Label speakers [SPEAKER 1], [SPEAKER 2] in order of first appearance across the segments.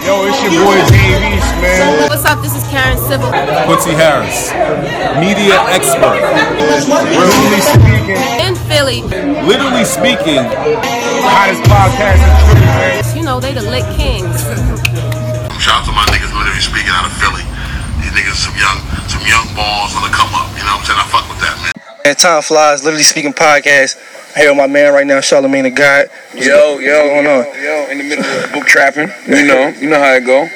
[SPEAKER 1] Yo, it's your boy Dave East, man.
[SPEAKER 2] What's up? This is Karen Civil.
[SPEAKER 3] Quincy Harris, media expert.
[SPEAKER 1] Literally speaking,
[SPEAKER 2] In Philly,
[SPEAKER 3] Literally speaking,
[SPEAKER 1] hottest podcast in Philly, man.
[SPEAKER 2] you know, they the lit kings.
[SPEAKER 4] Shout out to my niggas literally speaking out of Philly. These niggas some young some young balls on the come up. You know what I'm saying? I fuck with that man.
[SPEAKER 5] And Time Flies, Literally Speaking Podcast. I'm here with my man right now, Charlemagne the God.
[SPEAKER 6] Yo,
[SPEAKER 5] going
[SPEAKER 6] yo, yo,
[SPEAKER 5] on?
[SPEAKER 6] yo, in the middle of book trapping. You know, you know how it go.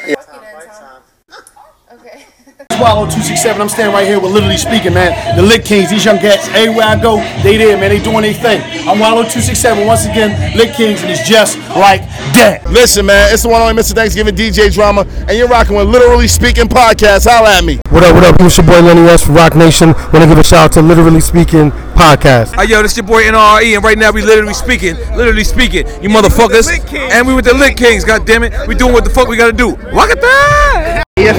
[SPEAKER 7] Swallow 267. I'm standing right here with Literally Speaking, man. The Lit Kings, these young cats, everywhere I go, they there, man. They doing their thing. I'm Wallow 267 once again, Lit Kings, and it's just like that.
[SPEAKER 8] Listen, man, it's the one only Mr. Thanksgiving DJ Drama, and you're rocking with Literally Speaking Podcast. Holla at me.
[SPEAKER 9] What up, what up? It's your boy Lenny S from Rock Nation. Want to give a shout out to Literally Speaking Podcast.
[SPEAKER 10] Hey, yo, this your boy E. NRE, and right now we literally speaking, literally speaking, you motherfuckers. And we with the Lit Kings, god damn it. We doing what the fuck we gotta do. Rock it that!
[SPEAKER 11] Look,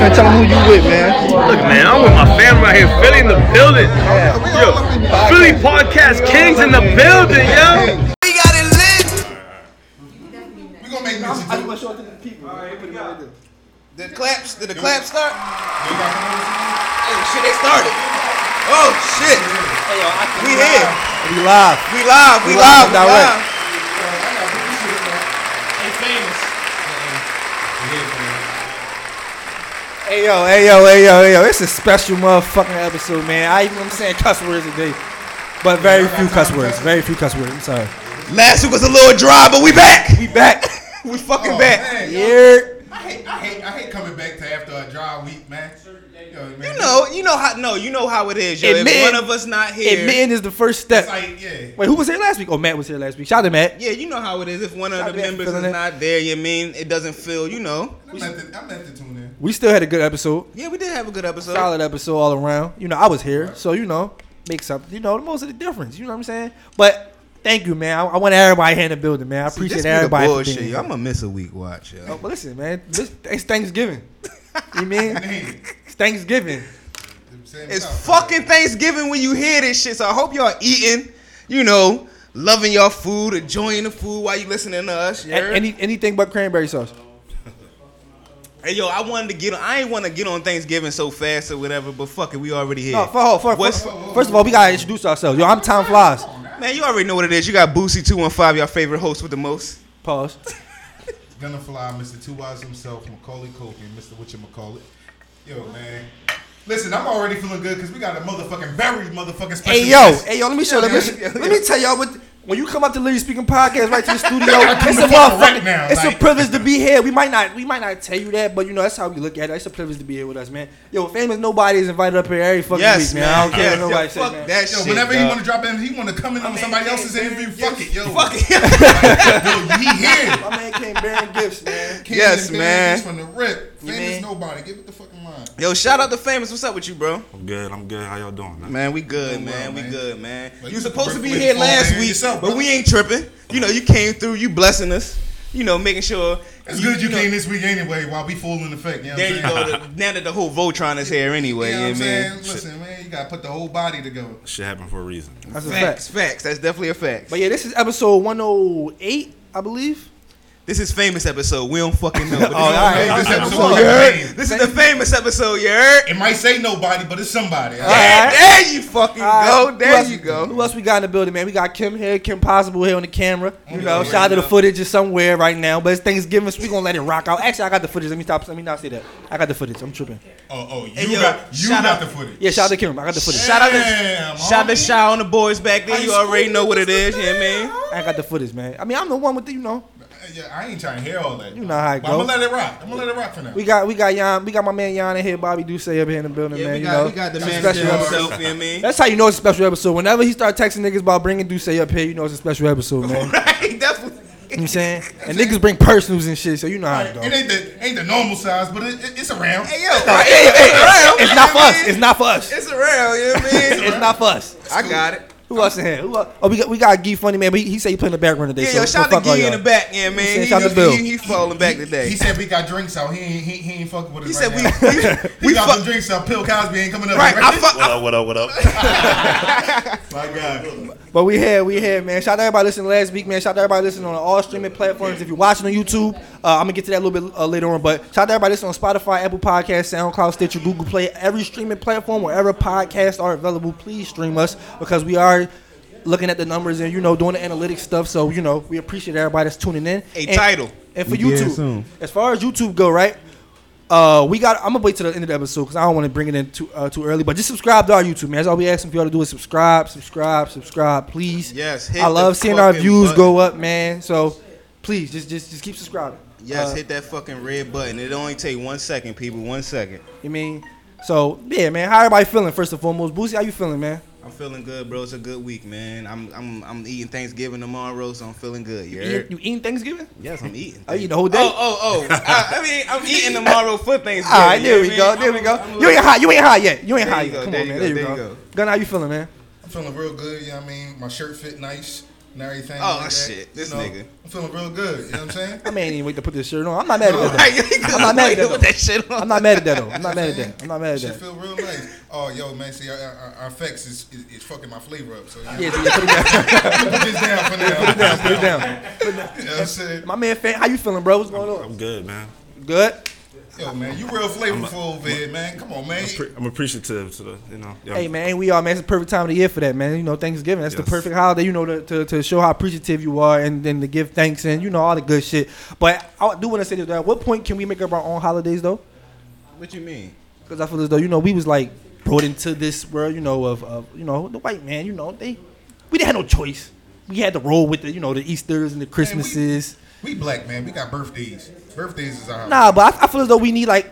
[SPEAKER 11] man, I'm with my family out here, Philly in the building. Yo, Philly Podcast Kings in the building, yo. We got it lit.
[SPEAKER 6] Did claps? Did the claps start? Oh shit, they started. Oh shit. We here.
[SPEAKER 9] We live.
[SPEAKER 6] We live. We,
[SPEAKER 9] We
[SPEAKER 6] live.
[SPEAKER 9] live
[SPEAKER 6] We
[SPEAKER 9] and direct.
[SPEAKER 6] live.
[SPEAKER 9] Hey yo, hey yo, hey yo, hey yo. It's a special motherfucking episode, man. I even I'm saying cuss words today. But very few cuss words. Very few cuss words. I'm sorry.
[SPEAKER 6] Last week was a little dry, but we back.
[SPEAKER 9] We back.
[SPEAKER 6] We fucking back.
[SPEAKER 9] Yeah.
[SPEAKER 11] I hate, I hate, I hate coming back to after a dry week, man. Yo, man,
[SPEAKER 6] You know, you know how. No, you know how it is, yo.
[SPEAKER 9] Admit-
[SPEAKER 6] if one of us not here,
[SPEAKER 9] Admitting is the first step.
[SPEAKER 11] it's like, yeah.
[SPEAKER 9] Wait, who was here last week? Oh, Matt was here last week. Shout out to Matt.
[SPEAKER 6] yeah, you know how it is. If one of
[SPEAKER 9] Stop
[SPEAKER 6] the
[SPEAKER 9] that
[SPEAKER 6] members is
[SPEAKER 9] feeling it.
[SPEAKER 6] not there, you mean it doesn't feel. You know.
[SPEAKER 11] I'm not to, I'm not to tune in.
[SPEAKER 9] We still had a good episode.
[SPEAKER 6] Yeah, we did have a good episode.
[SPEAKER 9] solid episode all around. You know, I was here, so you know, makes up. You know, the most of the difference. You know what I'm saying? But thank you, man. I, I want everybody here in the building, man. I
[SPEAKER 6] See, this
[SPEAKER 9] appreciate
[SPEAKER 6] be the
[SPEAKER 9] everybody. for
[SPEAKER 6] bullshit,
[SPEAKER 9] being
[SPEAKER 6] yo.
[SPEAKER 9] here.
[SPEAKER 6] I'm gonna miss a week watch, yo.
[SPEAKER 9] Oh, but listen, man. This, it's Thanksgiving. you mean?
[SPEAKER 11] Hey,
[SPEAKER 9] It's Thanksgiving.
[SPEAKER 11] same
[SPEAKER 6] It's
[SPEAKER 11] stuff.
[SPEAKER 6] fucking Thanksgiving when you hear this shit. So I hope y'all eating, you know, loving your food, enjoying the food while you listening to us. you
[SPEAKER 9] A-
[SPEAKER 6] heard?
[SPEAKER 9] any anything but cranberry sauce.
[SPEAKER 6] hey yo, I wanted to get on. I ain't want to get on Thanksgiving so fast or whatever, but fuck it, we already here.
[SPEAKER 9] No, for, for,
[SPEAKER 6] What's-
[SPEAKER 9] first, first of all, we gotta introduce ourselves. Yo, I'm Tom Flies.
[SPEAKER 6] Man, you already know what it is. You got Boosie two one five, your favorite host with the most.
[SPEAKER 9] Pause.
[SPEAKER 11] Gonna fly, Mr. Two Eyes himself, Macaulay Culkin, Mr. Witcher Macaulay. Yo, man. Listen, I'm already feeling good because we got a motherfucking very motherfucking special.
[SPEAKER 9] Hey yo,
[SPEAKER 11] guest.
[SPEAKER 9] hey yo, let me show, let
[SPEAKER 11] Yeah,
[SPEAKER 9] me,
[SPEAKER 11] yeah, yeah.
[SPEAKER 9] let me tell y'all what. When you come up to Literally Speaking Podcast right to the studio,
[SPEAKER 11] come
[SPEAKER 9] it's
[SPEAKER 11] to
[SPEAKER 9] a
[SPEAKER 11] fuck
[SPEAKER 9] motherfucking,
[SPEAKER 11] right now,
[SPEAKER 9] it's
[SPEAKER 11] like-
[SPEAKER 9] a privilege to be here. We might not, we might not tell you that, but you know that's how we look at it. It's a privilege to be here with us, man. Yo, famous nobody is invited up here every fucking
[SPEAKER 6] Yes,
[SPEAKER 9] week,
[SPEAKER 6] man.
[SPEAKER 9] man. I don't care
[SPEAKER 6] Yes,
[SPEAKER 9] what nobody
[SPEAKER 6] yo,
[SPEAKER 9] says,
[SPEAKER 6] fuck
[SPEAKER 9] man.
[SPEAKER 6] that
[SPEAKER 11] Yo,
[SPEAKER 6] shit.
[SPEAKER 11] whenever he
[SPEAKER 6] dog.
[SPEAKER 11] want to drop in, he want to come in on somebody else's interview. Fuck it, yo.
[SPEAKER 6] Fuck it.
[SPEAKER 11] Yo, he here.
[SPEAKER 9] My man came bearing gifts, man.
[SPEAKER 11] King
[SPEAKER 6] Yes,
[SPEAKER 11] and Big
[SPEAKER 6] man.
[SPEAKER 11] Beast From the rip, famous
[SPEAKER 6] man.
[SPEAKER 11] nobody. Give it the fucking mind.
[SPEAKER 6] Yo, shout out to Famous. What's up with you, bro?
[SPEAKER 3] I'm good. I'm good. How y'all doing, man?
[SPEAKER 6] Man, we good,
[SPEAKER 11] Doing
[SPEAKER 6] man.
[SPEAKER 11] well,
[SPEAKER 6] we
[SPEAKER 11] man.
[SPEAKER 6] good, man.
[SPEAKER 11] But
[SPEAKER 6] you
[SPEAKER 11] you
[SPEAKER 6] supposed to be
[SPEAKER 11] perfectly
[SPEAKER 6] here
[SPEAKER 11] fine
[SPEAKER 6] last
[SPEAKER 11] man
[SPEAKER 6] week,
[SPEAKER 11] yourself,
[SPEAKER 6] but
[SPEAKER 11] brother.
[SPEAKER 6] we ain't tripping. You know, you came through. You blessing us. You know, making sure.
[SPEAKER 11] It's good you
[SPEAKER 6] know,
[SPEAKER 11] came this week anyway while we full in effect. You know what
[SPEAKER 6] There you go.
[SPEAKER 11] I'm saying?
[SPEAKER 6] The- Now that the whole Voltron is here anyway,
[SPEAKER 11] You know what
[SPEAKER 6] yeah,
[SPEAKER 11] I'm saying?
[SPEAKER 6] man.
[SPEAKER 11] Listen, man, you gotta put the whole body together.
[SPEAKER 3] Shit happened for a reason.
[SPEAKER 9] That's a
[SPEAKER 6] Facts,
[SPEAKER 9] fact.
[SPEAKER 6] facts. That's definitely a fact.
[SPEAKER 9] But yeah, this is episode 108, I believe.
[SPEAKER 6] this is famous episode. We don't fucking know. But
[SPEAKER 9] Oh, all
[SPEAKER 6] this,
[SPEAKER 9] right.
[SPEAKER 11] This
[SPEAKER 9] I'm
[SPEAKER 11] episode
[SPEAKER 9] sorry.
[SPEAKER 11] was amazing.
[SPEAKER 6] this is the famous episode. You heard?
[SPEAKER 11] It might say nobody, but it's somebody.
[SPEAKER 9] All
[SPEAKER 6] There,
[SPEAKER 9] right.
[SPEAKER 6] there you fucking
[SPEAKER 9] All right.
[SPEAKER 6] go.
[SPEAKER 9] Who
[SPEAKER 6] There
[SPEAKER 9] else-
[SPEAKER 6] you
[SPEAKER 9] Who
[SPEAKER 6] go.
[SPEAKER 9] else we got in the building, man? We got Kim here, Kim Possible here on the camera. You
[SPEAKER 11] Yeah,
[SPEAKER 9] know,
[SPEAKER 11] yeah,
[SPEAKER 9] shout out to the
[SPEAKER 11] yeah.
[SPEAKER 9] footage is somewhere right now. But it's Thanksgiving, so we gonna let it rock out. Actually, I got the footage. Let me stop. Let me not say that. I got the footage. I'm tripping.
[SPEAKER 11] Oh, oh, you
[SPEAKER 6] Hey, yo,
[SPEAKER 11] got you
[SPEAKER 6] shout
[SPEAKER 11] got
[SPEAKER 6] out-
[SPEAKER 11] the footage.
[SPEAKER 9] Yeah, shout out to Kim. I got the footage.
[SPEAKER 6] Shout out
[SPEAKER 11] Damn,
[SPEAKER 6] to shout out to
[SPEAKER 11] homie.
[SPEAKER 6] Shy on the boys back there. You already know what it is, yeah, man.
[SPEAKER 9] I got the footage, man. I mean, I'm the one with the, you know.
[SPEAKER 11] Yeah, I ain't trying to hear all that. You
[SPEAKER 9] know how it
[SPEAKER 11] but I'm
[SPEAKER 9] go.
[SPEAKER 11] gonna let it rock. I'm gonna let it rock for now.
[SPEAKER 9] We got we got Yon, we got my man Yon in here, Bobby Duce up here in the building,
[SPEAKER 6] Yeah,
[SPEAKER 9] man.
[SPEAKER 6] we
[SPEAKER 9] you
[SPEAKER 6] got
[SPEAKER 9] know,
[SPEAKER 6] we got the
[SPEAKER 9] It's a
[SPEAKER 6] man
[SPEAKER 9] special episode.
[SPEAKER 6] himself, yeah, man.
[SPEAKER 9] That's how you know it's a special episode. Whenever he start texting niggas about bringing Duce up here, you know it's a special episode, man. you know
[SPEAKER 6] Right, definitely.
[SPEAKER 9] what I'm saying? And niggas bring personals and shit, so you know how it goes.
[SPEAKER 11] It ain't the ain't the normal size, but it, it, it's around.
[SPEAKER 6] Hey yo,
[SPEAKER 9] Hey,
[SPEAKER 6] right,
[SPEAKER 9] hey, hey,
[SPEAKER 6] around,
[SPEAKER 9] it's not for
[SPEAKER 6] yeah,
[SPEAKER 9] us.
[SPEAKER 6] man.
[SPEAKER 9] It's not for us.
[SPEAKER 6] It's around, you know what I mean?
[SPEAKER 9] It's not for us.
[SPEAKER 6] I got it.
[SPEAKER 9] Who else in here? Who else? Oh, we got we got Gee Funny man, but he, he said he playing the background today.
[SPEAKER 6] Yeah,
[SPEAKER 9] so
[SPEAKER 6] yo, shout
[SPEAKER 9] so
[SPEAKER 6] to
[SPEAKER 9] fuck all
[SPEAKER 6] Gee in
[SPEAKER 9] y'all.
[SPEAKER 6] the back, yeah,
[SPEAKER 9] He
[SPEAKER 6] man.
[SPEAKER 9] said
[SPEAKER 6] He,
[SPEAKER 9] shout to
[SPEAKER 6] he-
[SPEAKER 9] Bill.
[SPEAKER 6] he, he falling back today.
[SPEAKER 11] He said we got drinks out. He ain't, he, he ain't fucking with us.
[SPEAKER 6] He
[SPEAKER 11] right
[SPEAKER 6] said
[SPEAKER 11] now. we, we got them drinks out. Bill Cosby ain't coming up.
[SPEAKER 6] Right, I fuck-
[SPEAKER 11] What up? What up? What up? My God.
[SPEAKER 9] But we here, we here, man. Shout out to everybody listening last week, man. Shout out to everybody listening on all streaming platforms. If you're watching on YouTube, uh, I'm gonna get to that a little bit uh, later on. But shout out to everybody listening on Spotify, Apple Podcasts, SoundCloud, Stitcher, Google Play, every streaming platform wherever podcasts are available. Please stream us because we are looking at the numbers and you know doing the analytics stuff. So you know we appreciate everybody that's tuning in.
[SPEAKER 6] A
[SPEAKER 9] and,
[SPEAKER 6] title.
[SPEAKER 9] and for
[SPEAKER 6] We getting
[SPEAKER 9] YouTube,
[SPEAKER 6] soon.
[SPEAKER 9] as far as YouTube go, right? Uh, we got. I'm gonna wait till the end of the episode because I don't want to bring it in too uh, too early. But just subscribe to our YouTube, man. That's all we asking for y'all to do is subscribe, subscribe, subscribe, please.
[SPEAKER 6] Yes, hit
[SPEAKER 9] I
[SPEAKER 6] the
[SPEAKER 9] love seeing our
[SPEAKER 6] fucking
[SPEAKER 9] views
[SPEAKER 6] button.
[SPEAKER 9] go up, man. So please, just just just keep subscribing.
[SPEAKER 6] Yes,
[SPEAKER 9] Uh,
[SPEAKER 6] hit that fucking red button. It only take one second, people. One second.
[SPEAKER 9] You mean? So yeah, man. How everybody feeling? First and foremost, Boosie, how you feeling, man?
[SPEAKER 6] I'm feeling good, bro. It's a good week, man. I'm I'm I'm eating Thanksgiving tomorrow, so I'm feeling good. You,
[SPEAKER 9] You,
[SPEAKER 6] heard?
[SPEAKER 9] eat- you eating Thanksgiving?
[SPEAKER 6] Yes, I'm eating.
[SPEAKER 9] I eat the whole day.
[SPEAKER 6] Oh, oh, oh. I, I mean, I'm eating tomorrow for Thanksgiving.
[SPEAKER 9] All right, Ah, there
[SPEAKER 6] you know
[SPEAKER 9] we go.
[SPEAKER 6] what I
[SPEAKER 9] There we
[SPEAKER 6] mean?
[SPEAKER 9] go.
[SPEAKER 6] I'm- I'm
[SPEAKER 9] You ain't
[SPEAKER 6] like-
[SPEAKER 9] high. You ain't high yet. You ain't
[SPEAKER 6] There
[SPEAKER 9] high
[SPEAKER 6] you go,
[SPEAKER 9] yet. Come
[SPEAKER 6] there
[SPEAKER 9] on,
[SPEAKER 6] you
[SPEAKER 9] man.
[SPEAKER 6] go,
[SPEAKER 9] There
[SPEAKER 6] there
[SPEAKER 9] you
[SPEAKER 6] you
[SPEAKER 9] go.
[SPEAKER 6] go.
[SPEAKER 9] Gunna, how you feeling, man?
[SPEAKER 11] I'm feeling real good. You know what I mean? My shirt fit nice and everything.
[SPEAKER 6] Oh,
[SPEAKER 11] like that.
[SPEAKER 6] shit, this
[SPEAKER 11] you know,
[SPEAKER 6] nigga.
[SPEAKER 11] I'm feeling real good. You know what I'm saying?
[SPEAKER 9] I man, even wait to put this shirt on. I'm not mad at that. Though. I'm not mad at that. Though. I'm not mad at that. Though. I'm not mad at that. I'm not mad at
[SPEAKER 11] Shit
[SPEAKER 9] that.
[SPEAKER 11] feel real nice. Oh, yo, man, see, our, our, our effects is, is, is fucking my flavor up. So, you know.
[SPEAKER 9] Yeah, so yeah, put it down.
[SPEAKER 11] put this down for now.
[SPEAKER 9] Yeah, put it down. Put it down. Put it
[SPEAKER 11] You know what I'm saying?
[SPEAKER 9] My man, fan, how you feeling, bro? What's going on?
[SPEAKER 4] I'm good, man.
[SPEAKER 9] Good.
[SPEAKER 11] Yo, man, you real flavorful over here, man. Come on, man.
[SPEAKER 4] I'm, pre- I'm appreciative to the, you know. yeah.
[SPEAKER 9] Hey man, ain't we all man, it's the perfect time of the year for that, man. You know, Thanksgiving. That's the perfect holiday, you know, to, to, to show how appreciative you are and then to give thanks and you know all the good shit. But I do want to say this: though, at what point can we make up our own holidays though?
[SPEAKER 6] What you mean?
[SPEAKER 9] Because I feel as though you know we was like brought into this world, you know, of, of you know the white man, you know they we didn't have no choice. We had to roll with the you know the Easter's and the Christmases.
[SPEAKER 11] We black, man. We got birthdays. Birthdays is our.
[SPEAKER 9] Nah, but I, I feel as though we need like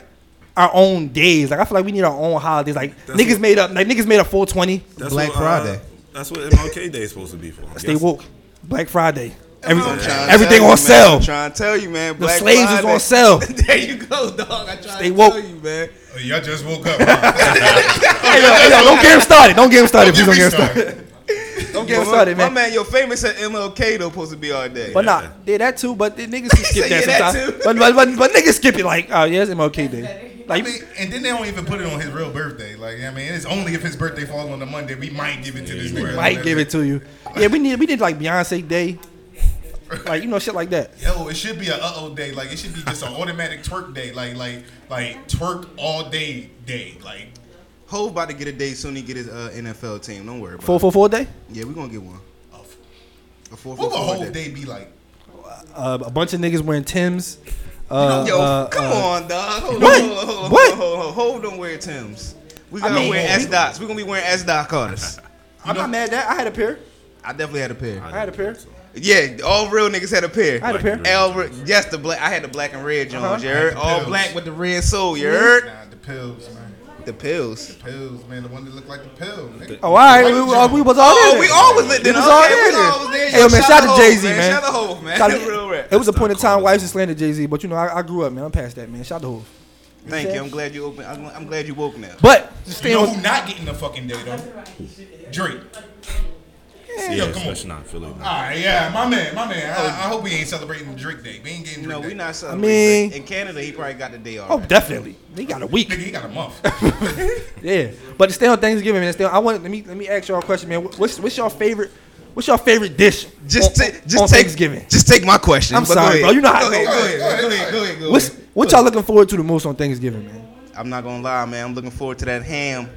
[SPEAKER 9] our own days. Like I feel like we need our own holidays. Like niggas made up, like niggas made up 420.
[SPEAKER 4] what, uh, that's what MLK Day is supposed to be for. I'm
[SPEAKER 9] Stay
[SPEAKER 4] guessing.
[SPEAKER 9] woke. Black Friday. Every,
[SPEAKER 6] I'm trying to
[SPEAKER 9] everything
[SPEAKER 6] tell
[SPEAKER 9] on
[SPEAKER 6] you, man.
[SPEAKER 9] sale.
[SPEAKER 6] I'm trying to tell you, man.
[SPEAKER 9] The
[SPEAKER 6] Black
[SPEAKER 9] slaves is
[SPEAKER 6] Friday.
[SPEAKER 9] on sale.
[SPEAKER 6] there you go, dog. I tried
[SPEAKER 9] Stay
[SPEAKER 6] to
[SPEAKER 9] woke.
[SPEAKER 6] tell you, man.
[SPEAKER 11] Oh, y'all just woke up. huh?
[SPEAKER 9] Hey, yo, hey, yo, don't get him started. Don't get him started. Please don't get him started. Don't get him
[SPEAKER 6] My-
[SPEAKER 9] started, man.
[SPEAKER 6] My man, your famous at MLK though supposed to be all day.
[SPEAKER 9] But nah, did that too. But the niggas can skip
[SPEAKER 6] Yeah,
[SPEAKER 9] that
[SPEAKER 6] that
[SPEAKER 9] sometimes.
[SPEAKER 6] too.
[SPEAKER 9] But, but, but, but niggas skip it like, oh yeah, it's MLK day.
[SPEAKER 11] I
[SPEAKER 9] Like,
[SPEAKER 11] mean, and then they don't even put it on his real birthday. Like, I mean, it's only if his birthday falls on a Monday, we might give it to this nigga.
[SPEAKER 9] might give it to you. Yeah, we need we need like Beyonce day, like you know shit like that.
[SPEAKER 11] Yo, it should be a uh oh day. Like, it should be just an automatic twerk day. Like, like, like twerk all day day. Like,
[SPEAKER 6] Hove about to get a day soon. He get his uh, NFL team. Don't worry about
[SPEAKER 9] Four
[SPEAKER 6] it.
[SPEAKER 9] four four day.
[SPEAKER 6] Yeah, we gonna get one. A four four
[SPEAKER 11] what would a
[SPEAKER 6] four
[SPEAKER 11] whole
[SPEAKER 6] day.
[SPEAKER 11] day be like?
[SPEAKER 9] Uh, a bunch of niggas wearing Tims. Uh,
[SPEAKER 6] Yo,
[SPEAKER 9] uh,
[SPEAKER 6] come
[SPEAKER 9] uh,
[SPEAKER 6] on, dog. Hold
[SPEAKER 9] What?
[SPEAKER 6] on, hold on, hold
[SPEAKER 9] What?
[SPEAKER 6] on, hold on. Hold on, wear Tim's. We
[SPEAKER 9] I
[SPEAKER 6] gonna
[SPEAKER 9] mean,
[SPEAKER 6] wear
[SPEAKER 9] we-
[SPEAKER 6] S dots. We gonna be wearing S dot Carters.
[SPEAKER 9] I'm not mad at that I had a pair.
[SPEAKER 6] I definitely had a pair.
[SPEAKER 9] I had a pair.
[SPEAKER 6] Yeah, all real niggas had a pair.
[SPEAKER 9] I had a pair.
[SPEAKER 6] L, yes, the black. I had the black and red Jones.
[SPEAKER 9] Uh-huh. Mm-hmm.
[SPEAKER 6] You
[SPEAKER 11] I had
[SPEAKER 6] heard?
[SPEAKER 11] the
[SPEAKER 6] All
[SPEAKER 11] pills.
[SPEAKER 6] black with the red soul. You
[SPEAKER 11] Nah,
[SPEAKER 6] heard?
[SPEAKER 11] the pills, man.
[SPEAKER 6] The pills.
[SPEAKER 11] Pills, man. The one that looked like the pill. nigga.
[SPEAKER 9] Oh, all right,
[SPEAKER 11] White
[SPEAKER 9] we, we,
[SPEAKER 11] Jones.
[SPEAKER 9] we was all
[SPEAKER 6] Oh,
[SPEAKER 9] in.
[SPEAKER 6] we all was lit
[SPEAKER 9] We
[SPEAKER 6] then.
[SPEAKER 9] was all
[SPEAKER 6] Okay, we
[SPEAKER 9] in.
[SPEAKER 6] all was there.
[SPEAKER 9] Hey, yo, man,
[SPEAKER 6] Shout
[SPEAKER 9] shout
[SPEAKER 6] to
[SPEAKER 9] out
[SPEAKER 6] Hov,
[SPEAKER 9] to Jay Z,
[SPEAKER 6] man.
[SPEAKER 9] man.
[SPEAKER 6] Shout out to Hov, man.
[SPEAKER 9] Shout out-
[SPEAKER 6] Real rap.
[SPEAKER 9] It was a point in time wives and slander Jay Z, but you know I, I grew up, man. I'm past that, man. Shout out to Hov.
[SPEAKER 6] Thank you. I'm glad you open. I'm, I'm glad you woke now.
[SPEAKER 9] But just
[SPEAKER 11] You
[SPEAKER 9] staying
[SPEAKER 11] know
[SPEAKER 9] with
[SPEAKER 11] who not getting a fucking day though? Drake.
[SPEAKER 4] Yeah,
[SPEAKER 11] Yo, come on.
[SPEAKER 4] especially not Philly.
[SPEAKER 11] All right, yeah, my man, my man. I, I hope we ain't celebrating Drake Day. We ain't getting Drake
[SPEAKER 6] No,
[SPEAKER 11] Day.
[SPEAKER 6] we not
[SPEAKER 9] I
[SPEAKER 6] celebrating.
[SPEAKER 9] mean,
[SPEAKER 6] in Canada, he probably got the day off.
[SPEAKER 9] oh, definitely. He got a week.
[SPEAKER 11] Nigga, he got a month.
[SPEAKER 9] Yeah, but to stay on Thanksgiving, man. Stay on, I want let me let me ask y'all a question, man. What's what's your favorite? What's your favorite dish?
[SPEAKER 6] Just
[SPEAKER 9] on,
[SPEAKER 6] ta- just
[SPEAKER 9] on
[SPEAKER 6] take-
[SPEAKER 9] Thanksgiving.
[SPEAKER 6] Just take my question.
[SPEAKER 9] I'm
[SPEAKER 6] but go ahead.
[SPEAKER 9] sorry, bro. You know how.
[SPEAKER 6] Go ahead, go ahead, go ahead, go ahead, go ahead, go
[SPEAKER 9] What's
[SPEAKER 6] ahead.
[SPEAKER 9] what y'all looking forward to the most on Thanksgiving, man?
[SPEAKER 6] I'm not gonna lie, man. I'm looking forward to that ham,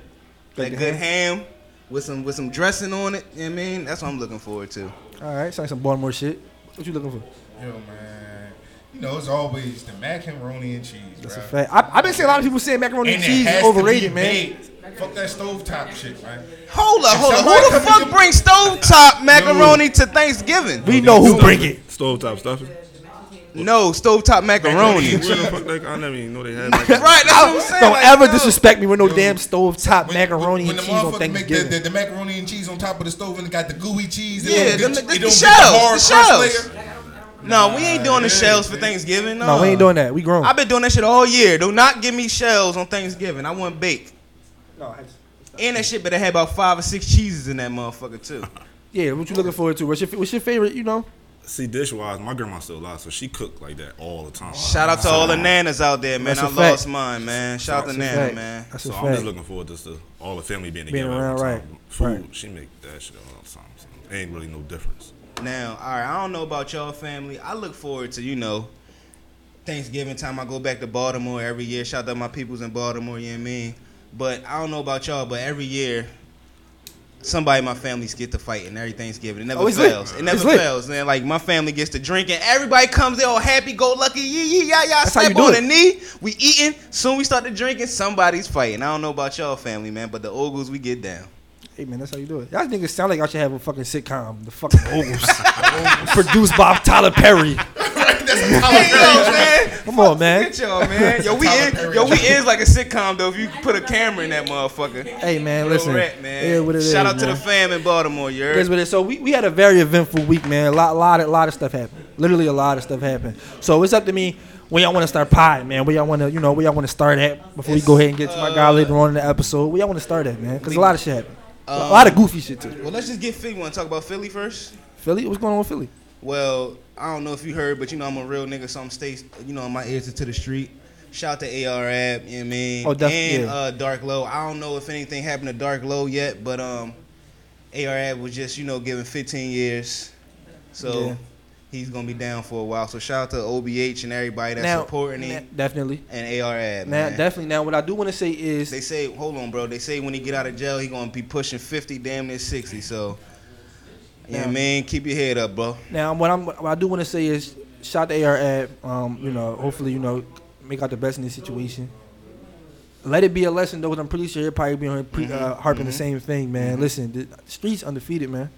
[SPEAKER 6] that good ham. with some with some dressing on it. You know what I mean, that's what I'm looking forward to.
[SPEAKER 9] All right, sounds like some Baltimore shit. What you looking for?
[SPEAKER 11] Yo, man. You know, it's always the macaroni and cheese.
[SPEAKER 9] That's
[SPEAKER 11] bruh.
[SPEAKER 9] a fact. I, I've been seeing a lot of people saying macaroni and,
[SPEAKER 11] And it
[SPEAKER 9] cheese
[SPEAKER 11] has
[SPEAKER 9] is
[SPEAKER 11] to be
[SPEAKER 9] overrated, man.
[SPEAKER 11] baked. Fuck that stovetop shit, man.
[SPEAKER 6] Hold up,
[SPEAKER 11] If
[SPEAKER 6] hold up.
[SPEAKER 11] somebody
[SPEAKER 6] Who the
[SPEAKER 11] come in
[SPEAKER 6] fuck brings stovetop macaroni to Thanksgiving?
[SPEAKER 9] We know who bring it.
[SPEAKER 4] Stovetop stuffing.
[SPEAKER 6] No, stovetop macaroni.
[SPEAKER 4] Where the fuck they- I never even know they had.
[SPEAKER 6] right, that's
[SPEAKER 4] Like,
[SPEAKER 6] what I'm saying.
[SPEAKER 9] Don't
[SPEAKER 6] like,
[SPEAKER 9] ever
[SPEAKER 6] yo.
[SPEAKER 9] disrespect me with no damn stove top macaroni
[SPEAKER 11] When
[SPEAKER 9] and
[SPEAKER 11] the
[SPEAKER 9] cheese
[SPEAKER 11] motherfucker make
[SPEAKER 9] on
[SPEAKER 11] the,
[SPEAKER 9] Thanksgiving.
[SPEAKER 11] the, the macaroni and cheese on top of the stove and it got the gooey cheese. it
[SPEAKER 6] Yeah,
[SPEAKER 11] don't
[SPEAKER 6] them-
[SPEAKER 11] get-
[SPEAKER 6] the-
[SPEAKER 11] it
[SPEAKER 6] the
[SPEAKER 11] don't get
[SPEAKER 6] shells, the
[SPEAKER 11] hard crust
[SPEAKER 6] shells.
[SPEAKER 11] layer.
[SPEAKER 6] No, we ain't doing the shells for Thanksgiving. No,
[SPEAKER 9] no, we ain't doing that. We grown.
[SPEAKER 6] I've been doing that shit all year. Do not give me shells on Thanksgiving. I want bake.
[SPEAKER 9] No, I-
[SPEAKER 6] And that shit better have about five or six cheeses in that motherfucker too.
[SPEAKER 9] Yeah, what you looking forward to? What's your what's your favorite? You know.
[SPEAKER 4] See, dish wise, my grandma's still alive, so she cooked like that all the time.
[SPEAKER 6] Shout out to all the nanas out there, man.
[SPEAKER 9] That's
[SPEAKER 6] I
[SPEAKER 9] a
[SPEAKER 6] lost
[SPEAKER 9] fact.
[SPEAKER 6] mine, man. Shout out to
[SPEAKER 9] That's a
[SPEAKER 6] Nana,
[SPEAKER 9] fact.
[SPEAKER 6] man.
[SPEAKER 9] That's a
[SPEAKER 4] so I'm just
[SPEAKER 9] fact.
[SPEAKER 4] looking forward just to all the family being
[SPEAKER 9] Being
[SPEAKER 4] together. all
[SPEAKER 9] around,
[SPEAKER 4] the time.
[SPEAKER 9] right,
[SPEAKER 4] Food,
[SPEAKER 9] right.
[SPEAKER 4] she make that shit all the time. So it ain't really no difference.
[SPEAKER 6] Now, all right, I don't know about y'all family. I look forward to, you know, Thanksgiving time. I go back to Baltimore every year. Shout out to my peoples in Baltimore, you know what I mean? But I don't know about y'all, but every year, somebody in my family's get to fight and every Thanksgiving. It never
[SPEAKER 9] Oh, it's lit.
[SPEAKER 6] fails. It never
[SPEAKER 9] It's lit.
[SPEAKER 6] fails. Man, like my family gets to drink and everybody comes, they all happy, go lucky, yee yee yah yah.
[SPEAKER 9] That's how
[SPEAKER 6] Step
[SPEAKER 9] you do
[SPEAKER 6] on
[SPEAKER 9] it.
[SPEAKER 6] the knee. We eating. Soon we start to drinking. Somebody's fighting. I don't know about y'all family, man, but the Ogles we get down.
[SPEAKER 9] Hey man, that's how you do it. Y'all niggas sound like y'all should have a fucking sitcom, The fucking Ogles, produced by Tyler Perry. Come on, man.
[SPEAKER 6] Get y'all, man. Yo, we is, yo, we is like a sitcom though. If you put a camera in that motherfucker.
[SPEAKER 9] Hey man,
[SPEAKER 6] Yo,
[SPEAKER 9] listen.
[SPEAKER 6] Rat, man.
[SPEAKER 9] Yeah, what it is,
[SPEAKER 6] Shout out to
[SPEAKER 9] man.
[SPEAKER 6] the fam in Baltimore. You
[SPEAKER 9] It
[SPEAKER 6] heard?
[SPEAKER 9] is what it is. So we, we had a very eventful week, man. A lot, lot, lot of stuff happened. Literally a lot of stuff happened. So it's up to me where y'all want to start pie, man. Where y'all want to, you know, where y'all want to start at before we go ahead and get to my guy later on in the episode. Where y'all want to start at, man? Because a lot of shit happened. a
[SPEAKER 6] Um,
[SPEAKER 9] lot of goofy shit too.
[SPEAKER 6] Well, let's just get Philly. Want to talk about Philly first?
[SPEAKER 9] Philly, what's going on with Philly?
[SPEAKER 6] Well, I don't know if you heard, but you know I'm a real nigga, so I'm stay, you know, my ears are to the street. Shout out to AR Ab, you know what I mean?
[SPEAKER 9] Oh, def-
[SPEAKER 6] and
[SPEAKER 9] yeah.
[SPEAKER 6] uh, Dark Low. I don't know if anything happened to Dark Low yet, but um, AR Ab was just, you know, given 15 years. So
[SPEAKER 9] Yeah.
[SPEAKER 6] he's going to be down for a while. So shout out to OBH and everybody that's
[SPEAKER 9] Now-
[SPEAKER 6] supporting him.
[SPEAKER 9] Definitely.
[SPEAKER 6] And AR Ab,
[SPEAKER 9] Now,
[SPEAKER 6] man.
[SPEAKER 9] definitely. Now, what I do want to say is
[SPEAKER 6] they say, hold on, bro. They say when he get out of jail, he going to be pushing 50, damn near 60. So, you know what I
[SPEAKER 9] Now-
[SPEAKER 6] mean? Keep your head up, bro.
[SPEAKER 9] Now, what I'm what I do want to say is, shout to AR ad. Um, you know, hopefully, you know, make out the best in this situation. Let it be a lesson, though, 'cause I'm pretty sure you're probably be on pre, uh, harping the
[SPEAKER 6] mhm.
[SPEAKER 9] same thing, man.
[SPEAKER 6] Mhm.
[SPEAKER 9] Listen, the streets undefeated, man.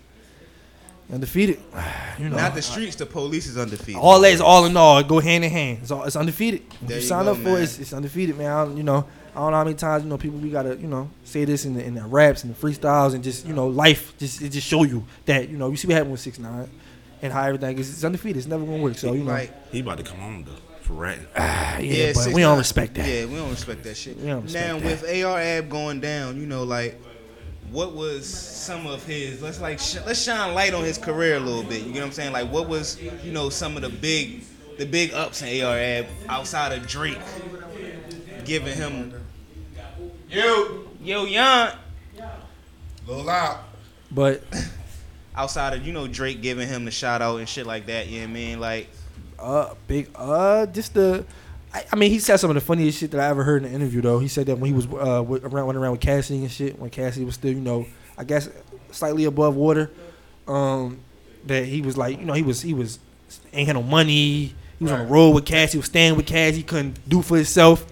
[SPEAKER 9] Undefeated. You know,
[SPEAKER 6] Not the streets, the police is undefeated.
[SPEAKER 9] all that is all in all. It go hand in hand. It's, all, it's undefeated. If
[SPEAKER 6] There
[SPEAKER 9] you
[SPEAKER 6] you
[SPEAKER 9] sign
[SPEAKER 6] go,
[SPEAKER 9] up for
[SPEAKER 6] man.
[SPEAKER 9] it, it's, it's undefeated, man. I don't, you know, I don't know how many times you know people we gotta you know say this in the, in the raps and the freestyles and just you know life just it just show you that you know you see what happened with six nine and how everything is it's undefeated. It's never gonna work. So you know.
[SPEAKER 4] He about to come home though for ratting.
[SPEAKER 9] yeah, but we don't respect that.
[SPEAKER 6] Yeah, we don't respect that shit.
[SPEAKER 9] We don't respect
[SPEAKER 6] now
[SPEAKER 9] that.
[SPEAKER 6] with AR Ab going down, you know, like what was some of his? Let's like sh- let's shine light on his career a little bit. You get what I'm saying? Like what was you know some of the big the big ups in AR Ab outside of Drake giving him yo yo young
[SPEAKER 11] Lil Loud.
[SPEAKER 9] But
[SPEAKER 6] outside of you know Drake giving him the shout out and shit like that. You know what I mean? Like
[SPEAKER 9] uh, big uh, just the. I, I mean, he said some of the funniest shit that I ever heard in an interview. Though he said that when he was uh with, around went around with Cassidy and shit, when Cassidy was still, you know, I guess slightly above water, um, that he was like, you know, he was he was ain't had no money. He was on the road with Cassidy, he was staying with Cassidy, he couldn't do for himself.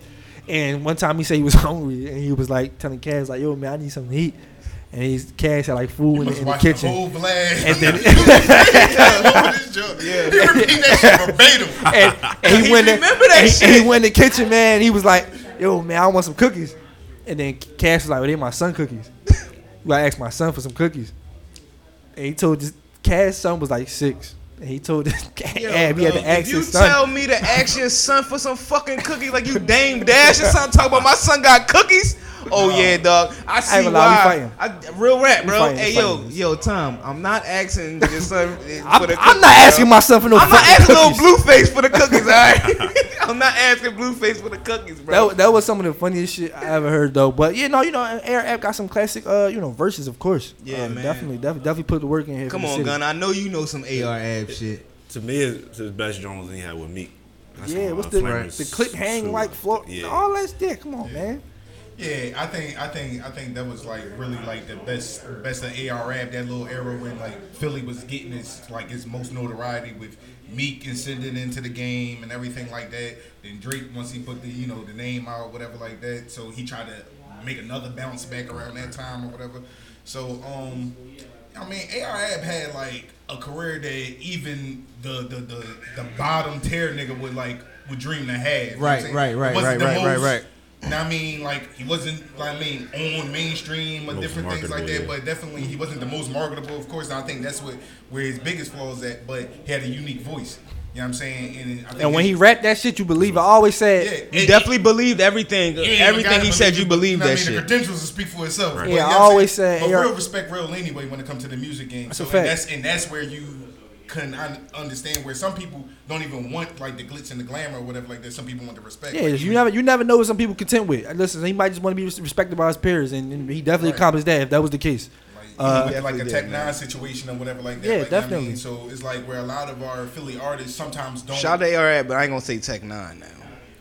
[SPEAKER 9] And one time he said he was hungry, and he was like telling Cass like, "Yo, man, I need something to eat." And he's Cass had like food in, the- in the
[SPEAKER 11] watch the
[SPEAKER 9] kitchen.
[SPEAKER 11] whole blast.
[SPEAKER 9] and then
[SPEAKER 11] Yeah. You repeat that shit verbatim.
[SPEAKER 9] and, and he
[SPEAKER 11] He
[SPEAKER 9] went in,
[SPEAKER 11] remember that
[SPEAKER 9] and he, and he
[SPEAKER 11] shit.
[SPEAKER 9] went in the kitchen, man. And he was like, "Yo, man, I want some cookies." And then Cash was like, well, "They my son cookies." I asked my son for some cookies, and he told this Cash's son was like six, and he told this
[SPEAKER 6] Yo,
[SPEAKER 9] Ab he had
[SPEAKER 6] yo,
[SPEAKER 9] to ask
[SPEAKER 6] if you
[SPEAKER 9] his son.
[SPEAKER 6] tell me to ask your son for some fucking cookies like you Dame Dash or something, talk about my son got cookies. Oh yeah, dog. I see
[SPEAKER 9] gonna lie, we
[SPEAKER 6] why.
[SPEAKER 9] fighting.
[SPEAKER 6] I, real rap,
[SPEAKER 9] We
[SPEAKER 6] bro.
[SPEAKER 9] fighting, we
[SPEAKER 6] hey yo, yo, Tom. I'm not asking your son
[SPEAKER 9] I'm,
[SPEAKER 6] for the.
[SPEAKER 9] I'm not asking my son for no
[SPEAKER 6] I'm not
[SPEAKER 9] fucking
[SPEAKER 6] asking little
[SPEAKER 9] cookies.
[SPEAKER 6] Blueface for the cookies. All right. I'm not asking Blueface for the cookies, bro.
[SPEAKER 9] That, wa- that was some of the funniest shit I ever heard though. But you know, you know, Air App got some classic, uh, you know, verses of course.
[SPEAKER 6] Yeah,
[SPEAKER 9] Uh,
[SPEAKER 6] man.
[SPEAKER 9] Definitely, definitely, definitely put the work in here. for
[SPEAKER 6] Come
[SPEAKER 9] the
[SPEAKER 6] on,
[SPEAKER 9] city.
[SPEAKER 6] Gun. I know you know some AR ab shit.
[SPEAKER 4] To me, it's his best joint was he had with Meek. That's
[SPEAKER 9] Yeah,
[SPEAKER 4] my
[SPEAKER 9] what's the
[SPEAKER 4] flavorite
[SPEAKER 9] the clip hang
[SPEAKER 4] soup.
[SPEAKER 9] like floor? All that shit. Come on, man.
[SPEAKER 11] Yeah, I think I think I think that was like really like the best best of AR Ab that little era when like Philly was getting his like his most notoriety with Meek and sending into the game and everything like that. Then Drake once he put the you know the name out whatever like that, so he tried to make another bounce back around that time or whatever. So um, I mean AR Ab had like a career that even the the the, the bottom tier nigga would like would dream to have. You know what I'm
[SPEAKER 6] Right,
[SPEAKER 11] saying?
[SPEAKER 6] right, right,
[SPEAKER 11] Wasn't
[SPEAKER 6] right,
[SPEAKER 11] the
[SPEAKER 6] right, right,
[SPEAKER 11] most-
[SPEAKER 6] right.
[SPEAKER 11] know what I mean, like he wasn't, like, I mean, on mainstream or
[SPEAKER 6] Most
[SPEAKER 11] different things like that.
[SPEAKER 6] marketable,
[SPEAKER 11] But definitely, he wasn't the most marketable, of course. And I think that's what where his biggest flaws at. But he had a unique voice. You know what I'm saying? And, I think
[SPEAKER 9] And
[SPEAKER 11] it's-
[SPEAKER 9] when he rapped that shit, you believe. it. I always said
[SPEAKER 11] You it- definitely
[SPEAKER 6] believed everything.
[SPEAKER 11] Yeah, you gotta know what I mean? The credentials will speak for itself.
[SPEAKER 9] Right.
[SPEAKER 11] But
[SPEAKER 9] Yeah,
[SPEAKER 11] you know
[SPEAKER 9] I
[SPEAKER 11] what I'm
[SPEAKER 9] always
[SPEAKER 11] saying?
[SPEAKER 9] say
[SPEAKER 11] But
[SPEAKER 9] AR
[SPEAKER 11] real respect, real anyway when it comes to the music game.
[SPEAKER 9] That's
[SPEAKER 11] so
[SPEAKER 9] a
[SPEAKER 11] and
[SPEAKER 9] fact.
[SPEAKER 11] that's and that's where you can un- understand where some people don't even want like the glitz and the glamour or whatever like that. Some people want the respect.
[SPEAKER 9] Yeah,
[SPEAKER 11] Like,
[SPEAKER 9] you never you never know what some people content with. And Listen, he might just want to be res- respected by his peers, and, and he definitely
[SPEAKER 11] Right.
[SPEAKER 9] accomplished that if that was the case.
[SPEAKER 11] uh,
[SPEAKER 9] Uh,
[SPEAKER 11] like a Tech Nine situation or whatever like that.
[SPEAKER 9] Yeah,
[SPEAKER 11] like, you know what I mean?
[SPEAKER 9] definitely.
[SPEAKER 11] So it's like where a lot of our Philly artists sometimes don't.
[SPEAKER 6] Shout out to ARF, but I ain't gonna say Tech Nine now.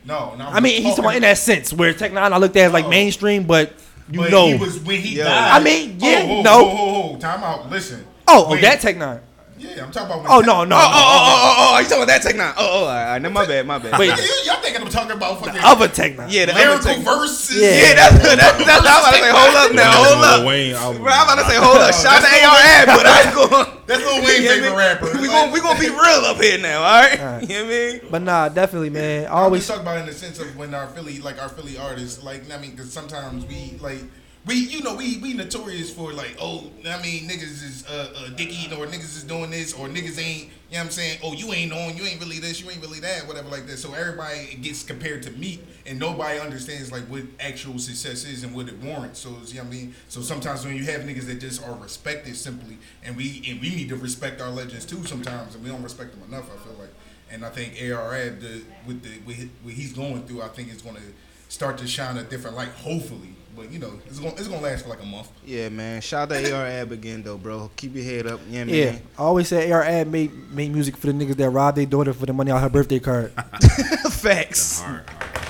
[SPEAKER 11] no, oh, no.
[SPEAKER 9] I mean, he's the one in that sense where Tech Nine I looked at as like mainstream, but you
[SPEAKER 11] Oh. But
[SPEAKER 9] know,
[SPEAKER 11] he was when he
[SPEAKER 9] Yeah.
[SPEAKER 11] died.
[SPEAKER 9] I mean, yeah,
[SPEAKER 11] oh, oh,
[SPEAKER 9] no.
[SPEAKER 11] Oh, oh, oh, time out. Listen.
[SPEAKER 9] Oh, oh,
[SPEAKER 11] Wait.
[SPEAKER 9] that Tech Nine.
[SPEAKER 11] Yeah, I'm talking about. when
[SPEAKER 9] Oh
[SPEAKER 11] Tech-
[SPEAKER 9] no, no.
[SPEAKER 6] Oh, oh, oh, oh, oh, you talking about that Tech Nine? Oh, oh, all right, no, my bad, my bad.
[SPEAKER 9] Wait.
[SPEAKER 11] You- Y'all thinking I'm talking about fucking
[SPEAKER 9] other Tech Nine.
[SPEAKER 6] Yeah, the other
[SPEAKER 11] lyrical
[SPEAKER 6] Tech
[SPEAKER 11] verses?
[SPEAKER 6] Yeah, that's good. That's, that's, I was about to say, hold up now, hold up.
[SPEAKER 4] Wayne,
[SPEAKER 6] Bro, I'm about to say, hold up. Shout out to ARF, but I ain't going.
[SPEAKER 11] That's Lil Wayne's favorite rapper.
[SPEAKER 6] We gonna we gonna be real up here now, all right?
[SPEAKER 9] Alright.
[SPEAKER 6] You know what I mean?
[SPEAKER 9] But nah, definitely, man. I
[SPEAKER 11] always
[SPEAKER 9] always
[SPEAKER 11] talk about it in the sense of when our Philly, like our Philly artists, like I mean, because sometimes we like we, you know, we we notorious for like, oh, I mean, niggas is uh, uh dick eating or niggas is doing this or niggas ain't, you know what I'm saying? Oh, you ain't on, you ain't really this, you ain't really that, whatever like that. So everybody gets compared to meat, and nobody understands like what actual success is and what it warrants. So you know what I mean? So sometimes when you have niggas that just are respected simply, and we and we need to respect our legends too sometimes, and we don't respect them enough. I feel like. And I think ARF, the, with the with his- what he's going through, I think it's going to start to shine a different light. Hopefully, but you know, it's going it's going to last for like a month.
[SPEAKER 6] Yeah, man. Shout out to ARF again, though, bro. Keep your head up. You know what I mean?
[SPEAKER 9] yeah. I always said AR ad made made music for the niggas that robbed their daughter for the money on her birthday card.
[SPEAKER 6] Facts.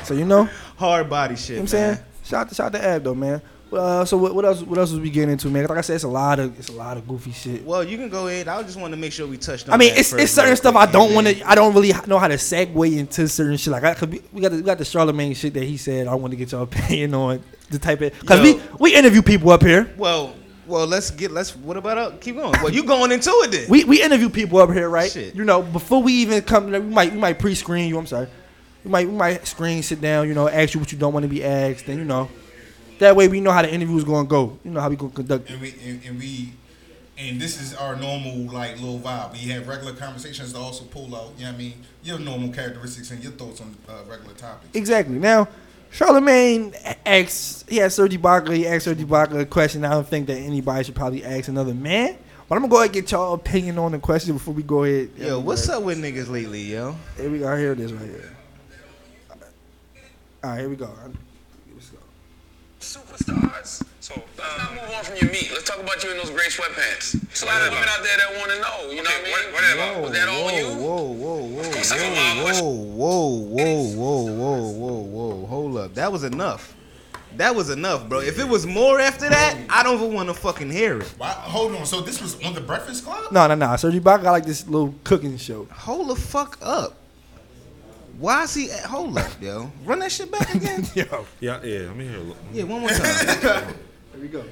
[SPEAKER 9] so you know,
[SPEAKER 6] hard body shit.
[SPEAKER 9] You know what I'm saying? Shout out to shout out to Ab though, man. Uh, so what, what else? What else was we getting into, man? 'Cause Like I said, it's a lot of it's a lot of goofy shit.
[SPEAKER 6] Well, you can go ahead. I just want to make sure we touched on.
[SPEAKER 9] I mean,
[SPEAKER 6] that
[SPEAKER 9] it's,
[SPEAKER 6] first
[SPEAKER 9] it's certain
[SPEAKER 6] real
[SPEAKER 9] stuff I
[SPEAKER 6] quick.
[SPEAKER 9] don't want to. I don't really know how to segue into certain shit. Like, I, cause we, we got the, we got the Charlemagne shit that he said. I want to get your opinion on the type of because
[SPEAKER 6] Yo.
[SPEAKER 9] we we interview people up here.
[SPEAKER 6] Well, well, let's get let's. What about uh, keep going? Well, you going into it then?
[SPEAKER 9] We we interview people up here, right? You know, before we even come, we might we might pre-screen you. I'm sorry, we might we might screen, sit down, you know, ask you what you don't want to be asked, then you know, that way we know how the interview is going to go. You know how we going to conduct. it.
[SPEAKER 11] And we and, and we and this is our normal like little vibe. We have regular conversations to also pull out. You know what I mean? Your normal characteristics and your thoughts on uh, regular topics.
[SPEAKER 9] Exactly. Now, Charlemagne asked, he asked Serge Ibaka, he asked Serge Ibaka a question. I don't think that anybody should probably ask another man. But I'm gonna go ahead and get y'all opinion on the question before we go ahead.
[SPEAKER 6] Yo, what's up with niggas lately, yo?
[SPEAKER 9] Here we go. Here it is, right here. All right, here we go. Let's go.
[SPEAKER 12] Superstars. So uh, let's not move on from your meat. Let's talk about you in those gray sweatpants. There's a lot of women out there that want to know. You know what I mean? Whatever. Was that all you?
[SPEAKER 6] Whoa, whoa, whoa,
[SPEAKER 12] course I know.
[SPEAKER 6] whoa, whoa, whoa, whoa, whoa, whoa, whoa. Hold up, that was enough. That was enough, bro. If it was more after that, I don't even want to fucking hear it.
[SPEAKER 11] Why, hold on. So this was on the Breakfast Club.
[SPEAKER 9] No, no, no. Serge Ibaka got like this little cooking show.
[SPEAKER 6] Hold the fuck up. Why is he? At, hold up, yo. Run that shit back again.
[SPEAKER 9] yo.
[SPEAKER 4] Yeah, yeah. Let me hear. a little-
[SPEAKER 6] Yeah, one more time.
[SPEAKER 9] Here we go.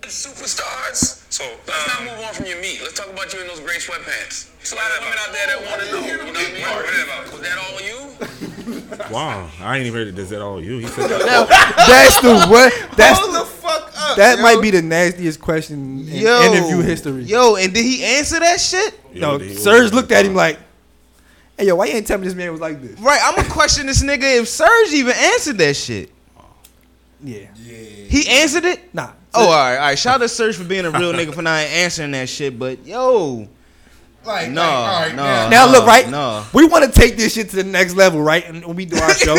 [SPEAKER 12] Superstars. So um, let's not move on from your meat. Let's talk about you in those gray sweatpants. There's a lot of women out there that want to know. You know what I mean? Whatever. Was that all you?
[SPEAKER 4] Wow, I ain't even heard it. Does that all you? He said
[SPEAKER 9] That's the what. That's
[SPEAKER 6] Hold the fuck up.
[SPEAKER 9] that
[SPEAKER 6] yo.
[SPEAKER 9] might be the nastiest question in
[SPEAKER 6] Yo.
[SPEAKER 9] interview history.
[SPEAKER 6] Yo, and did he answer that shit?
[SPEAKER 9] no, Serge looked at him like, "Hey, yo, why you ain't tell me this man was like this?"
[SPEAKER 6] Right, I'm gonna question this nigga if Serge even answered that shit.
[SPEAKER 9] Yeah.
[SPEAKER 6] He answered it?
[SPEAKER 9] Nah.
[SPEAKER 6] Oh, all right, all right. Shout out to Serge for being a real nigga for not answering that shit, but yo.
[SPEAKER 11] Like,
[SPEAKER 6] no,
[SPEAKER 11] like, all right,
[SPEAKER 6] no,
[SPEAKER 11] now-
[SPEAKER 9] now
[SPEAKER 6] no,
[SPEAKER 9] look right
[SPEAKER 6] No.
[SPEAKER 9] we want to take this shit to the next level right and when we do our show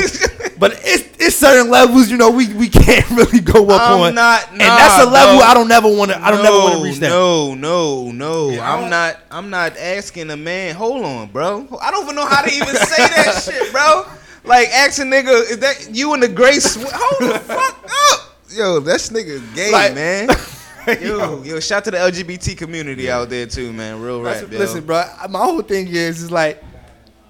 [SPEAKER 9] but it's it's certain levels you know we, we can't really go up
[SPEAKER 6] I'm
[SPEAKER 9] on
[SPEAKER 6] not-
[SPEAKER 9] and
[SPEAKER 6] nah,
[SPEAKER 9] that's a level
[SPEAKER 6] bro.
[SPEAKER 9] i don't never want to i don't never want to reach that
[SPEAKER 6] No, no, no.
[SPEAKER 9] I
[SPEAKER 6] I'm
[SPEAKER 9] don't-
[SPEAKER 6] not. I'm not asking a man. Hold on, bro. I don't even know how to even say that shit, bro. Like ask a nigga, is that you in the gray? Sw- hold the fuck up, yo. That's nigga gay,
[SPEAKER 9] Like-
[SPEAKER 6] man. Yo, yo, shout out to the LGBT community out there too, man. Real
[SPEAKER 9] That's-
[SPEAKER 6] rap, yo.
[SPEAKER 9] listen bro I- my whole thing is is like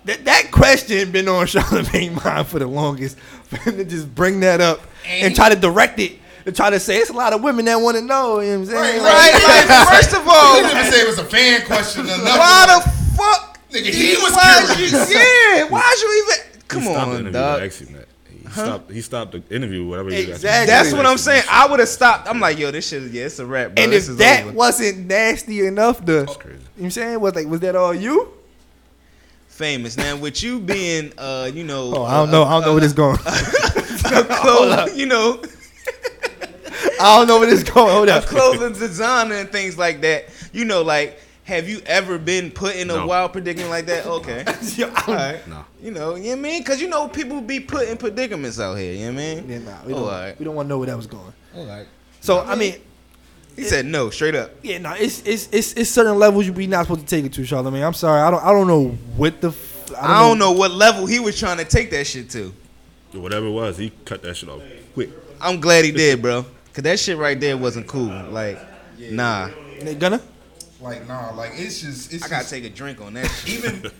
[SPEAKER 9] that, that question been on Charlamagne mind for the longest for him to just bring that up and try to direct it and try to say it's a lot of women that want to know you know what i'm saying
[SPEAKER 6] Right, like, first of all-
[SPEAKER 11] he didn't even say it was a fan question. Or nothing.
[SPEAKER 6] Why the fuck?
[SPEAKER 11] Nigga, he was
[SPEAKER 6] Why
[SPEAKER 11] curious.
[SPEAKER 6] you- yeah, why you even? Come
[SPEAKER 4] he stopped the
[SPEAKER 6] on,
[SPEAKER 4] interview
[SPEAKER 6] dog.
[SPEAKER 4] to ask him that. He stopped. He stopped the interview. Whatever. he was asking.
[SPEAKER 9] Exactly.
[SPEAKER 6] That's what I'm saying. I would have stopped. I'm like, yo, this shit, yeah, it's a rap, bro.
[SPEAKER 9] and
[SPEAKER 6] this
[SPEAKER 9] if
[SPEAKER 6] is
[SPEAKER 9] that
[SPEAKER 6] over.
[SPEAKER 9] wasn't nasty enough, the you know what I'm saying was like, was that all you?
[SPEAKER 6] famous. Now with you being, uh, you know,
[SPEAKER 9] Oh, I don't know. I don't know where this going.
[SPEAKER 6] a clothes, you know,
[SPEAKER 9] I don't know where this going. Hold
[SPEAKER 6] a
[SPEAKER 9] up.
[SPEAKER 6] clothing designer and things like that. You know, like, have you ever been put in a
[SPEAKER 9] No.
[SPEAKER 6] wild predicament like that? Okay, all right.
[SPEAKER 4] No.
[SPEAKER 6] You know, you know what I mean? Because you know people be put in predicaments out here, you know what I mean?
[SPEAKER 9] Yeah, nah, we
[SPEAKER 6] Oh,
[SPEAKER 9] don't,
[SPEAKER 6] all right.
[SPEAKER 9] we don't want to know where that was going.
[SPEAKER 6] All right.
[SPEAKER 9] So I mean,
[SPEAKER 6] He said no, straight up.
[SPEAKER 9] yeah, no, it's it's it's, it's certain levels you be not supposed to take it to, Charlamagne. I'm sorry, I don't I don't know what the f-
[SPEAKER 6] I don't, know. what level he was trying to take that shit to.
[SPEAKER 4] Whatever it was, he cut that shit off quick.
[SPEAKER 6] I'm glad he did, bro. Cause that shit right there wasn't cool. Like, nah.
[SPEAKER 9] They gonna?
[SPEAKER 11] Like nah, like it's just. It's
[SPEAKER 6] I gotta
[SPEAKER 11] just-
[SPEAKER 6] take a drink on that. Shit.
[SPEAKER 11] Even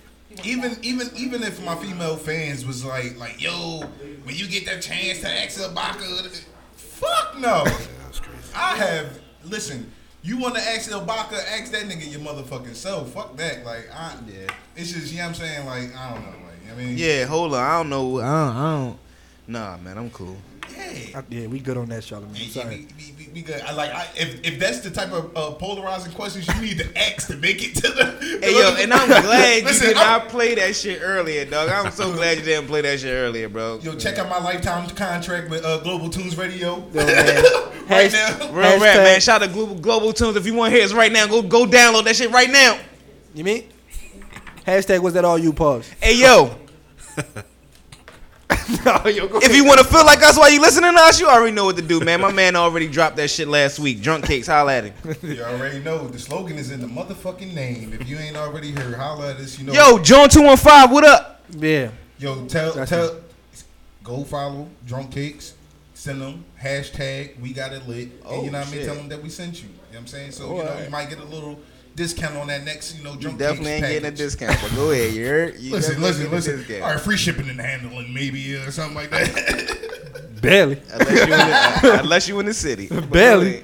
[SPEAKER 11] even even even if my female fans was like like yo, when you get that chance to ask Ibaka, fuck no. I have listen. You want to ask Ibaka? Ask that nigga your motherfucking self. Fuck that. Like I yeah. It's just you know what I'm saying. Like I don't know. Like I mean
[SPEAKER 6] Yeah, hold on. I don't know. I don't, I don't. Nah, man, I'm cool.
[SPEAKER 9] I- yeah, we good on that, Charlamagne. I'm sorry.
[SPEAKER 11] We, we good. I like I, if if that's the type of uh, polarizing questions you need to ask to make it to the.
[SPEAKER 6] Hey yo, and I'm glad you
[SPEAKER 11] Listen,
[SPEAKER 6] did
[SPEAKER 11] I'm-
[SPEAKER 6] not play that shit earlier, dog. I'm so glad you didn't play that shit earlier, bro.
[SPEAKER 11] Yo, check out my lifetime contract with uh, Global Tunes Radio.
[SPEAKER 6] right
[SPEAKER 11] now.
[SPEAKER 6] Real rap,
[SPEAKER 11] Hashtag-
[SPEAKER 6] man. Shout out to Global, Global Tunes. If you want to hear us right now, go go download that shit right now.
[SPEAKER 9] You mean? Hashtag was that all you pause?
[SPEAKER 6] Hey yo. if you want to feel like us while you listening to us, you already know what to do, man. My man already dropped that shit last week. Drunk cakes, holla at him.
[SPEAKER 11] You already know the slogan is in the motherfucking name. If you ain't already heard, holla at us. You know.
[SPEAKER 6] Yo, John two one five, what up?
[SPEAKER 9] Yeah.
[SPEAKER 11] Yo, tell tell. Go follow Drunk Cakes. Send them hashtag We Got It Lit. and
[SPEAKER 6] Oh,
[SPEAKER 11] you know what I
[SPEAKER 6] shit.
[SPEAKER 11] mean. Tell them that we sent you. You know what I'm saying. So you know
[SPEAKER 6] Alright.
[SPEAKER 11] you might get a little discount on that next. You know,
[SPEAKER 6] You
[SPEAKER 11] Drunk
[SPEAKER 6] definitely ain't
[SPEAKER 11] Cakes
[SPEAKER 6] getting a
[SPEAKER 11] package.
[SPEAKER 6] discount, but go ahead, you heard? You
[SPEAKER 11] listen,
[SPEAKER 6] definitely
[SPEAKER 11] listen,
[SPEAKER 6] getting a
[SPEAKER 11] listen.
[SPEAKER 6] discount.
[SPEAKER 11] All right, free shipping and handling, maybe uh, something like that.
[SPEAKER 9] Barely.
[SPEAKER 6] Unless you in the, uh, unless you in the city. But go ahead.
[SPEAKER 9] Barely.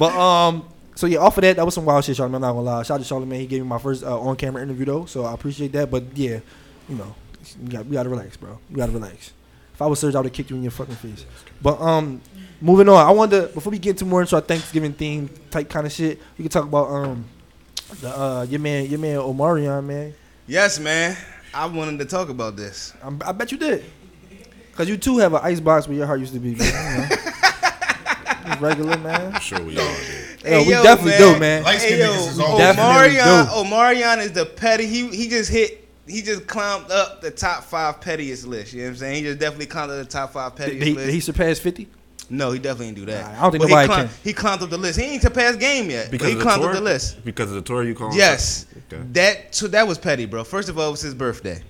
[SPEAKER 9] But um, so yeah, off of that, that was some wild shit, Charlamagne. I'm not gonna lie. Shout out to Charlamagne. He gave me my first uh, on-camera interview though, so I appreciate that. But yeah, you know, we got we gotta relax, bro. We gotta relax. If I was Serge, I would have kicked you in your fucking face. But um, moving on, I wanted to before we get into more into our Thanksgiving theme type kind of shit, we can talk about um, the uh, your man, your man Omarion, man.
[SPEAKER 6] Yes, man. I wanted to talk about this.
[SPEAKER 9] I'm, I bet you did, cause you too have an ice box where your heart used to be. Man, you know. Regular man.
[SPEAKER 4] Sure we are.
[SPEAKER 9] Yo, we definitely do, man.
[SPEAKER 6] Hey, yo,
[SPEAKER 9] definitely
[SPEAKER 6] Omarion,
[SPEAKER 9] do.
[SPEAKER 6] Omarion is the petty. He he just hit. He just climbed up the top five pettiest list. You know what I'm saying? He just definitely climbed up the top five pettiest
[SPEAKER 9] Did he,
[SPEAKER 6] list.
[SPEAKER 9] did he surpass fifty?
[SPEAKER 6] no, he definitely didn't do that.
[SPEAKER 9] I don't think
[SPEAKER 6] But
[SPEAKER 9] nobody
[SPEAKER 6] he climbed,
[SPEAKER 9] can.
[SPEAKER 6] He climbed up the list. He ain't surpassed game yet.
[SPEAKER 4] Because
[SPEAKER 6] Because he
[SPEAKER 4] of the
[SPEAKER 6] climbed
[SPEAKER 4] tour?
[SPEAKER 6] up the list.
[SPEAKER 4] Because of the tour you call.
[SPEAKER 6] Yes,
[SPEAKER 4] Okay.
[SPEAKER 6] that so that was petty, bro. First of all, it was his birthday.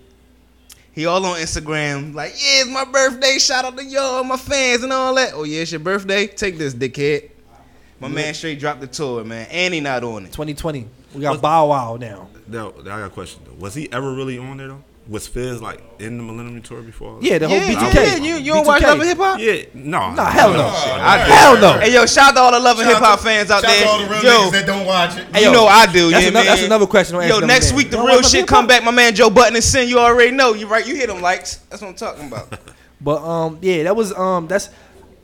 [SPEAKER 6] He all on Instagram like, yeah, it's my birthday. Shout out to y'all, my fans, and all that. Oh yeah, it's your birthday. Take this, dickhead. My man straight dropped the tour, man, and he not on it.
[SPEAKER 9] 2020. We got Bow Wow now.
[SPEAKER 4] Now, I got a question. Though. Was he ever really on there though? Was Fizz like in the Millennium Tour before?
[SPEAKER 9] Yeah, the whole Yeah, B2K. yeah, you- you don't watch
[SPEAKER 6] Love and Hip Hop? Oh,
[SPEAKER 4] Yeah, no, Oh,
[SPEAKER 9] Nah, hell no.
[SPEAKER 4] I-
[SPEAKER 9] Hell no.
[SPEAKER 6] Hey yo, shout out to all the love and hip hop fans out
[SPEAKER 11] Shout out
[SPEAKER 6] there.
[SPEAKER 11] to all the real
[SPEAKER 6] yo,
[SPEAKER 11] niggas that don't watch it.
[SPEAKER 6] you know I do.
[SPEAKER 9] That's
[SPEAKER 6] yeah,
[SPEAKER 9] another-
[SPEAKER 6] man.
[SPEAKER 9] that's another question. Don't
[SPEAKER 6] Yo,
[SPEAKER 9] ask them
[SPEAKER 6] next
[SPEAKER 9] then.
[SPEAKER 6] week the
[SPEAKER 9] Don't
[SPEAKER 6] real
[SPEAKER 9] ask them
[SPEAKER 6] shit
[SPEAKER 9] then.
[SPEAKER 6] come back. My man Joe Button and Sin, you already know. You right, you hit them likes. That's what I'm talking about.
[SPEAKER 9] But um, yeah, that was um, that's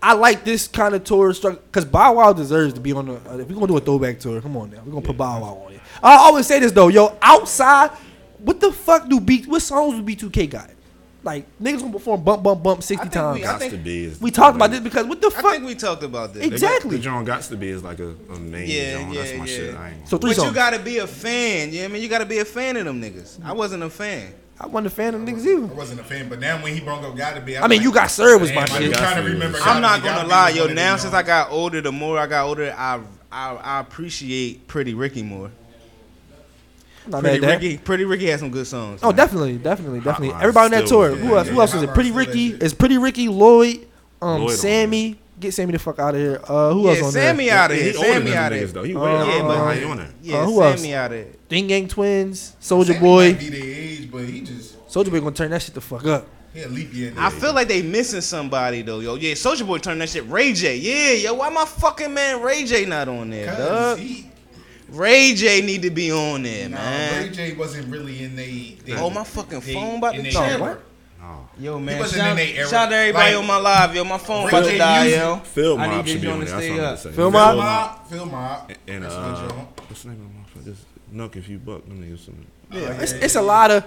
[SPEAKER 9] I like this kind of tour structure because Bow Wow deserves to be on the. Uh, if we're gonna do a throwback tour, come on now, we're gonna put Bow Wow on it. I always say this though, yo, outside, what the fuck do B? What songs do B two K got? Like niggas gonna perform bump bump bump sixty times.
[SPEAKER 6] I think- Gots to be
[SPEAKER 4] is-
[SPEAKER 9] we talked about this because what the fuck?
[SPEAKER 6] I think we talked about this.
[SPEAKER 4] They got- The John Gots to be is like a, a main
[SPEAKER 6] Yeah,
[SPEAKER 4] John.
[SPEAKER 6] yeah,
[SPEAKER 4] That's my
[SPEAKER 6] yeah.
[SPEAKER 4] shit. I ain't.
[SPEAKER 9] So three
[SPEAKER 6] but
[SPEAKER 9] songs.
[SPEAKER 6] you gotta be a fan. Yeah, I mean, you gotta be a fan of them niggas. I wasn't a fan.
[SPEAKER 9] I wasn't a fan of niggas either.
[SPEAKER 11] I wasn't a fan, but now when he brought up Gotta Be,
[SPEAKER 9] I mean, you got served was my
[SPEAKER 11] Damn, I'm
[SPEAKER 9] shit.
[SPEAKER 11] trying to remember
[SPEAKER 6] I'm not
[SPEAKER 11] Gotta Be, Gotta
[SPEAKER 6] gonna
[SPEAKER 11] Be
[SPEAKER 6] lie,
[SPEAKER 11] was
[SPEAKER 6] yo.
[SPEAKER 11] one of the
[SPEAKER 6] Now since I got older, the more I got older, I I, I appreciate Pretty Ricky more.
[SPEAKER 9] Not
[SPEAKER 6] Pretty
[SPEAKER 9] mad at that.
[SPEAKER 6] Ricky, Pretty Ricky has some good songs.
[SPEAKER 9] Oh, definitely, definitely, definitely.
[SPEAKER 6] Hotline
[SPEAKER 9] Everybody on that
[SPEAKER 6] still
[SPEAKER 9] tour.
[SPEAKER 6] was
[SPEAKER 9] who
[SPEAKER 6] good.
[SPEAKER 9] else?
[SPEAKER 6] Yeah,
[SPEAKER 9] Who else is it?
[SPEAKER 6] Hotline
[SPEAKER 9] Pretty
[SPEAKER 6] still that
[SPEAKER 9] Ricky. It's Pretty Ricky, Lloyd, um,
[SPEAKER 4] Lloyd on
[SPEAKER 9] Sammy. Get Sammy the fuck out of here. Uh, who
[SPEAKER 6] Yeah,
[SPEAKER 9] else on there?
[SPEAKER 6] Sammy outta here,
[SPEAKER 4] He older
[SPEAKER 6] Sammy
[SPEAKER 4] than them
[SPEAKER 6] outta here. Oh,
[SPEAKER 4] niggas, though. He way older.
[SPEAKER 9] Yeah,
[SPEAKER 4] Yeah,
[SPEAKER 9] but-
[SPEAKER 4] but he on there.
[SPEAKER 6] Yeah,
[SPEAKER 9] Uh, who
[SPEAKER 6] Sammy
[SPEAKER 9] else?
[SPEAKER 6] out of
[SPEAKER 9] Ding Gang Twins, Soldier
[SPEAKER 11] Might
[SPEAKER 9] Boy.
[SPEAKER 11] be their age, but he just
[SPEAKER 9] Soldier Boy gonna turn that shit the fuck up.
[SPEAKER 11] he a leap year.
[SPEAKER 6] I feel like they missing somebody though, yo. Yeah, Soldier Boy turned that shit. Ray J, yeah, yo. Why my fucking man Ray J not on there,
[SPEAKER 11] Cause
[SPEAKER 6] dog? Ray J need to be on there,
[SPEAKER 11] Nah,
[SPEAKER 6] man.
[SPEAKER 11] Ray J wasn't really in they. they
[SPEAKER 6] Oh, my fucking
[SPEAKER 11] they-
[SPEAKER 6] phone about
[SPEAKER 11] in
[SPEAKER 6] to
[SPEAKER 11] they
[SPEAKER 6] chill.
[SPEAKER 11] era.
[SPEAKER 6] What? Yo, man.
[SPEAKER 11] wasn't
[SPEAKER 6] shout,
[SPEAKER 11] in they era.
[SPEAKER 6] shout out to everybody
[SPEAKER 11] Like,
[SPEAKER 6] on my live, yo. My phone about to
[SPEAKER 11] Ray
[SPEAKER 6] die,
[SPEAKER 11] J
[SPEAKER 6] yo.
[SPEAKER 11] music-
[SPEAKER 4] Phil
[SPEAKER 6] I need
[SPEAKER 4] Mob
[SPEAKER 6] this
[SPEAKER 4] should be on
[SPEAKER 6] joint to
[SPEAKER 4] there. That's what
[SPEAKER 6] stay
[SPEAKER 4] I'm gonna
[SPEAKER 6] up.
[SPEAKER 4] say.
[SPEAKER 9] Phil Mob?
[SPEAKER 11] Phil Mob.
[SPEAKER 4] And
[SPEAKER 11] That's
[SPEAKER 4] uh,
[SPEAKER 11] good, John.
[SPEAKER 4] what's the name of the motherfucker? Just Nuck if you buck them niggas. some-
[SPEAKER 9] It's, it's a lot of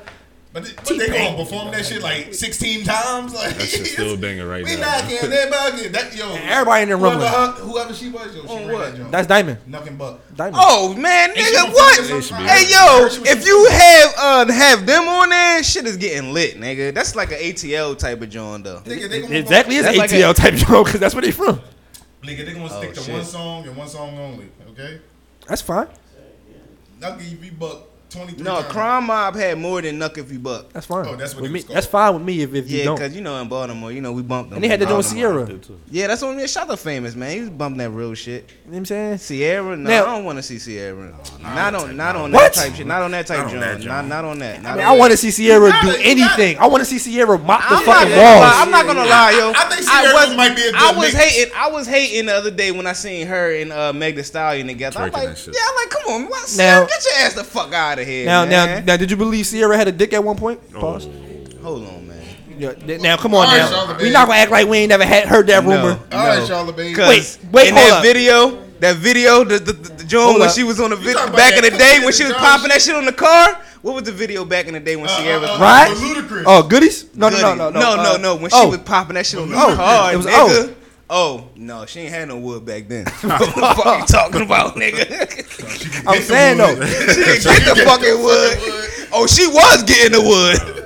[SPEAKER 11] But, th- but they gonna perform that shit like 16 times. Like
[SPEAKER 4] That shit's still banging right
[SPEAKER 11] we
[SPEAKER 4] now.
[SPEAKER 11] not getting that bugging. That yo.
[SPEAKER 9] Everybody in the room
[SPEAKER 11] whoever,
[SPEAKER 6] uh,
[SPEAKER 9] with
[SPEAKER 11] her- whoever she was, yo, she ran that joint.
[SPEAKER 9] That's Diamond.
[SPEAKER 11] Nothing but.
[SPEAKER 9] Diamond.
[SPEAKER 6] Oh man,
[SPEAKER 11] It should
[SPEAKER 6] nigga,
[SPEAKER 11] be-
[SPEAKER 6] what?
[SPEAKER 11] it should be-
[SPEAKER 6] Hey yo, if you have uh have them on there, shit is getting lit, nigga. That's like an ATL type of joint though.
[SPEAKER 9] Exactly, it's
[SPEAKER 6] That's like
[SPEAKER 9] ATL
[SPEAKER 6] a-
[SPEAKER 9] type show because that's where they from.
[SPEAKER 11] Nigga, they gonna
[SPEAKER 6] Oh,
[SPEAKER 11] stick to
[SPEAKER 6] shit.
[SPEAKER 11] one song and one song only. Okay.
[SPEAKER 9] That's fine.
[SPEAKER 11] Nuck if you buck 23
[SPEAKER 6] No,
[SPEAKER 11] times.
[SPEAKER 6] Crime Mob had more than Nuck if you buck.
[SPEAKER 9] That's fine.
[SPEAKER 6] Oh, that's what
[SPEAKER 9] With me- that's fine with me if, if you
[SPEAKER 6] Yeah,
[SPEAKER 9] don't.
[SPEAKER 6] because you know in Baltimore, you know we bumped them.
[SPEAKER 9] And they had
[SPEAKER 6] in
[SPEAKER 9] that joint with
[SPEAKER 6] Baltimore.
[SPEAKER 9] Sierra.
[SPEAKER 6] Yeah, that's what I mean. Shout out famous man. He was bumping that real shit. You
[SPEAKER 9] know what I'm saying?
[SPEAKER 6] Sierra? No,
[SPEAKER 9] Now-
[SPEAKER 6] I don't want to see Sierra. not on, not on that
[SPEAKER 9] What?
[SPEAKER 6] type shit. Not on that type
[SPEAKER 9] Not on
[SPEAKER 6] joint. Not, not on that. Not
[SPEAKER 9] I
[SPEAKER 6] on
[SPEAKER 9] mean,
[SPEAKER 6] that.
[SPEAKER 9] I want to see Sierra do anything. I want to see Sierra mop the
[SPEAKER 6] I'm not
[SPEAKER 9] fucking
[SPEAKER 6] gonna
[SPEAKER 9] walls.
[SPEAKER 6] lie- I'm not gonna lie, yo.
[SPEAKER 11] I think Sierra
[SPEAKER 6] was,
[SPEAKER 11] might be a good
[SPEAKER 6] I was
[SPEAKER 11] mix.
[SPEAKER 6] hating. I was hating the other day when I seen her and uh, Meg Thee Stallion together. I'm
[SPEAKER 9] Twerking
[SPEAKER 6] like,
[SPEAKER 9] that shit.
[SPEAKER 6] yeah, I'm like, come on, what,
[SPEAKER 9] Now-
[SPEAKER 6] Sierra, get your ass the fuck out of here.
[SPEAKER 9] Now, now,
[SPEAKER 6] man.
[SPEAKER 9] now, did you believe Sierra had a dick at one point? Pause.
[SPEAKER 6] hold on, man.
[SPEAKER 9] Yeah, th- now, come on
[SPEAKER 6] All right,
[SPEAKER 9] now.
[SPEAKER 6] Charlamagne.
[SPEAKER 9] We not gonna act like we ain't never had heard that rumor.
[SPEAKER 6] Wait,
[SPEAKER 9] Wait, wait,
[SPEAKER 6] in
[SPEAKER 9] hold
[SPEAKER 6] that
[SPEAKER 9] up.
[SPEAKER 6] video, that video, the the, the, the joint
[SPEAKER 9] Hold
[SPEAKER 6] when
[SPEAKER 9] up.
[SPEAKER 6] she was on the
[SPEAKER 9] You
[SPEAKER 6] video
[SPEAKER 9] talking about
[SPEAKER 6] back in
[SPEAKER 9] that
[SPEAKER 6] the day
[SPEAKER 9] cookie
[SPEAKER 6] when she was
[SPEAKER 9] and
[SPEAKER 6] popping that shit on the car. What was the video back in the day when
[SPEAKER 9] Uh,
[SPEAKER 6] Sierra? was
[SPEAKER 9] Right? Oh, goodies? No, no, no, no, no.
[SPEAKER 6] no,
[SPEAKER 9] uh,
[SPEAKER 6] no, no. When she
[SPEAKER 9] oh.
[SPEAKER 6] was popping that shit on the
[SPEAKER 9] Oh,
[SPEAKER 6] car,
[SPEAKER 9] it was
[SPEAKER 6] nigga. Oh. no, she ain't had no wood back then. what the fuck you talking about, nigga?
[SPEAKER 9] I'm saying though.
[SPEAKER 6] she didn't get the fucking wood. Oh, she was getting the wood.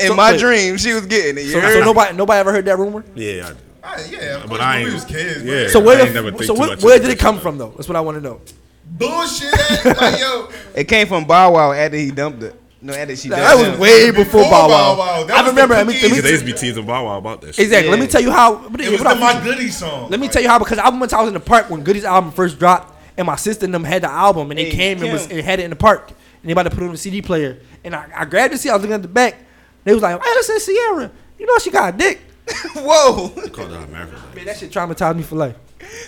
[SPEAKER 6] In
[SPEAKER 9] so-
[SPEAKER 6] my
[SPEAKER 9] wait.
[SPEAKER 6] dream, she was getting it. You
[SPEAKER 9] So,
[SPEAKER 6] heard?
[SPEAKER 9] so nobody, nobody ever heard that rumor.
[SPEAKER 4] Yeah,
[SPEAKER 11] I, yeah,
[SPEAKER 4] but I ain't. yeah,
[SPEAKER 9] so where,
[SPEAKER 4] I
[SPEAKER 9] the,
[SPEAKER 4] ain't never think
[SPEAKER 9] so
[SPEAKER 4] too
[SPEAKER 9] where,
[SPEAKER 4] much
[SPEAKER 9] where
[SPEAKER 4] about
[SPEAKER 9] did it come from though? That's what I want to know.
[SPEAKER 11] Bullshit. ass, like yo.
[SPEAKER 6] It came from Bow Wow after he dumped it. No, after she
[SPEAKER 9] Nah,
[SPEAKER 6] dumped
[SPEAKER 9] that was
[SPEAKER 6] him.
[SPEAKER 9] way before Before Bow Wow. Bow Wow. That I was the remember- let me-
[SPEAKER 4] Because
[SPEAKER 9] let me-
[SPEAKER 4] they used to be teasing Bow Wow about that shit.
[SPEAKER 9] Exactly. Let me tell you how. but
[SPEAKER 11] It was
[SPEAKER 9] but
[SPEAKER 11] the
[SPEAKER 9] I-
[SPEAKER 11] My Goody song.
[SPEAKER 9] Let me tell you how because I once I was in the park when Goody's album first dropped, and my sister and them had the album, and they
[SPEAKER 6] Hey,
[SPEAKER 9] came and was
[SPEAKER 6] Kim.
[SPEAKER 9] and had it in the park, and they about to put it on the CD player, and I, I grabbed the CD, I was looking at the back, they was like, "Hey, listen, Sierra, you know she got a dick."
[SPEAKER 6] Whoa!
[SPEAKER 4] Called her America.
[SPEAKER 9] Man, that shit traumatized me for life.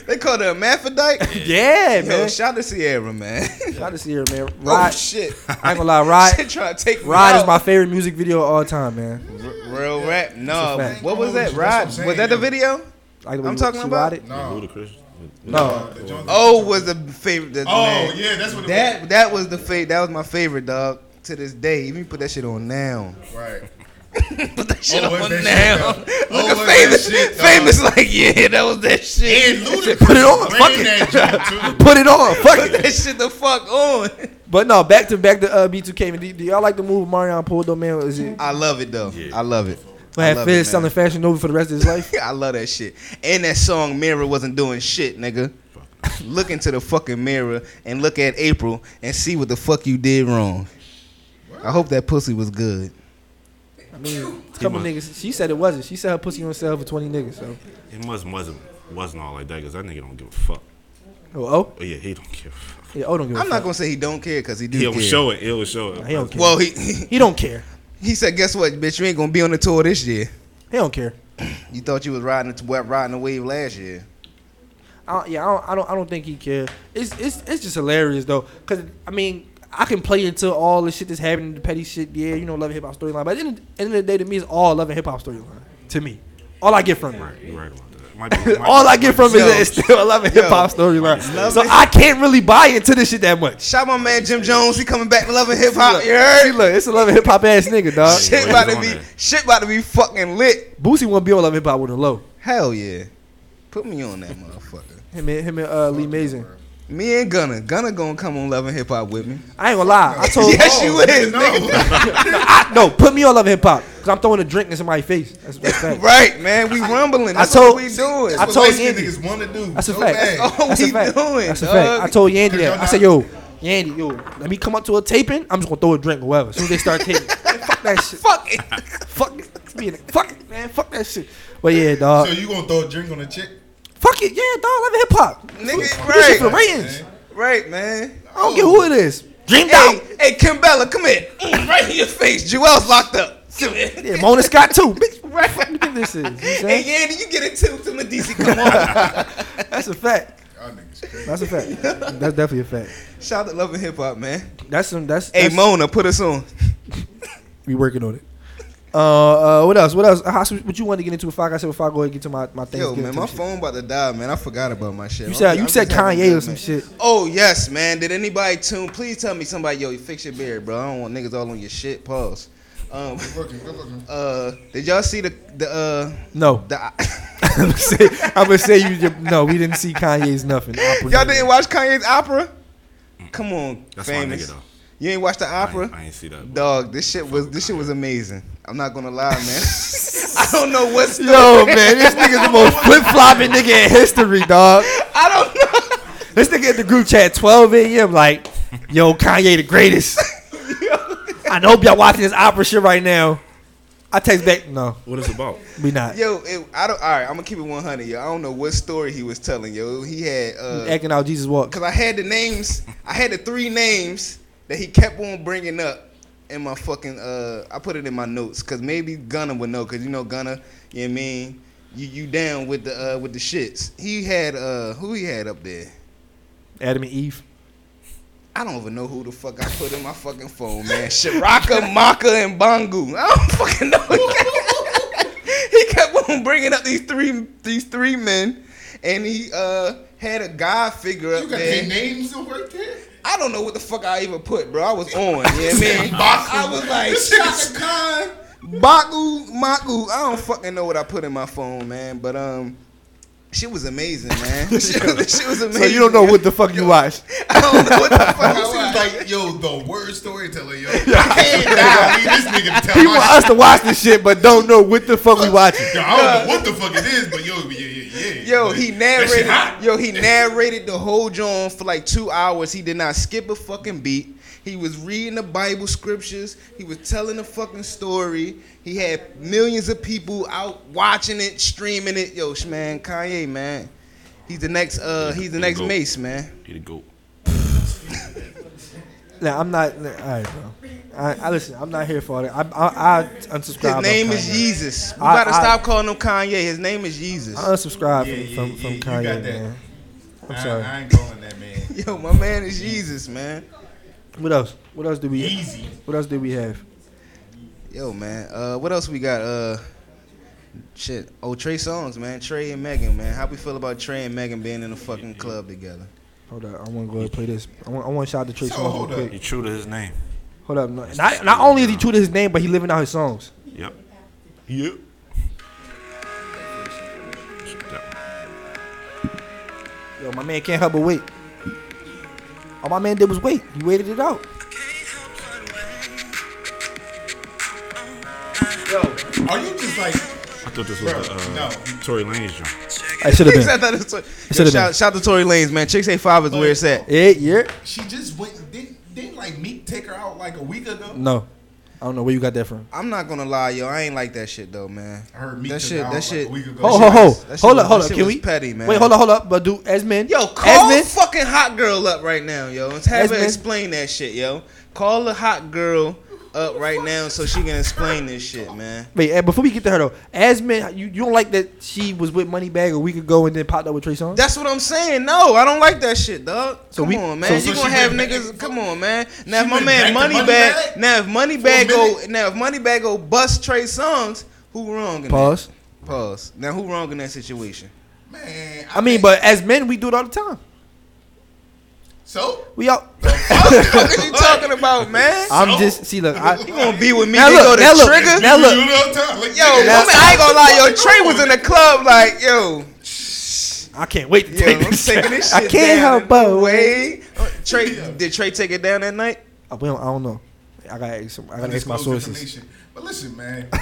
[SPEAKER 6] They called her hermaphrodite.
[SPEAKER 9] Yeah,
[SPEAKER 6] Yo,
[SPEAKER 9] man.
[SPEAKER 6] Shout out to Sierra, man.
[SPEAKER 9] Shout out to Sierra, man.
[SPEAKER 6] Oh,
[SPEAKER 9] Ride,
[SPEAKER 6] shit.
[SPEAKER 9] I ain't gonna lie, Ride.
[SPEAKER 6] Shit tryna take me
[SPEAKER 9] Ride is
[SPEAKER 6] out.
[SPEAKER 9] my favorite music video of all time, man.
[SPEAKER 6] Real rap. No,
[SPEAKER 9] That's a fact.
[SPEAKER 6] what was that?
[SPEAKER 11] That's what
[SPEAKER 6] Rod?
[SPEAKER 11] I'm saying,
[SPEAKER 6] Was that the
[SPEAKER 11] yo.
[SPEAKER 6] video?
[SPEAKER 9] Like
[SPEAKER 6] I'm talking about.
[SPEAKER 9] it?
[SPEAKER 11] No.
[SPEAKER 4] Ludacris.
[SPEAKER 9] No.
[SPEAKER 6] Oh, was the favorite. The,
[SPEAKER 11] Oh,
[SPEAKER 6] man.
[SPEAKER 11] yeah, that's what it
[SPEAKER 6] that that was the favorite. That was my favorite, dog. To this day, even put that shit on now.
[SPEAKER 11] Right.
[SPEAKER 6] put that shit
[SPEAKER 11] Oh,
[SPEAKER 6] on
[SPEAKER 11] what's that shit,
[SPEAKER 6] now.
[SPEAKER 11] dog? Oh,
[SPEAKER 6] Look
[SPEAKER 11] what's
[SPEAKER 6] at
[SPEAKER 11] that
[SPEAKER 6] famous.
[SPEAKER 11] shit, dog?
[SPEAKER 6] famous, like yeah, that was that shit.
[SPEAKER 11] And
[SPEAKER 9] Put it on, fuck it. Put it on, fuck
[SPEAKER 6] Put that
[SPEAKER 9] it.
[SPEAKER 6] shit the fuck on.
[SPEAKER 9] But no, back to back to uh, B2K. Man, do, do y'all like the move Marion pulled though, man? Is it?
[SPEAKER 6] I love it though. I love it. I
[SPEAKER 9] Had
[SPEAKER 6] love
[SPEAKER 9] Fizz
[SPEAKER 6] it, man.
[SPEAKER 9] selling Fashion Nova for the rest of his life.
[SPEAKER 6] I love that shit. And that song Mirror wasn't doing shit, nigga. look into the fucking mirror and look at April and see what the fuck you did wrong. I hope that pussy was good.
[SPEAKER 9] I mean, a couple
[SPEAKER 4] must-
[SPEAKER 9] niggas. She said it wasn't. She said her pussy on sale for twenty niggas. So
[SPEAKER 4] It must wasn't wasn't all like that because that nigga don't give a fuck.
[SPEAKER 9] Oh, oh?
[SPEAKER 4] yeah, he don't give. a fuck.
[SPEAKER 9] yeah, oh, don't give a
[SPEAKER 6] I'm
[SPEAKER 9] fuck.
[SPEAKER 6] not gonna say he don't care because he do.
[SPEAKER 4] He'll
[SPEAKER 6] care.
[SPEAKER 4] show it. He'll show it.
[SPEAKER 9] He don't care.
[SPEAKER 6] Well, he
[SPEAKER 9] he don't care.
[SPEAKER 6] He said, "Guess what, bitch? You ain't gonna be on the tour this year.
[SPEAKER 9] He don't care.
[SPEAKER 6] You thought you was riding the riding the wave last year.
[SPEAKER 9] I don't, yeah, I don't, I don't, I don't think he care. It's, it's, it's just hilarious though, cause I mean, I can play into all the shit that's happening, the petty shit. Yeah, you know, love and hip hop storyline. But at the end, end of the day, to me, it's all love and hip hop storyline. To me, all I get from it.
[SPEAKER 4] You're right about that.
[SPEAKER 9] all I get from it is that it's
[SPEAKER 6] Yo.
[SPEAKER 9] still a love and hip hop storyline.
[SPEAKER 6] Love
[SPEAKER 9] So
[SPEAKER 6] and-
[SPEAKER 9] I can't really buy into this shit that much.
[SPEAKER 6] Shout my man Jim Jones. He coming back to loving hip
[SPEAKER 9] Look,
[SPEAKER 6] hop. You
[SPEAKER 9] see,
[SPEAKER 6] heard?
[SPEAKER 9] look, it's a love and hip hop ass nigga, dog.
[SPEAKER 6] Shit about to be shit about to be fucking lit.
[SPEAKER 9] Boosie won't be on love and hip hop with a low.
[SPEAKER 6] Hell yeah. Put me on that motherfucker.
[SPEAKER 9] Him and him and uh, Lee Mason.
[SPEAKER 6] Me and Gunna. Gunna gonna come on Love and Hip Hop with me.
[SPEAKER 9] I ain't gonna lie. I told Oh.
[SPEAKER 6] yes, you is.
[SPEAKER 9] I, no, put me on love hip hop because I'm throwing a drink in somebody's face. That's, that's fact.
[SPEAKER 6] nigga. Right, man. We rumbling. That's
[SPEAKER 9] told-
[SPEAKER 6] what we doing.
[SPEAKER 9] I told Andy.
[SPEAKER 11] niggas want to do.
[SPEAKER 9] That's a
[SPEAKER 11] so
[SPEAKER 9] fact.
[SPEAKER 11] Bad.
[SPEAKER 9] That's,
[SPEAKER 6] all
[SPEAKER 9] that's a
[SPEAKER 6] we
[SPEAKER 9] fact.
[SPEAKER 6] doing,
[SPEAKER 9] that's a
[SPEAKER 6] dog.
[SPEAKER 9] fact. I told Yandy that.
[SPEAKER 11] y'all
[SPEAKER 9] I said, yo, Yandy, yo, let me come up to a taping. I'm just gonna throw a drink, or whatever. As soon as they start taping, fuck that shit.
[SPEAKER 6] Fuck it.
[SPEAKER 9] fuck it. It's being a- Fuck it, man. Fuck that shit. But yeah, dog.
[SPEAKER 11] So
[SPEAKER 6] Uh,
[SPEAKER 11] you gonna throw a drink on a chick?
[SPEAKER 9] fuck it. Yeah, dog. Love and hip hop.
[SPEAKER 6] Nigga,
[SPEAKER 9] This shit for
[SPEAKER 6] right.
[SPEAKER 9] ratings.
[SPEAKER 6] Right, man.
[SPEAKER 9] I don't care who it is. Dream
[SPEAKER 6] hey, hey, Kim Bella, come here. Mm, right in your face. Joel's locked up. Come here.
[SPEAKER 9] Yeah, Mona Scott too. Bitch, right? Fuck you think this is. You know what I'm saying?
[SPEAKER 6] Hey, Andy, you get it too. Tim and DC, come on.
[SPEAKER 9] That's a fact. That's a fact. That's definitely a fact.
[SPEAKER 6] Shout out to Love and Hip Hop, man.
[SPEAKER 9] That's some. That's
[SPEAKER 6] Hey,
[SPEAKER 9] that's-
[SPEAKER 6] Mona, put us on.
[SPEAKER 9] We working on it. Uh, uh, what else? What else? Uh, Haas, what you wanted to get into? If I got said, if I go ahead and get to my my
[SPEAKER 6] Yo,
[SPEAKER 9] Thanksgiving.
[SPEAKER 6] man,
[SPEAKER 9] type
[SPEAKER 6] my
[SPEAKER 9] shit.
[SPEAKER 6] phone about to die, man. I forgot about my shit.
[SPEAKER 9] You said you
[SPEAKER 6] I'm
[SPEAKER 9] said
[SPEAKER 6] just having
[SPEAKER 9] Kanye
[SPEAKER 6] a
[SPEAKER 9] or
[SPEAKER 6] good
[SPEAKER 9] some
[SPEAKER 6] night.
[SPEAKER 9] shit.
[SPEAKER 6] Oh yes, man. Did anybody tune? Please tell me somebody. Yo, fix your beard, bro. I don't want niggas all on your shit. Pause. Um, uh, did y'all see the the uh,
[SPEAKER 9] No.
[SPEAKER 6] the
[SPEAKER 9] I'm gonna say, I'm gonna say you. ju- No, we didn't see Kanye's nothing. Opera
[SPEAKER 6] Y'all
[SPEAKER 9] nothing.
[SPEAKER 6] didn't watch Kanye's opera? Come on,
[SPEAKER 9] That's my
[SPEAKER 6] famous.
[SPEAKER 9] nigga, though.
[SPEAKER 6] You ain't watched the opera? I ain't,
[SPEAKER 4] see that.
[SPEAKER 6] Dog, this shit was this shit was amazing. I'm not gonna lie, man. I don't know what's
[SPEAKER 9] Yo, man, this nigga's the most flip flopping nigga in history, dog.
[SPEAKER 6] I don't know.
[SPEAKER 9] This nigga in the group chat 12 a.m. like, yo, Kanye the greatest. I know y'all watching this opera shit right now. I text back, no.
[SPEAKER 4] What is it about?
[SPEAKER 9] We not.
[SPEAKER 6] Yo, it, I don't. All right, I'm gonna keep it 100. Yo, I don't know what story he was telling. Yo, he had uh,
[SPEAKER 9] Acting out Jesus walk.
[SPEAKER 6] Cause I had the names, I had the three names that he kept on bringing up in my fucking. Uh, I put it in my notes, cause maybe Gunna would know, cause you know Gunna. You know what I mean? You you down with the uh, with the shits? He had uh, who he had up there?
[SPEAKER 9] Adam and Eve.
[SPEAKER 6] I don't even know who the fuck I put in my fucking phone, man. Shiraka, Maka, and Bangu. I don't fucking know. he kept on bringing up these three these three men, and he uh had a guy figure up
[SPEAKER 11] You got
[SPEAKER 6] there.
[SPEAKER 11] their names over right there.
[SPEAKER 6] I don't know what the fuck I even put, bro. I was on, you know what I mean? I was like,
[SPEAKER 11] This
[SPEAKER 6] shot
[SPEAKER 11] nigga's Khan.
[SPEAKER 6] Baku, Maku. I don't fucking know what I put in my phone, man. But um, shit was amazing, man. shit, was, shit was amazing.
[SPEAKER 9] So you don't know what the fuck you watched.
[SPEAKER 11] This is like, yo, the worst storyteller, yo. I can't die. Leave this nigga to tell
[SPEAKER 9] He
[SPEAKER 11] my
[SPEAKER 9] want us to watch this shit, but don't know what the fuck we watching.
[SPEAKER 11] Yo, I don't know what the fuck it is, but yo, yeah, yeah, yeah.
[SPEAKER 6] Yo, he narrated.
[SPEAKER 11] hot.
[SPEAKER 6] Yo, he narrated the whole John for like two hours. He did not skip a fucking beat. He was reading the Bible scriptures. He was telling the fucking story. He had millions of people out watching it, streaming it. Yo, sh- man, Kanye, man, he's the next. Uh, he's the next
[SPEAKER 4] Goat.
[SPEAKER 6] Mace, man.
[SPEAKER 4] He the goat.
[SPEAKER 9] Nah, I'm not. Nah, all right, bro. I, I listen. I'm not here for it. I, I, I
[SPEAKER 6] His
[SPEAKER 9] unsubscribe.
[SPEAKER 6] name
[SPEAKER 9] on
[SPEAKER 6] is
[SPEAKER 9] Kanye.
[SPEAKER 6] Jesus. We
[SPEAKER 9] I-
[SPEAKER 6] gotta
[SPEAKER 9] I-
[SPEAKER 6] stop calling him Kanye. His name is Jesus.
[SPEAKER 9] I unsubscribe from, from, from Kanye,
[SPEAKER 6] got that.
[SPEAKER 9] man. I'm
[SPEAKER 6] I-
[SPEAKER 9] sorry.
[SPEAKER 6] I
[SPEAKER 11] ain't going that man.
[SPEAKER 6] Yo, my man is Jesus, man.
[SPEAKER 9] What else? What else do we? What else do we have?
[SPEAKER 6] Yo, man. Uh, what else we got? Uh, shit. Oh, Trey songs, man. Trey and Megan, man. How we feel about Trey and Megan being in a fucking club together?
[SPEAKER 9] Hold up. I want to go ahead and play this. I want. I want to shout out to Trey Songz real quick.
[SPEAKER 4] He true to his name.
[SPEAKER 9] Hold up. No, not, not only is he true to his name, but he living out his songs.
[SPEAKER 4] Yep. Yep.
[SPEAKER 9] Yo, my man can't help but wait. All my man did was wait. He waited it out.
[SPEAKER 11] Yo, are you just like?
[SPEAKER 4] I thought this was
[SPEAKER 11] Bro,
[SPEAKER 4] the uh,
[SPEAKER 11] no.
[SPEAKER 4] Tory Lanez joint.
[SPEAKER 9] I should have been.
[SPEAKER 6] I thought it was-
[SPEAKER 9] It
[SPEAKER 6] Yo,
[SPEAKER 9] should have been. Oh.
[SPEAKER 6] shout, shout to Tory Lanez, man. Chicks Say Five is where it's at.
[SPEAKER 9] Yeah, yeah.
[SPEAKER 11] She just went. Didn't, didn't like Meek take her out like a week ago?
[SPEAKER 9] No, I don't know where you got that from.
[SPEAKER 6] I'm not gonna lie, yo. I ain't like that shit though, man. I
[SPEAKER 11] heard
[SPEAKER 6] that
[SPEAKER 11] took
[SPEAKER 6] shit.
[SPEAKER 11] out,
[SPEAKER 6] That
[SPEAKER 11] like,
[SPEAKER 6] shit.
[SPEAKER 11] a week ago.
[SPEAKER 6] that
[SPEAKER 9] Hold,
[SPEAKER 6] shit
[SPEAKER 9] hold, hold,
[SPEAKER 6] was- that shit
[SPEAKER 9] hold up,
[SPEAKER 6] was-
[SPEAKER 9] hold
[SPEAKER 6] that
[SPEAKER 9] up.
[SPEAKER 6] shit
[SPEAKER 9] Can
[SPEAKER 6] was
[SPEAKER 9] we?
[SPEAKER 6] Petty, man.
[SPEAKER 9] Wait, hold up, hold up. But do Esmond.
[SPEAKER 6] Yo, Call fucking hot girl up right now, yo. And have
[SPEAKER 9] Esmond.
[SPEAKER 6] her explain that shit, yo. Call the hot girl up right now so she can explain this shit, man.
[SPEAKER 9] Wait, eh, before we get to her though, Esmond, you, you don't like that she was with Moneybag a week ago and then popped up with Trey Songz.
[SPEAKER 6] That's what I'm saying. No, I don't like that shit, dog.
[SPEAKER 9] So
[SPEAKER 6] come
[SPEAKER 9] we-
[SPEAKER 6] on,
[SPEAKER 9] so-
[SPEAKER 6] man.
[SPEAKER 9] so
[SPEAKER 6] you
[SPEAKER 9] she
[SPEAKER 6] gonna have
[SPEAKER 9] went
[SPEAKER 6] niggas? Come on, man. Now if my
[SPEAKER 9] went
[SPEAKER 6] man
[SPEAKER 9] back
[SPEAKER 6] Moneybag,
[SPEAKER 9] to
[SPEAKER 6] now if Moneybag go, now if Moneybag go bust Trey songs, who wrong? In
[SPEAKER 9] Pause.
[SPEAKER 6] That? Pause. Now who wrong in that situation?
[SPEAKER 9] I mean, but as men, we do it all the time.
[SPEAKER 11] So
[SPEAKER 9] We all.
[SPEAKER 6] What you talking about, man?
[SPEAKER 9] I'm just see. Look, I,
[SPEAKER 6] You gonna be with me?
[SPEAKER 9] Now
[SPEAKER 6] Now
[SPEAKER 9] look,
[SPEAKER 6] go to
[SPEAKER 9] now look,
[SPEAKER 6] trigger.
[SPEAKER 9] now look.
[SPEAKER 6] yo,
[SPEAKER 9] Now-
[SPEAKER 6] woman, I ain't gonna lie, yo. Trey was in the club, like, yo.
[SPEAKER 9] I can't wait to
[SPEAKER 6] Yo,
[SPEAKER 9] take
[SPEAKER 6] I'm
[SPEAKER 9] this.
[SPEAKER 6] taking this
[SPEAKER 9] I
[SPEAKER 6] shit
[SPEAKER 9] can't
[SPEAKER 6] down
[SPEAKER 9] help but wait.
[SPEAKER 6] Way, Trey, did Trey take it down that night?
[SPEAKER 9] I, Uh, we don't, I don't know. I gotta ask some. I gotta ask my
[SPEAKER 11] Undisclosed
[SPEAKER 9] sources.
[SPEAKER 11] information. But listen, man.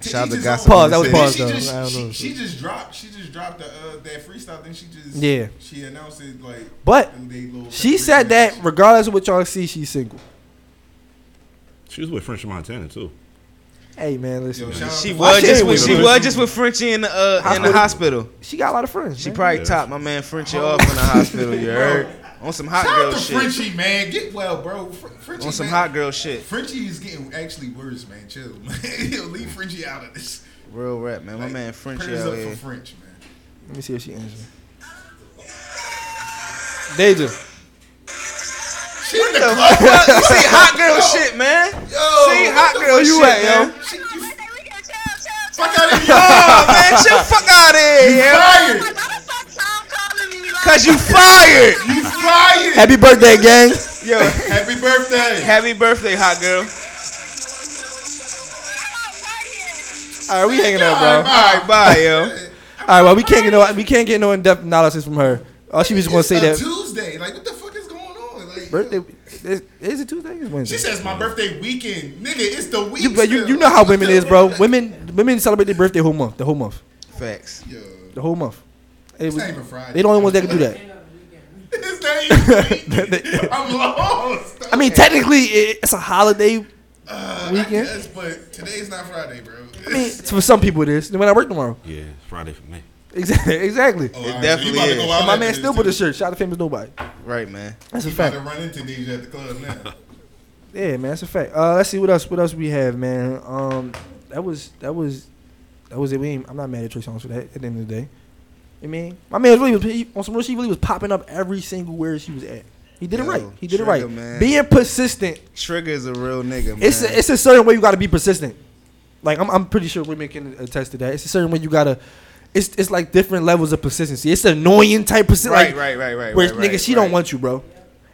[SPEAKER 6] Shout out to
[SPEAKER 11] Jesus
[SPEAKER 6] Gossip
[SPEAKER 11] own-
[SPEAKER 9] Pause, that was
[SPEAKER 11] Didn't
[SPEAKER 9] pause,
[SPEAKER 11] she
[SPEAKER 9] though.
[SPEAKER 11] just-
[SPEAKER 9] I don't
[SPEAKER 11] she-
[SPEAKER 9] know.
[SPEAKER 11] She just dropped. She just dropped the, uh, that freestyle. Then she just
[SPEAKER 9] Yeah.
[SPEAKER 11] She announced it like.
[SPEAKER 9] But
[SPEAKER 11] they little-
[SPEAKER 9] she said that regardless of what y'all see, she's single.
[SPEAKER 4] She was with French Montana too.
[SPEAKER 9] Hey man, listen.
[SPEAKER 6] She
[SPEAKER 9] Why
[SPEAKER 6] was just
[SPEAKER 9] ain't
[SPEAKER 6] with, she
[SPEAKER 9] me?
[SPEAKER 6] was just with Frenchie in the uh, in the hospital.
[SPEAKER 9] She got a lot of friends.
[SPEAKER 6] She probably topped my man Frenchie off in the hospital. You heard on some hot
[SPEAKER 11] Shout
[SPEAKER 6] girl
[SPEAKER 11] out to
[SPEAKER 6] shit.
[SPEAKER 11] Frenchie, man. Get well, bro. Fr- Frenchie,
[SPEAKER 6] On some
[SPEAKER 11] man.
[SPEAKER 6] hot girl shit.
[SPEAKER 11] Frenchie is getting actually worse, man. Chill, man. Yo, leave Frenchie out of this.
[SPEAKER 6] Real rap, man. My man Frenchie
[SPEAKER 11] Prayers
[SPEAKER 6] out
[SPEAKER 11] up
[SPEAKER 6] here.
[SPEAKER 11] for French, man.
[SPEAKER 9] Let me see if she answers. me. Deja.
[SPEAKER 11] She in the
[SPEAKER 6] the
[SPEAKER 11] club.
[SPEAKER 6] fuck? You see hot girl shit, man.
[SPEAKER 11] Yo,
[SPEAKER 6] See hot
[SPEAKER 11] what the
[SPEAKER 6] girl shit,
[SPEAKER 11] fuck you at, yo?
[SPEAKER 6] man.
[SPEAKER 11] She, you, fuck out of here.
[SPEAKER 6] Oh man, chill fuck out of
[SPEAKER 11] You
[SPEAKER 6] here.
[SPEAKER 11] fired.
[SPEAKER 6] Cause you fired.
[SPEAKER 11] You fired.
[SPEAKER 9] Happy birthday, gang.
[SPEAKER 6] Yo,
[SPEAKER 11] happy birthday.
[SPEAKER 6] Happy birthday, hot girl.
[SPEAKER 9] All right, we hanging up, bro.
[SPEAKER 6] All right, bye, bye, yo.
[SPEAKER 9] All right, well, we can't get no, we can't get no in depth analysis from her. Oh, she was just gonna say that.
[SPEAKER 11] Tuesday. Like, what the fuck is going on? Like,
[SPEAKER 9] Birthday is, is it Tuesday? It's Wednesday.
[SPEAKER 11] she says my birthday weekend, nigga. It's the week.
[SPEAKER 9] You, but you, you know how women is, bro. Women women celebrate their birthday whole month, the whole month,
[SPEAKER 6] Facts.
[SPEAKER 9] the whole month. It
[SPEAKER 11] It's
[SPEAKER 9] was-
[SPEAKER 11] not even Friday.
[SPEAKER 9] They the only ones that can do that.
[SPEAKER 11] It's not even weekend. I'm lost.
[SPEAKER 9] I mean, technically, it, it's a holiday weekend.
[SPEAKER 11] Yes, but today's not Friday, bro.
[SPEAKER 9] I mean, it's- for some people, it is. When I work tomorrow,
[SPEAKER 4] Yeah, Friday for me.
[SPEAKER 9] exactly, exactly.
[SPEAKER 11] Oh, all right, so you definitely about to go is. out
[SPEAKER 9] And my
[SPEAKER 11] after
[SPEAKER 9] man
[SPEAKER 11] this,
[SPEAKER 9] still put a shirt. Shout out to famous nobody.
[SPEAKER 6] Right, man.
[SPEAKER 9] That's a
[SPEAKER 11] You
[SPEAKER 9] fact.
[SPEAKER 11] about to run into DJ at the club now.
[SPEAKER 9] Yeah, man, that's a fact. Uh, let's see what else. What else we have, man? Um, that was that was that was it. We ain't, I'm not mad at Trey Songz for that. At the end of the day, I mean, my man really was he, on some real. She really was popping up every single where she was at. He did
[SPEAKER 6] Yo,
[SPEAKER 9] it right. He did it
[SPEAKER 6] Trigger,
[SPEAKER 9] right.
[SPEAKER 6] man.
[SPEAKER 9] Being persistent.
[SPEAKER 6] Trigger is a real nigga, man.
[SPEAKER 9] It's a, it's a certain way you got to be persistent. Like I'm, I'm pretty sure women can attest to that. It's a certain way you gotta. It's it's like different levels of persistency. It's annoying type persistency.
[SPEAKER 6] Right,
[SPEAKER 9] like,
[SPEAKER 6] right, right, right,
[SPEAKER 9] Where
[SPEAKER 6] right,
[SPEAKER 9] nigga,
[SPEAKER 6] right,
[SPEAKER 9] she don't want you, bro.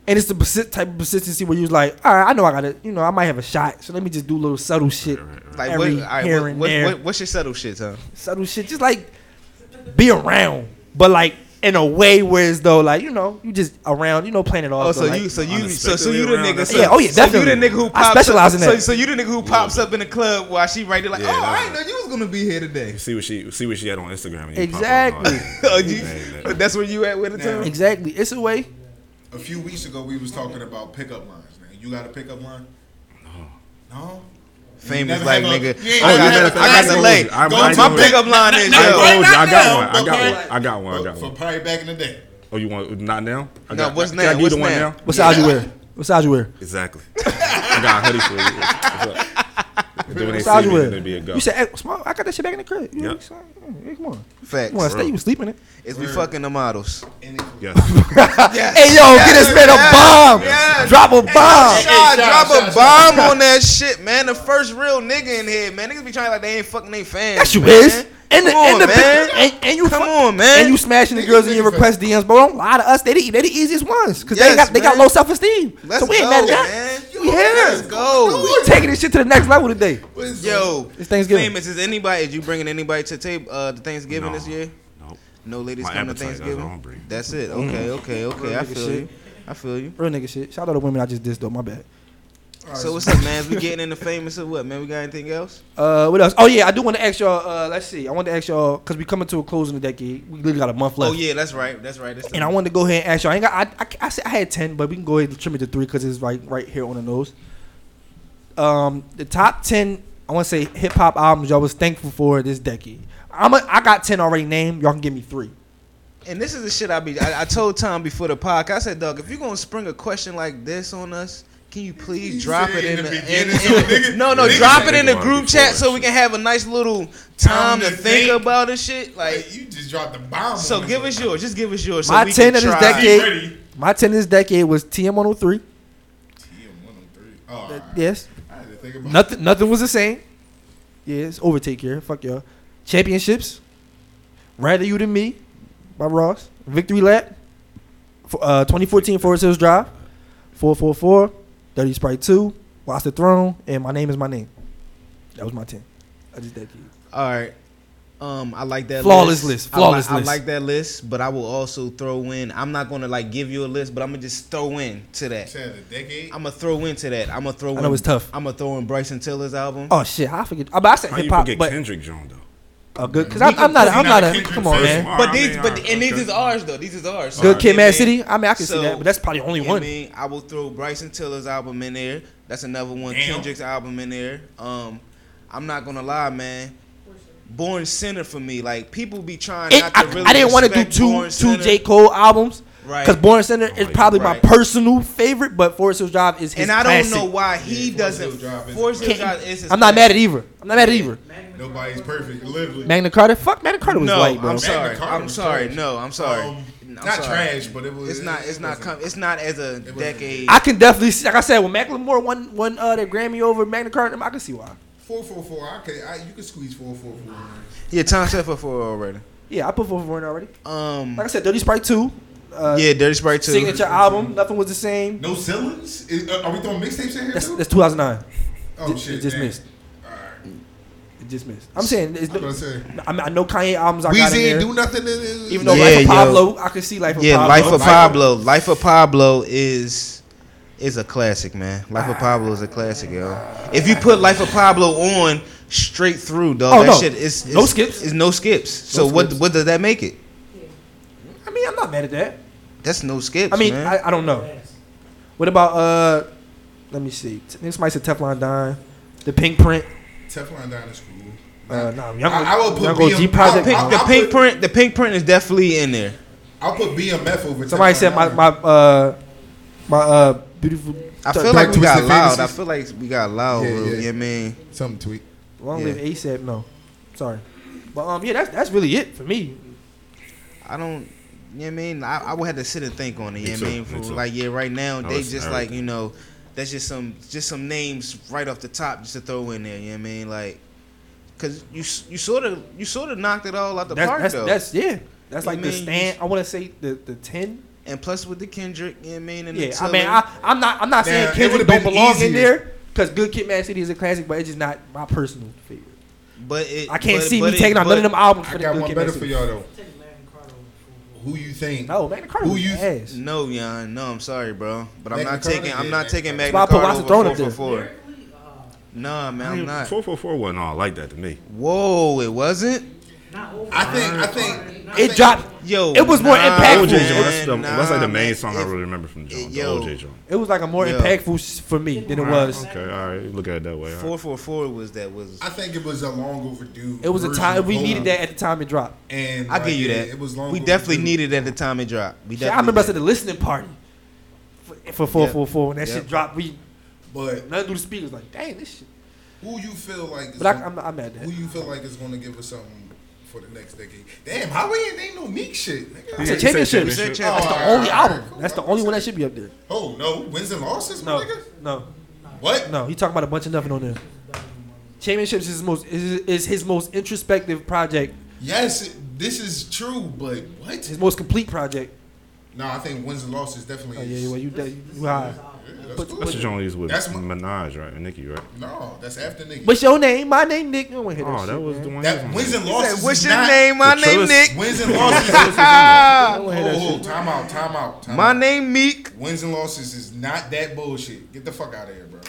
[SPEAKER 9] And it's the persi- type of persistency where you was like, all right, I know I gotta, you know, I might have a shot, so let me just do little subtle shit.
[SPEAKER 6] like what,
[SPEAKER 9] every
[SPEAKER 6] all right,
[SPEAKER 9] here
[SPEAKER 6] what,
[SPEAKER 9] and
[SPEAKER 6] what-
[SPEAKER 9] there.
[SPEAKER 6] what- what's your subtle shit, huh?
[SPEAKER 9] Subtle shit, just like be around, but like in a way where it's though, like you know, you just around, you know, playing it off.
[SPEAKER 6] Oh,
[SPEAKER 9] though,
[SPEAKER 6] so
[SPEAKER 9] like-
[SPEAKER 6] you, so you, so, so you the
[SPEAKER 9] around,
[SPEAKER 6] nigga.
[SPEAKER 9] that's
[SPEAKER 6] So,
[SPEAKER 9] it. Yeah, oh, yeah,
[SPEAKER 6] So you the
[SPEAKER 9] definitely.
[SPEAKER 6] nigga who
[SPEAKER 9] I
[SPEAKER 6] pops
[SPEAKER 9] specialize
[SPEAKER 6] up,
[SPEAKER 9] in that.
[SPEAKER 6] So, so you the nigga who pops up in the club while she right there, like,
[SPEAKER 4] Yeah,
[SPEAKER 6] oh,
[SPEAKER 4] that's-
[SPEAKER 6] I didn't know you was gonna be here today.
[SPEAKER 4] See what she see what she had on Instagram. and you pop up and all
[SPEAKER 9] Exactly.
[SPEAKER 4] that.
[SPEAKER 6] that's where you at with it,
[SPEAKER 11] Tom?
[SPEAKER 9] Exactly. It's a way.
[SPEAKER 11] A few weeks ago, we was talking about pickup lines, man. You got a pickup line? No. No.
[SPEAKER 6] Famous
[SPEAKER 11] never
[SPEAKER 6] like
[SPEAKER 11] have a-
[SPEAKER 6] nigga.
[SPEAKER 11] You ain't
[SPEAKER 6] I
[SPEAKER 11] never
[SPEAKER 6] got,
[SPEAKER 11] had
[SPEAKER 6] I
[SPEAKER 11] a-
[SPEAKER 6] got the leg.
[SPEAKER 4] I-
[SPEAKER 6] Go
[SPEAKER 4] I-
[SPEAKER 6] to my pickup line is
[SPEAKER 4] I
[SPEAKER 6] yo.
[SPEAKER 4] told you, I got one. I got one. I got one. I got
[SPEAKER 11] For
[SPEAKER 4] one.
[SPEAKER 11] probably back in the day.
[SPEAKER 4] Oh, you want not now? I
[SPEAKER 11] No,
[SPEAKER 4] got,
[SPEAKER 11] what's
[SPEAKER 4] can I
[SPEAKER 11] now?
[SPEAKER 4] give you
[SPEAKER 11] What's
[SPEAKER 4] the one
[SPEAKER 11] now?
[SPEAKER 4] now?
[SPEAKER 9] What size you wear? What size you wear?
[SPEAKER 4] Exactly. I got a hoodie for you. What's up? Then when
[SPEAKER 9] What
[SPEAKER 4] they see
[SPEAKER 9] size you
[SPEAKER 4] me, then
[SPEAKER 9] wear?
[SPEAKER 4] they be a go.
[SPEAKER 9] You said, hey, small, I got that shit back in the crib. You know
[SPEAKER 4] Yep.
[SPEAKER 9] what I'm saying? Hey, come on.
[SPEAKER 6] Facts.
[SPEAKER 9] Come on, stay, you was sleeping it.
[SPEAKER 6] Is we fucking the models.
[SPEAKER 4] Yes.
[SPEAKER 9] Hey, yo, get this man a bomb. Drop a bomb.
[SPEAKER 6] Hey, Sean, Ah, drop a bomb on that shit, man. The first real nigga in here, man. Niggas be trying like they ain't fucking they fans.
[SPEAKER 9] Yes, you
[SPEAKER 6] man.
[SPEAKER 9] is. And the,
[SPEAKER 6] Come
[SPEAKER 9] and
[SPEAKER 6] on,
[SPEAKER 9] the
[SPEAKER 6] man.
[SPEAKER 9] and, and you
[SPEAKER 6] come on, man.
[SPEAKER 9] And you smashing the girls in your request DMs, bro. Don't lie to us. They the, they the easiest ones because
[SPEAKER 6] Yes,
[SPEAKER 9] they got they got
[SPEAKER 6] man.
[SPEAKER 9] low self esteem.
[SPEAKER 6] Let's
[SPEAKER 9] So we ain't
[SPEAKER 6] go,
[SPEAKER 9] mad at that.
[SPEAKER 6] man.
[SPEAKER 9] We here. Let's
[SPEAKER 6] go.
[SPEAKER 9] We taking this shit to the next level today.
[SPEAKER 6] Yo,
[SPEAKER 9] It's Thanksgiving.
[SPEAKER 6] Famous is anybody? Is you bringing anybody to table uh, the Thanksgiving
[SPEAKER 4] No.
[SPEAKER 6] this year?
[SPEAKER 4] Nope.
[SPEAKER 6] No ladies
[SPEAKER 4] My
[SPEAKER 6] coming to
[SPEAKER 4] appetite, that's
[SPEAKER 6] Thanksgiving.
[SPEAKER 4] what I'm bringing.
[SPEAKER 6] That's, it.
[SPEAKER 4] Mm-hmm.
[SPEAKER 6] Okay,
[SPEAKER 9] Mm.
[SPEAKER 6] okay, okay.
[SPEAKER 9] Real
[SPEAKER 6] I
[SPEAKER 9] nigga
[SPEAKER 6] feel
[SPEAKER 9] shit.
[SPEAKER 6] you. I feel you.
[SPEAKER 9] Real nigga shit. Shout out to the women I just dissed though. My bad.
[SPEAKER 6] So what's up, man? we getting into famous or what, man? We got anything else?
[SPEAKER 9] Uh, what else? Oh yeah, I do want to ask y'all. Uh, let's see. I want to ask y'all because we coming to a close in the decade. We literally got a month left.
[SPEAKER 6] Oh yeah, that's right. That's right. That's the-
[SPEAKER 9] And I wanted to go ahead and ask y'all. I, ain't got, I, I, I said I had ten, but we can go ahead and trim it to three because it's like right here on the nose. Um, the top ten, I want to say hip hop albums y'all was thankful for this decade. I'm a, I got ten already named. Y'all can give me three.
[SPEAKER 6] And this is the shit I be. I, I told Tom before the podcast. I said, "Doug, if you're gonna spring a question like this on us, can you please drop it
[SPEAKER 11] said in
[SPEAKER 6] in,
[SPEAKER 11] the
[SPEAKER 6] the, in,
[SPEAKER 11] beginning,
[SPEAKER 6] in
[SPEAKER 11] so
[SPEAKER 6] the-
[SPEAKER 11] niggas-
[SPEAKER 6] no, no,
[SPEAKER 11] niggas
[SPEAKER 6] drop
[SPEAKER 11] ain't
[SPEAKER 6] it in
[SPEAKER 11] think
[SPEAKER 6] the
[SPEAKER 11] about
[SPEAKER 6] group
[SPEAKER 11] it
[SPEAKER 6] chat
[SPEAKER 11] before
[SPEAKER 6] so we can have a nice little time to think about this shit. Like
[SPEAKER 11] you just dropped the bomb.
[SPEAKER 6] So give us yours. Just give us yours. so
[SPEAKER 9] my
[SPEAKER 6] we
[SPEAKER 9] ten
[SPEAKER 6] can
[SPEAKER 9] of this
[SPEAKER 6] try.
[SPEAKER 9] decade. My ten of this decade was TM 103.
[SPEAKER 11] Oh, all right.
[SPEAKER 9] Yes.
[SPEAKER 11] I had to think about it.
[SPEAKER 9] Nothing. Nothing was the same. Yes. Overtake here. Fuck y'all. Championships. Rather you than me, by Ross. Victory lap. F- Uh, 2014 Forest Hills Drive. 444. Dirty Sprite 2. Watch the Throne. And my name is my name. That was my 10. I just that you.
[SPEAKER 6] All right. Um, I like that
[SPEAKER 9] Flawless list,
[SPEAKER 6] I li-
[SPEAKER 9] flawless
[SPEAKER 6] I
[SPEAKER 9] list.
[SPEAKER 6] like that list, but I will also throw in. I'm not gonna like give you a list, but I'm gonna just throw in to that.
[SPEAKER 11] Said the decade.
[SPEAKER 6] I'm gonna throw into that. I'm gonna throw.
[SPEAKER 9] I know
[SPEAKER 6] in,
[SPEAKER 9] it's tough.
[SPEAKER 6] I'm gonna throw in Bryson Tiller's album.
[SPEAKER 9] Oh shit, I forget. I, but I said
[SPEAKER 4] How you
[SPEAKER 9] hip hop,
[SPEAKER 4] forget
[SPEAKER 9] but
[SPEAKER 4] Kendrick John though?
[SPEAKER 9] uh, good because I'm, I'm not. I'm not a. Come on, man.
[SPEAKER 6] But these, but and these is ours though. These is ours.
[SPEAKER 9] Good Kid,
[SPEAKER 6] You
[SPEAKER 9] Mad
[SPEAKER 6] mean?
[SPEAKER 9] City? I mean, I can see that, but that's probably the only
[SPEAKER 6] you
[SPEAKER 9] one.
[SPEAKER 6] mean, I will throw Bryson Tiller's album in there. That's another one.
[SPEAKER 11] Damn.
[SPEAKER 6] Kendrick's album in there. Um, I'm not gonna lie, man. Born Sinner for me, like people be trying
[SPEAKER 9] It,
[SPEAKER 6] not to
[SPEAKER 9] I,
[SPEAKER 6] really.
[SPEAKER 9] I didn't want to do
[SPEAKER 6] respect
[SPEAKER 9] two
[SPEAKER 6] Born
[SPEAKER 9] two
[SPEAKER 6] Sinner.
[SPEAKER 9] J Cole albums
[SPEAKER 6] Right.
[SPEAKER 9] because Born Center is probably
[SPEAKER 6] Right.
[SPEAKER 9] my personal favorite, but Forest Hills Drive is his
[SPEAKER 6] and I
[SPEAKER 9] classic.
[SPEAKER 6] don't know why he doesn't. Force Hill Drive is his
[SPEAKER 9] I'm not mad at
[SPEAKER 6] classic.
[SPEAKER 9] either. I'm not mad at either.
[SPEAKER 11] Nobody's perfect, literally.
[SPEAKER 9] Magna Carta, fuck Magna Carta was
[SPEAKER 6] no,
[SPEAKER 9] white, bro.
[SPEAKER 6] I'm sorry.
[SPEAKER 11] Carta
[SPEAKER 6] I'm
[SPEAKER 11] was
[SPEAKER 6] sorry.
[SPEAKER 11] trash.
[SPEAKER 6] No, I'm sorry.
[SPEAKER 11] Um,
[SPEAKER 6] I'm
[SPEAKER 11] not
[SPEAKER 6] sorry.
[SPEAKER 11] trash, but it was-
[SPEAKER 6] It's not. It's not. Com- it's not as a decade.
[SPEAKER 9] I can definitely see, like I said, when Macklemore won won uh, that Grammy over Magna Carta, I can see why.
[SPEAKER 11] Four four four. I could. I, you could squeeze four four four. man.
[SPEAKER 6] Yeah, Tom said for four already.
[SPEAKER 9] Yeah, I put four for it already.
[SPEAKER 6] Um,
[SPEAKER 9] like I said, Dirty Sprite two. Uh,
[SPEAKER 6] Yeah, Dirty Sprite 2.
[SPEAKER 9] Signature album, nothing was the same.
[SPEAKER 11] No ceilings. Is, uh, are we throwing mixtapes in here
[SPEAKER 9] That's
[SPEAKER 11] too?
[SPEAKER 9] that's 2009.
[SPEAKER 11] Oh
[SPEAKER 9] Ju-
[SPEAKER 11] shit!
[SPEAKER 9] Just
[SPEAKER 11] damn.
[SPEAKER 9] missed. It just missed. I'm saying, it's
[SPEAKER 11] I was
[SPEAKER 9] no,
[SPEAKER 11] gonna say.
[SPEAKER 9] I, mean, I know Kanye albums. I
[SPEAKER 11] Weezy
[SPEAKER 9] got in
[SPEAKER 11] ain't
[SPEAKER 9] there.
[SPEAKER 11] do nothing in his-
[SPEAKER 9] Even though Life of Pablo, I could see Life of
[SPEAKER 6] yeah,
[SPEAKER 9] Pablo.
[SPEAKER 6] Life of Pablo. Life of Pablo is is a classic, man. Life of Pablo is a classic, yo. If you put Life of Pablo on straight through, dog,
[SPEAKER 9] Oh,
[SPEAKER 6] that
[SPEAKER 9] no.
[SPEAKER 6] shit is, is
[SPEAKER 9] No skips.
[SPEAKER 6] Is no skips. so what what does that make it?
[SPEAKER 9] I mean, I'm not mad at that.
[SPEAKER 6] That's no skips.
[SPEAKER 9] I mean,
[SPEAKER 6] man.
[SPEAKER 9] I, I don't know. What about uh? Let me see. T- This might say Teflon Don, the Pink Print.
[SPEAKER 11] Teflon Don is cool.
[SPEAKER 9] Uh, nah, Young,
[SPEAKER 11] I- I would put
[SPEAKER 9] Young OG
[SPEAKER 11] BM
[SPEAKER 9] Project.
[SPEAKER 11] I'll- I'll-
[SPEAKER 6] the pink print, the pink print is definitely in there.
[SPEAKER 11] I'll put BMF over.
[SPEAKER 9] Somebody
[SPEAKER 11] Teflon
[SPEAKER 9] said my
[SPEAKER 11] Don.
[SPEAKER 9] my uh my uh beautiful.
[SPEAKER 6] I feel like we got loud. I feel like we got loud.
[SPEAKER 9] Yeah,
[SPEAKER 6] Yeah,
[SPEAKER 9] yeah.
[SPEAKER 6] You know what I mean?
[SPEAKER 11] Something tweet.
[SPEAKER 9] Long live ASAP. No, sorry, but um, yeah, that's that's really it for me.
[SPEAKER 6] I don't. You know what I mean? I, I would have to sit and think on it. You know
[SPEAKER 9] Me
[SPEAKER 6] what I
[SPEAKER 9] too,
[SPEAKER 6] mean?
[SPEAKER 9] me
[SPEAKER 6] For,
[SPEAKER 9] too. Oh,
[SPEAKER 6] like yeah, right now
[SPEAKER 9] I
[SPEAKER 6] they
[SPEAKER 9] listen to
[SPEAKER 6] just like you know, that's just some just some names right off the top just to throw in there. You know what I mean? Like, cause you s- you sort of you sort of knocked it all out the
[SPEAKER 9] That's-
[SPEAKER 6] park
[SPEAKER 9] that's-
[SPEAKER 6] though.
[SPEAKER 9] that's- yeah. That's
[SPEAKER 6] You
[SPEAKER 9] like
[SPEAKER 6] know
[SPEAKER 9] the
[SPEAKER 6] what I mean?
[SPEAKER 9] stand- I want to say the the ten.
[SPEAKER 6] And plus with the Kendrick, you know what I mean? And the
[SPEAKER 9] Yeah, I mean,
[SPEAKER 6] Tiller.
[SPEAKER 9] I I'm not I'm not saying
[SPEAKER 6] Now, it
[SPEAKER 9] Kendrick
[SPEAKER 6] would've
[SPEAKER 9] don't
[SPEAKER 6] been
[SPEAKER 9] belong in
[SPEAKER 6] easier.
[SPEAKER 9] there because Good Kid, Mad City is a classic, but it's just not my personal favorite.
[SPEAKER 6] But it,
[SPEAKER 9] I can't
[SPEAKER 6] but-
[SPEAKER 9] see
[SPEAKER 6] but
[SPEAKER 9] me
[SPEAKER 6] it-
[SPEAKER 9] taking out none of
[SPEAKER 6] but-
[SPEAKER 9] them albums
[SPEAKER 11] I
[SPEAKER 9] for the
[SPEAKER 11] got
[SPEAKER 9] Good
[SPEAKER 11] one
[SPEAKER 9] Kid,
[SPEAKER 11] better
[SPEAKER 9] Mad
[SPEAKER 11] for
[SPEAKER 9] City.
[SPEAKER 11] y'all though. Who you think?
[SPEAKER 9] No, Magna Carta
[SPEAKER 11] Who
[SPEAKER 9] was
[SPEAKER 11] you?
[SPEAKER 9] ass.
[SPEAKER 6] No, Yon. No, I'm sorry, bro. But I'm
[SPEAKER 11] Magna
[SPEAKER 6] not
[SPEAKER 11] Carta
[SPEAKER 6] taking.
[SPEAKER 11] is
[SPEAKER 6] I'm not
[SPEAKER 11] Magna
[SPEAKER 6] taking
[SPEAKER 11] Carta.
[SPEAKER 6] Magna
[SPEAKER 11] That's why I put
[SPEAKER 6] Carta
[SPEAKER 11] Watson Throne
[SPEAKER 6] over
[SPEAKER 11] up
[SPEAKER 6] four
[SPEAKER 11] there.
[SPEAKER 6] for four. Nah, man, I'm not.
[SPEAKER 4] Four four four wasn't all like that to me.
[SPEAKER 6] Whoa, it wasn't.
[SPEAKER 11] I think. I think. I think-
[SPEAKER 6] Yo,
[SPEAKER 9] it was more
[SPEAKER 6] nah,
[SPEAKER 9] impactful.
[SPEAKER 4] OJ Jones, that's, the,
[SPEAKER 6] man,
[SPEAKER 4] that's like
[SPEAKER 6] nah,
[SPEAKER 4] the main
[SPEAKER 6] man.
[SPEAKER 4] song I really remember from Jones.
[SPEAKER 6] yo.
[SPEAKER 4] the OJ Jones.
[SPEAKER 9] It was like a more
[SPEAKER 6] Yeah.
[SPEAKER 9] impactful s- for me than it was.
[SPEAKER 4] Okay, all right. Look at it that way. all right.
[SPEAKER 6] Four four four was that was.
[SPEAKER 11] I think it was a long overdue.
[SPEAKER 9] It was a
[SPEAKER 11] version
[SPEAKER 9] time
[SPEAKER 11] of
[SPEAKER 9] we
[SPEAKER 11] Golden.
[SPEAKER 9] needed that at the time it dropped.
[SPEAKER 11] And
[SPEAKER 6] I
[SPEAKER 11] like,
[SPEAKER 6] give you
[SPEAKER 11] yeah,
[SPEAKER 6] that.
[SPEAKER 11] It was long.
[SPEAKER 6] we
[SPEAKER 11] overdue.
[SPEAKER 6] definitely needed it at the time it dropped. We
[SPEAKER 9] Yeah,
[SPEAKER 6] definitely
[SPEAKER 9] I remember us
[SPEAKER 6] did.
[SPEAKER 9] at the listening party for, for four
[SPEAKER 6] Yep.
[SPEAKER 9] four four when that
[SPEAKER 6] Yep.
[SPEAKER 9] shit dropped. We
[SPEAKER 11] But
[SPEAKER 9] none through the speakers like dang this shit.
[SPEAKER 11] Who you feel like? Is
[SPEAKER 9] But I-
[SPEAKER 11] gonna-
[SPEAKER 9] I'm- I'm mad at that.
[SPEAKER 11] Who you feel like is going to give us something for the next decade? Damn, how we ain't, ain't no Meek shit. nigga.
[SPEAKER 9] I said championship. That's
[SPEAKER 11] Oh,
[SPEAKER 9] the
[SPEAKER 11] all
[SPEAKER 9] only
[SPEAKER 11] right,
[SPEAKER 9] album.
[SPEAKER 11] cool.
[SPEAKER 9] That's the only one that should be up there.
[SPEAKER 11] Oh no, wins and losses, my nigga.
[SPEAKER 9] No.
[SPEAKER 11] What?
[SPEAKER 9] No, he talking about a bunch of nothing on there. Championships is his most is, is his most introspective project,
[SPEAKER 11] Yes, it- this is true, but what?
[SPEAKER 9] his most complete project.
[SPEAKER 11] No, I think wins and losses definitely.
[SPEAKER 9] Oh
[SPEAKER 11] is.
[SPEAKER 9] yeah, well you you, you high.
[SPEAKER 11] that's
[SPEAKER 9] But-
[SPEAKER 11] cool.
[SPEAKER 4] That's the joint he's with
[SPEAKER 11] That's my-
[SPEAKER 4] Minaj, right? And Nicki, right?
[SPEAKER 11] No, that's after Nick.
[SPEAKER 9] What's your name? My name Nick. No one hit
[SPEAKER 4] Oh,
[SPEAKER 9] that
[SPEAKER 4] that
[SPEAKER 9] shit,
[SPEAKER 4] was
[SPEAKER 9] man.
[SPEAKER 4] the one.
[SPEAKER 11] That wins and
[SPEAKER 6] He
[SPEAKER 11] losses.
[SPEAKER 6] said,
[SPEAKER 11] is
[SPEAKER 6] "What's your
[SPEAKER 11] not-
[SPEAKER 6] name? My The name trillers- Nick."
[SPEAKER 11] Wins and losses. is
[SPEAKER 6] Don't
[SPEAKER 11] not-
[SPEAKER 6] hate that
[SPEAKER 11] Oh, time out, time out, time
[SPEAKER 6] My
[SPEAKER 11] out.
[SPEAKER 6] name Meek.
[SPEAKER 11] Wins and losses is not that bullshit. Get the fuck out of here, bro.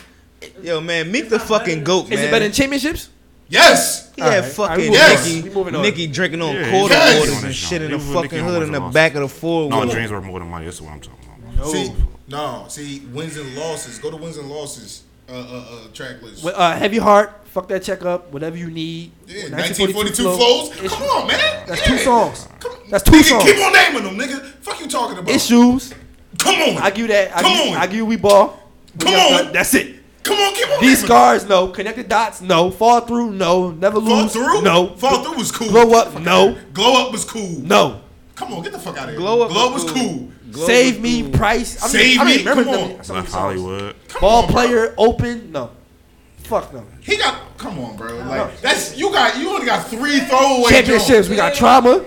[SPEAKER 6] Yo, man, Meek the fucking goat, man.
[SPEAKER 9] Is it better than championships?
[SPEAKER 11] Yes.
[SPEAKER 6] He
[SPEAKER 9] All
[SPEAKER 6] had
[SPEAKER 9] right, all right, we
[SPEAKER 6] fucking
[SPEAKER 9] moving
[SPEAKER 11] Yes.
[SPEAKER 9] on.
[SPEAKER 6] Nicky,
[SPEAKER 9] We moving on.
[SPEAKER 6] Nicky drinking on
[SPEAKER 4] Yeah,
[SPEAKER 6] quarter
[SPEAKER 4] yeah.
[SPEAKER 6] orders and shit in
[SPEAKER 4] He
[SPEAKER 6] the
[SPEAKER 4] was with Nicki
[SPEAKER 6] fucking
[SPEAKER 4] on
[SPEAKER 6] hood
[SPEAKER 4] Wins
[SPEAKER 6] in
[SPEAKER 4] and
[SPEAKER 6] the
[SPEAKER 4] Losses.
[SPEAKER 6] back of the four
[SPEAKER 4] No,
[SPEAKER 6] wheeler.
[SPEAKER 4] dreams were more than money. That's what I'm talking about.
[SPEAKER 11] See, no, see, wins and losses. Go to wins and losses uh, uh, uh, track list.
[SPEAKER 9] With, uh, heavy heart, fuck that checkup, whatever you need.
[SPEAKER 11] Yeah, 1942 flows. Come on, man.
[SPEAKER 9] That's
[SPEAKER 11] Yeah.
[SPEAKER 9] two songs. That's two
[SPEAKER 11] nigga,
[SPEAKER 9] songs.
[SPEAKER 11] Keep on naming them, nigga. Fuck you talking about.
[SPEAKER 9] Issues.
[SPEAKER 11] Come on.
[SPEAKER 9] I give you that. I
[SPEAKER 11] Come
[SPEAKER 9] give,
[SPEAKER 11] on.
[SPEAKER 9] I give you we ball. We
[SPEAKER 11] Come
[SPEAKER 9] got-
[SPEAKER 11] on.
[SPEAKER 9] That's it.
[SPEAKER 11] Come on, keep on.
[SPEAKER 9] These
[SPEAKER 11] naming
[SPEAKER 9] scars, no. Connected dots, no. Fall through, no. Never lose,
[SPEAKER 11] through?
[SPEAKER 9] no.
[SPEAKER 11] Fall through was cool.
[SPEAKER 9] Glow up, no.
[SPEAKER 11] them. Glow up was cool.
[SPEAKER 9] No.
[SPEAKER 11] Come on, get the fuck out of here.
[SPEAKER 6] Glow Up was
[SPEAKER 11] was
[SPEAKER 6] cool.
[SPEAKER 11] cool.
[SPEAKER 6] Glow
[SPEAKER 9] Save
[SPEAKER 6] was
[SPEAKER 9] me,
[SPEAKER 6] cool.
[SPEAKER 9] price. I mean,
[SPEAKER 11] Save
[SPEAKER 9] I mean,
[SPEAKER 11] me.
[SPEAKER 9] remember
[SPEAKER 11] Come
[SPEAKER 9] them-
[SPEAKER 11] on.
[SPEAKER 9] some of
[SPEAKER 4] Left
[SPEAKER 9] these
[SPEAKER 4] Hollywood.
[SPEAKER 9] songs. Ball player, open, no. Fuck no.
[SPEAKER 11] He got. Come on, bro. Like that's you got. You only got three throwaway
[SPEAKER 9] Championships,
[SPEAKER 11] joints.
[SPEAKER 9] we got trauma.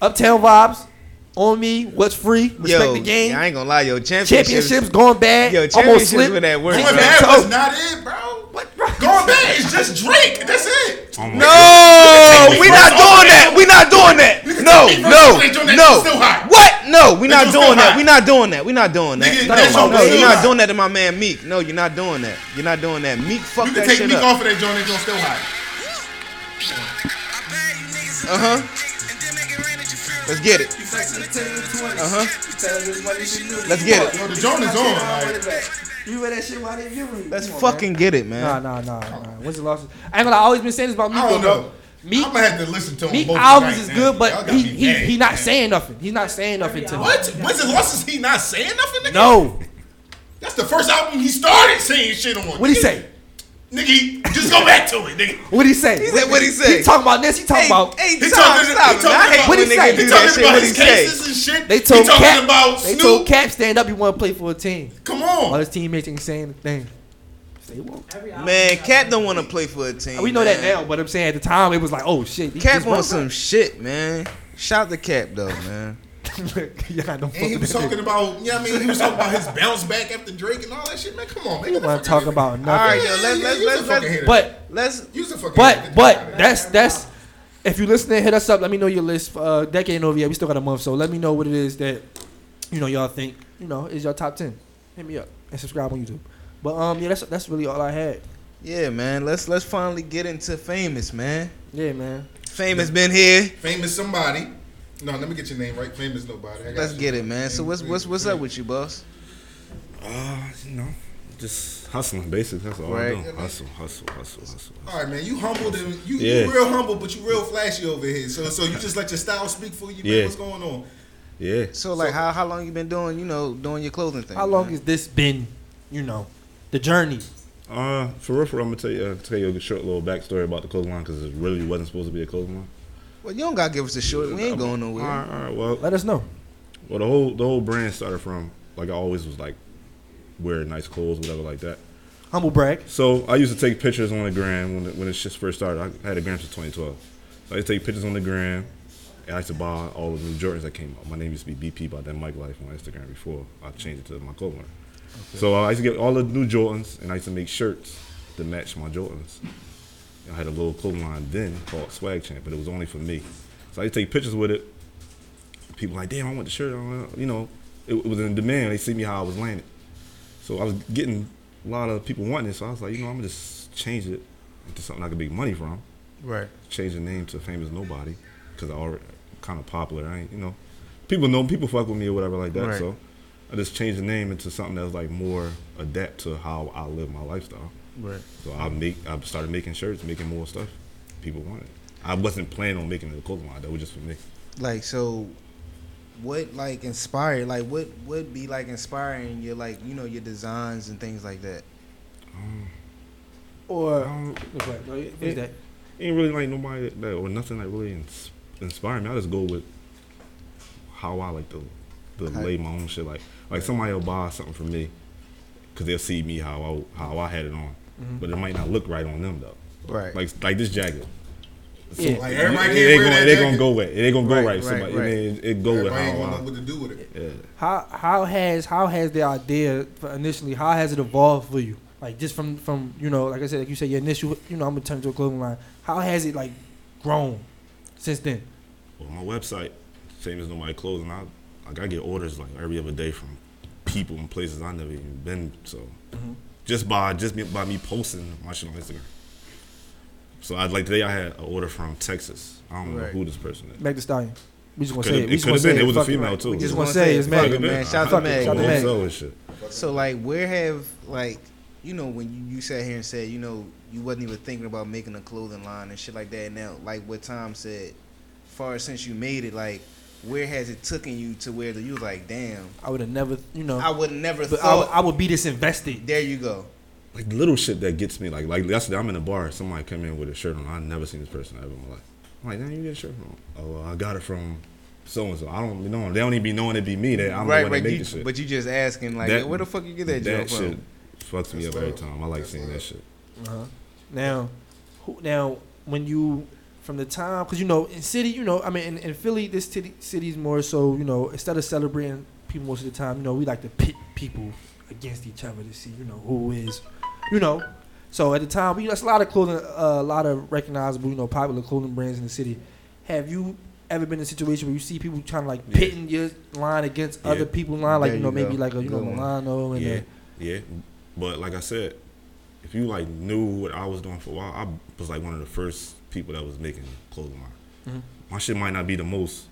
[SPEAKER 9] Uptown vibes. On me, what's free? Respect
[SPEAKER 6] Yo,
[SPEAKER 9] the game.
[SPEAKER 6] I ain't gonna lie, yo, championships.
[SPEAKER 9] Championships going bad.
[SPEAKER 6] Yo,
[SPEAKER 9] almost
[SPEAKER 6] championships
[SPEAKER 9] slipped.
[SPEAKER 6] with that word.
[SPEAKER 11] Going
[SPEAKER 6] bro.
[SPEAKER 11] bad was not it, bro. What? Going bad is just Drake. That's it.
[SPEAKER 6] No,
[SPEAKER 11] Take me
[SPEAKER 6] we
[SPEAKER 11] first
[SPEAKER 6] not
[SPEAKER 11] off
[SPEAKER 6] doing
[SPEAKER 11] the
[SPEAKER 6] that.
[SPEAKER 11] album.
[SPEAKER 6] We not doing that. No,
[SPEAKER 11] take me first
[SPEAKER 6] no,
[SPEAKER 11] off the joint that you still
[SPEAKER 6] no.
[SPEAKER 11] hot.
[SPEAKER 6] What? No, we
[SPEAKER 11] That
[SPEAKER 6] not
[SPEAKER 11] you still
[SPEAKER 6] doing that.
[SPEAKER 11] hot.
[SPEAKER 6] We not doing that. We not doing
[SPEAKER 11] Nigga,
[SPEAKER 6] that. No,
[SPEAKER 11] that joint
[SPEAKER 6] no,
[SPEAKER 11] still
[SPEAKER 6] you're not
[SPEAKER 11] hot.
[SPEAKER 6] doing that to my man Meek. No, you're not doing that. You're not doing that. Meek, fuck
[SPEAKER 11] You
[SPEAKER 6] that
[SPEAKER 11] can take
[SPEAKER 6] shit
[SPEAKER 11] me
[SPEAKER 6] up.
[SPEAKER 11] off of that joint. That joint still hot.
[SPEAKER 6] Uh huh. Let's get it. Uh huh. Let's get
[SPEAKER 11] Yo,
[SPEAKER 6] it.
[SPEAKER 11] Oh, the joint is on. like,
[SPEAKER 9] You wear that shit while they give you.
[SPEAKER 6] Let's fucking get it, man.
[SPEAKER 9] Nah, nah, nah, nah. What's the losses? I ain't gonna. lie, I always been saying this about Meek.
[SPEAKER 11] I don't
[SPEAKER 9] though,
[SPEAKER 11] know.
[SPEAKER 9] bro. Meek,
[SPEAKER 11] I'm gonna have to listen to him.
[SPEAKER 9] Meek
[SPEAKER 11] both
[SPEAKER 9] albums
[SPEAKER 11] tonight,
[SPEAKER 9] is
[SPEAKER 11] man.
[SPEAKER 9] good,
[SPEAKER 11] Y'all
[SPEAKER 9] but
[SPEAKER 11] got
[SPEAKER 9] he
[SPEAKER 11] me
[SPEAKER 9] he
[SPEAKER 11] mad.
[SPEAKER 9] he not saying nothing. He's not saying nothing to me.
[SPEAKER 11] What? Wins and losses? He not saying nothing. Nigga?
[SPEAKER 9] No.
[SPEAKER 11] That's the first album he started saying shit on.
[SPEAKER 9] What he say?
[SPEAKER 11] Nigga, just go back to it, nigga.
[SPEAKER 9] What he say? He
[SPEAKER 6] said, what he say?
[SPEAKER 9] He talking about this. He talking about.
[SPEAKER 6] Hey,
[SPEAKER 11] He
[SPEAKER 6] stop,
[SPEAKER 11] talking- he
[SPEAKER 6] stop.
[SPEAKER 11] talking
[SPEAKER 6] I hate
[SPEAKER 11] about-
[SPEAKER 6] when
[SPEAKER 9] he
[SPEAKER 6] niggas
[SPEAKER 9] say?
[SPEAKER 6] do
[SPEAKER 9] He
[SPEAKER 6] that
[SPEAKER 11] talking
[SPEAKER 6] shit.
[SPEAKER 11] about
[SPEAKER 6] What he
[SPEAKER 11] his
[SPEAKER 6] say?
[SPEAKER 11] cases and shit.
[SPEAKER 9] They
[SPEAKER 11] He
[SPEAKER 9] told
[SPEAKER 11] talking
[SPEAKER 9] Cap.
[SPEAKER 11] about
[SPEAKER 9] they
[SPEAKER 11] Snoop.
[SPEAKER 9] told Cap stand up. You want to play for a team.
[SPEAKER 11] Come on.
[SPEAKER 9] All his teammates ain't saying a thing. Stay woke.
[SPEAKER 6] Man, Cat don't want to play for a team.
[SPEAKER 9] We know that
[SPEAKER 6] man.
[SPEAKER 9] now, but I'm saying at the time it was like, oh shit. these-
[SPEAKER 6] Cap
[SPEAKER 9] these
[SPEAKER 6] on
[SPEAKER 9] brothers-
[SPEAKER 6] some shit, man. Shout the Cap though, man.
[SPEAKER 9] Y'all don't fuck
[SPEAKER 13] And he
[SPEAKER 9] with
[SPEAKER 13] was
[SPEAKER 9] that
[SPEAKER 13] talking
[SPEAKER 9] nigga.
[SPEAKER 13] about, you know what I mean? He was talking about his bounce back after Drake and all that shit, man. Come on, man.
[SPEAKER 9] We
[SPEAKER 13] Get the
[SPEAKER 9] want to talk about nothing.
[SPEAKER 13] All right, yo, let's- let's- let's- let's-
[SPEAKER 9] But
[SPEAKER 6] let's
[SPEAKER 13] use the fucking.
[SPEAKER 9] But but that's that's. If you listening, hit us up. Let me know your list. Uh, decade ain't over yet. We still got a month, so let me know what it is that you know y'all think. You know, is your top ten? Hit me up and subscribe on YouTube. But um, yeah, that's that's really all I had.
[SPEAKER 6] Yeah, man. Let's let's finally get into famous, man.
[SPEAKER 9] Yeah, man.
[SPEAKER 6] Famous been here.
[SPEAKER 13] Famous somebody. No, let me get your name right. Famous nobody. I got
[SPEAKER 6] Let's
[SPEAKER 13] you.
[SPEAKER 6] get it, man. So what's what's what's up with you, boss?
[SPEAKER 11] Uh, you know, just hustling, basics. That's all
[SPEAKER 13] Right.
[SPEAKER 11] I do. Hustle, hustle, hustle, hustle.
[SPEAKER 13] All right, man. You humbled and you,
[SPEAKER 11] Yeah.
[SPEAKER 13] you real humble, but you real flashy over here. So so you just let your style speak for you. Man.
[SPEAKER 11] Yeah.
[SPEAKER 13] What's going on?
[SPEAKER 11] Yeah.
[SPEAKER 6] So like how how long you been doing, you know, doing your clothing thing?
[SPEAKER 9] How long has this been? You know, the journey.
[SPEAKER 11] Uh, for real, for real, I'm gonna tell you, uh, tell you a short little backstory about the clothesline because it really wasn't supposed to be a clothesline.
[SPEAKER 6] Well, you don't gotta give us a short. We ain't going nowhere.
[SPEAKER 11] All right, all right, well,
[SPEAKER 9] let us know.
[SPEAKER 11] Well, the whole the whole brand started from like I always was like wearing nice clothes, whatever, like that.
[SPEAKER 9] Humble brag.
[SPEAKER 11] So I used to take pictures on the gram when it, when it just first started. I had a gram since 2012. So I used to take pictures on the gram. And I used to buy all the new Jordans that came out. My name used to be BP by then Mike Life on Instagram before I changed it to my clothing. line.
[SPEAKER 14] Okay.
[SPEAKER 11] So I used to get all the new Jordans and I used to make shirts to match my Jordans. I had a little clothing line then called Swag Champ, but it was only for me. So I used to take pictures with it. People like, damn, I want the shirt. I want- You know, it, it was in demand. They see me how I was landed. So I was getting a lot of people wanting it. So I was like, you know, I'm gonna just change it into something I can make money from.
[SPEAKER 6] Right.
[SPEAKER 11] Change the name to Famous Nobody because I already kind of popular. I ain't, you know, people know people fuck with me or whatever like that.
[SPEAKER 6] Right.
[SPEAKER 11] So I just changed the name into something that's like more adapt to how I live my lifestyle.
[SPEAKER 6] Right.
[SPEAKER 11] So I make I started making shirts, making more stuff. People want it. I wasn't planning on making it a clothing line. That was just for me.
[SPEAKER 6] Like so what like inspired like what would be like inspiring your like you know your designs and things like that
[SPEAKER 9] or
[SPEAKER 11] um, It- Ain't really like nobody that, that- or nothing that really ins- inspired me. I just go with how I like to, to
[SPEAKER 6] Okay.
[SPEAKER 11] lay my own shit. Like like somebody will buy something from me because they'll see me how I how I had it on,
[SPEAKER 13] Mm-hmm.
[SPEAKER 6] Mhm.
[SPEAKER 11] but it might not look right on them though.
[SPEAKER 6] Right.
[SPEAKER 11] Like like this jacket.
[SPEAKER 13] Yeah.
[SPEAKER 11] So-
[SPEAKER 13] Like,
[SPEAKER 11] it-
[SPEAKER 13] everybody
[SPEAKER 11] it
[SPEAKER 13] can't
[SPEAKER 11] ain't
[SPEAKER 13] wear
[SPEAKER 11] gonna-
[SPEAKER 13] that
[SPEAKER 11] It ain't gonna
[SPEAKER 13] jacket.
[SPEAKER 11] go right. It ain't gonna go
[SPEAKER 13] Right,
[SPEAKER 11] right.
[SPEAKER 13] right,
[SPEAKER 11] somebody.
[SPEAKER 13] right.
[SPEAKER 11] It, it, it go with how
[SPEAKER 13] Everybody ain't gonna
[SPEAKER 11] I-
[SPEAKER 13] know what to do with it.
[SPEAKER 11] Yeah.
[SPEAKER 9] How how has how has the idea for initially how has it evolved for you? Like just from from you know, like I said, like you said, your initial, you know, I'm gonna turn to a clothing line. How has it like grown since then?
[SPEAKER 11] Well, my website, same as nobody closing. I like I get orders like every other day from people and places I never even been. So
[SPEAKER 6] Mm-hmm.
[SPEAKER 14] Mhm.
[SPEAKER 11] just by just me- by me posting my shit on Instagram. So I like today I had an order from Texas. I don't know
[SPEAKER 9] Right.
[SPEAKER 11] who this person is.
[SPEAKER 9] Meg Thee Stallion. We just gonna
[SPEAKER 11] Could've-
[SPEAKER 9] say it. We
[SPEAKER 11] it
[SPEAKER 9] just gonna
[SPEAKER 11] could've
[SPEAKER 9] say
[SPEAKER 11] been. It was a
[SPEAKER 9] Fuck
[SPEAKER 11] female
[SPEAKER 9] right.
[SPEAKER 11] too.
[SPEAKER 9] We just
[SPEAKER 11] It
[SPEAKER 9] gonna
[SPEAKER 11] was
[SPEAKER 9] say
[SPEAKER 11] a
[SPEAKER 9] it's
[SPEAKER 11] female.
[SPEAKER 9] Meg.
[SPEAKER 11] Fuck it, man.
[SPEAKER 6] shout out to
[SPEAKER 11] Fuck it.
[SPEAKER 6] Meg.
[SPEAKER 11] Shout out to Meg. So and shit.
[SPEAKER 6] So like, where have like, you know, when you, you sat here and said, you know, you wasn't even thinking about making a clothing line and shit like that. Now, like what Tom said, far as since you made it, like, where has it taken you to where you was like, damn,
[SPEAKER 9] I would have never, you know,
[SPEAKER 6] I would never
[SPEAKER 9] Uh, But I,
[SPEAKER 6] thought.
[SPEAKER 9] would- I would be this invested.
[SPEAKER 6] There you go.
[SPEAKER 11] Like little shit that gets me. Like like yesterday I'm in a bar. Somebody come in with a shirt on. I never seen this person ever in my life. I'm like, damn, you get a shirt from? Oh, well, I got it from so and so. I don't know. They don't even be knowing it be me. They I don't know
[SPEAKER 6] right,
[SPEAKER 11] where
[SPEAKER 6] right.
[SPEAKER 11] they make
[SPEAKER 6] you-
[SPEAKER 11] the shit.
[SPEAKER 6] But you just asking like, where the fuck you get that, joke
[SPEAKER 11] shit
[SPEAKER 6] from?
[SPEAKER 11] fucks me up every time. I like seeing that shit.
[SPEAKER 9] Uh-huh. Now, who, now when you from the time because you know in city, you know, I mean in, in Philly, this city city's more so you know instead of celebrating people most of the time, you know, we like to pit people against each other to see you know who is, you know. So at the time, we that's a lot of clothing, uh, a lot of recognizable, you know, popular clothing brands in the city. Have you ever been in a situation where you see people trying to like pitting your line against
[SPEAKER 11] Yeah.
[SPEAKER 9] other people's line, like
[SPEAKER 11] There
[SPEAKER 9] you know
[SPEAKER 11] you
[SPEAKER 9] maybe
[SPEAKER 11] go.
[SPEAKER 9] like a you know
[SPEAKER 11] Good one.
[SPEAKER 9] Milano and
[SPEAKER 11] yeah,
[SPEAKER 9] a-
[SPEAKER 11] yeah. But like I said, if you like knew what I was doing for a while, I was like one of the first people that was making clothing
[SPEAKER 6] Mm-hmm.
[SPEAKER 14] Mhm.
[SPEAKER 11] line. My shit might not be the most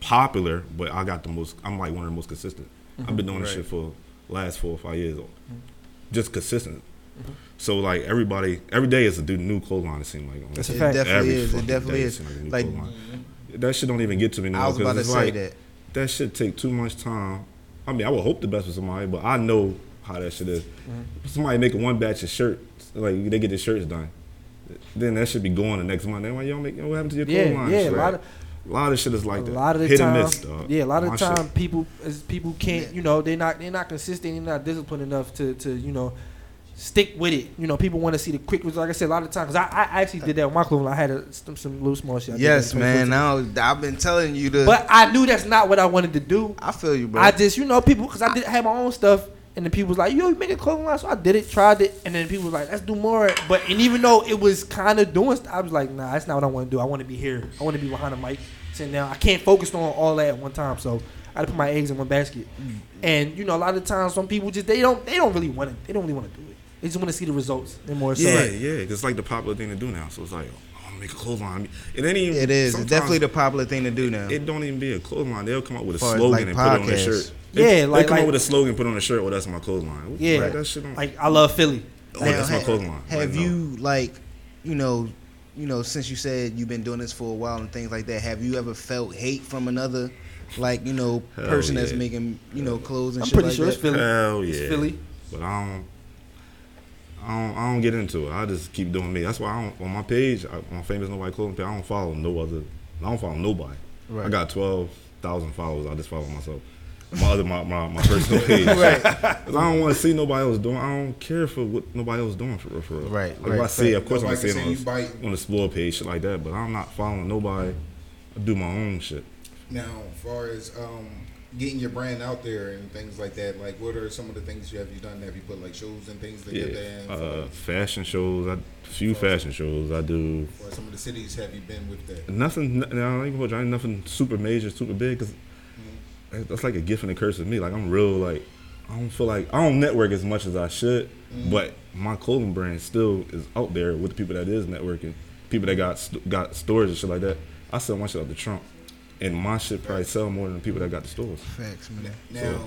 [SPEAKER 11] popular, but I got the most. I'm like one of the most consistent. I've
[SPEAKER 6] Mm-hmm.
[SPEAKER 11] been
[SPEAKER 14] Mhm.
[SPEAKER 11] doing this
[SPEAKER 14] Right.
[SPEAKER 11] shit for last four or five years, just consistent.
[SPEAKER 6] Mm-hmm.
[SPEAKER 11] So like everybody, every day is a do- new clothing line. It seems like
[SPEAKER 6] That's a It fact. definitely is. It
[SPEAKER 11] fucking
[SPEAKER 6] definitely
[SPEAKER 11] day
[SPEAKER 6] is.
[SPEAKER 11] seem new
[SPEAKER 6] Like-
[SPEAKER 11] clothing line. that shit don't even get to me no
[SPEAKER 6] I
[SPEAKER 11] more,
[SPEAKER 6] was
[SPEAKER 11] 'cause
[SPEAKER 6] about to
[SPEAKER 11] it's
[SPEAKER 6] say
[SPEAKER 11] like,
[SPEAKER 6] that.
[SPEAKER 11] That shit take too much time. I mean, I would hope the best for somebody, but I know how that shit is.
[SPEAKER 6] Mm-hmm.
[SPEAKER 11] Somebody making one batch of shirts, like they get the shirts done, then that should be going the next month. They're like, "Yo, make, yo, what happened to your
[SPEAKER 9] Yeah,
[SPEAKER 11] clothing line?"
[SPEAKER 9] yeah, a
[SPEAKER 11] shit?
[SPEAKER 9] lot of-
[SPEAKER 11] a lot of shit is like
[SPEAKER 9] a
[SPEAKER 11] that.
[SPEAKER 9] lot of the
[SPEAKER 11] Hit
[SPEAKER 9] time,
[SPEAKER 11] and miss, dog.
[SPEAKER 9] yeah, a lot of
[SPEAKER 11] My
[SPEAKER 9] the
[SPEAKER 11] shit.
[SPEAKER 9] time people is people can't, you know, they're not they're not consistent, they're not disciplined enough to to you know stick with it. You know, people want to see the quick results. Like I said, a lot of times, 'cause I, I actually did that with my Cleveland. I had a, some, some little small shit. I did
[SPEAKER 6] Yes,
[SPEAKER 9] that in 2015.
[SPEAKER 6] man. Now I've been telling you to.
[SPEAKER 9] But I knew that's not what I wanted to do.
[SPEAKER 6] I feel you, bro.
[SPEAKER 9] I just, you know, people, because I did have my own stuff, and then people was like, yo, you make a clothing line. So I did it, tried it, and then people was like, let's do more. But, and even though it was kind of doing stuff, I was like, nah, that's not what I want to do. I want to be here. I want to be behind the mic, sitting down. I can't focus on all that at one time. So I had to put my eggs in one basket. And, you know, a lot of times, some people just, they don't, they don't really want it. They don't really want to do it. They just want to see the results and more so.
[SPEAKER 11] yeah, yeah. It's like the popular thing to do now. So it's like, oh, I'm gonna make a clothesline. It ain't even.
[SPEAKER 6] It is. It's
[SPEAKER 11] sometimes
[SPEAKER 6] definitely the popular thing to do now.
[SPEAKER 11] It don't even be a clothesline. They'll come up with a
[SPEAKER 6] Far as,
[SPEAKER 11] slogan
[SPEAKER 6] like,
[SPEAKER 11] and put it on their
[SPEAKER 6] podcasts.
[SPEAKER 11] shirt.
[SPEAKER 9] Yeah,
[SPEAKER 11] they,
[SPEAKER 9] like-
[SPEAKER 11] they come
[SPEAKER 9] like-
[SPEAKER 11] up with a slogan, put on a shirt. Well, that's my clothesline.
[SPEAKER 9] Yeah.
[SPEAKER 11] Right, that shit don't-
[SPEAKER 9] Like, I love Philly.
[SPEAKER 11] Oh, that's my
[SPEAKER 6] ha-
[SPEAKER 11] clothesline.
[SPEAKER 6] Have
[SPEAKER 11] Like, no.
[SPEAKER 6] you like, you know, you know, since you said you've been doing this for a while and things like that, have you ever felt hate from another, like you know,
[SPEAKER 11] Hell
[SPEAKER 6] person that's
[SPEAKER 11] yeah.
[SPEAKER 6] making you know clothes and
[SPEAKER 9] I'm
[SPEAKER 6] shit
[SPEAKER 9] pretty
[SPEAKER 6] like
[SPEAKER 9] sure
[SPEAKER 6] that?
[SPEAKER 9] it's Philly.
[SPEAKER 11] Hell yeah.
[SPEAKER 9] It's Philly.
[SPEAKER 11] But I don't, I don't, I don't get into it. I just keep doing me. That's why I don't, on my page, I, on famous nobody clothing page, I don't follow no other. I don't follow nobody.
[SPEAKER 6] Right.
[SPEAKER 11] I got twelve thousand followers. I just follow myself. My other, my, my, my personal page.
[SPEAKER 6] Right.
[SPEAKER 11] 'Cause I don't want to see nobody else doing. I don't care for what nobody else doing for real. For real.
[SPEAKER 6] Right,
[SPEAKER 11] Like
[SPEAKER 6] right,
[SPEAKER 11] if I see, it, of course, I'm
[SPEAKER 4] Nobody
[SPEAKER 11] seeing
[SPEAKER 4] can
[SPEAKER 11] on,
[SPEAKER 4] say
[SPEAKER 11] the-
[SPEAKER 4] you bite.
[SPEAKER 11] on the explore page, shit like that. But I'm not following nobody. I do my own shit.
[SPEAKER 4] Now, as far as um, getting your brand out there and things like that, like what are some of the things you have you done? Have you put like shows and things together?
[SPEAKER 11] Yeah.
[SPEAKER 4] And
[SPEAKER 11] Uh, fashion shows. I few fashion shows. I do.
[SPEAKER 4] for some of the cities have you been with that?
[SPEAKER 11] Nothing. n- Now, I ain't gonna hold you, I ain't nothing super major, super big, because that's like a gift and a curse of me. Like I'm real. Like I don't feel like I don't network as much as I should,
[SPEAKER 4] Mhm.
[SPEAKER 11] but my clothing brand still is out there with the people that is networking, people that got st- got stores and shit like that. I sell my shit out the trunk, and my shit probably sell more than the people that got the stores.
[SPEAKER 6] Facts, man.
[SPEAKER 4] Now,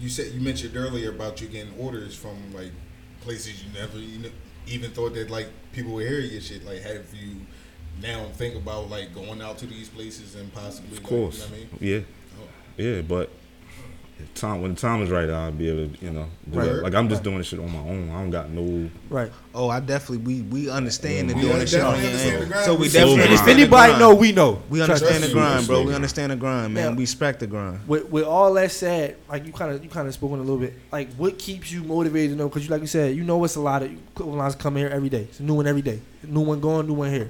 [SPEAKER 4] you said you mentioned earlier about you getting orders from like places you never you know, even thought that like people would hear your shit. Like, have you now think about like going out to these places and possibly?
[SPEAKER 11] Of course.
[SPEAKER 4] Like, you know what I mean?
[SPEAKER 11] Yeah. Yeah, but if time when the time is right, I'll be able to, you know, do
[SPEAKER 6] Right.
[SPEAKER 11] that. like I'm just doing this shit on my own. I don't got no
[SPEAKER 9] Right.
[SPEAKER 6] Oh, I definitely we we understand the
[SPEAKER 11] We
[SPEAKER 6] doing the shit on
[SPEAKER 11] definitely
[SPEAKER 6] your
[SPEAKER 11] understand the
[SPEAKER 6] end.
[SPEAKER 11] grind.
[SPEAKER 6] So we
[SPEAKER 11] So
[SPEAKER 6] definitely
[SPEAKER 11] grind.
[SPEAKER 6] understand the
[SPEAKER 9] If anybody
[SPEAKER 6] grind.
[SPEAKER 9] know, we know.
[SPEAKER 6] We
[SPEAKER 9] Trust
[SPEAKER 6] understand
[SPEAKER 9] me.
[SPEAKER 6] the grind, bro. We
[SPEAKER 9] Yeah.
[SPEAKER 6] understand the grind, man.
[SPEAKER 9] Now-
[SPEAKER 6] we respect the grind.
[SPEAKER 9] with, with all that said, like you kind of you kind of spoke on a little bit. Like what keeps you motivated? You know, because you like you said, you know it's a lot of Cleveland lines come here every day. It's a new one every day, new one going, new one here.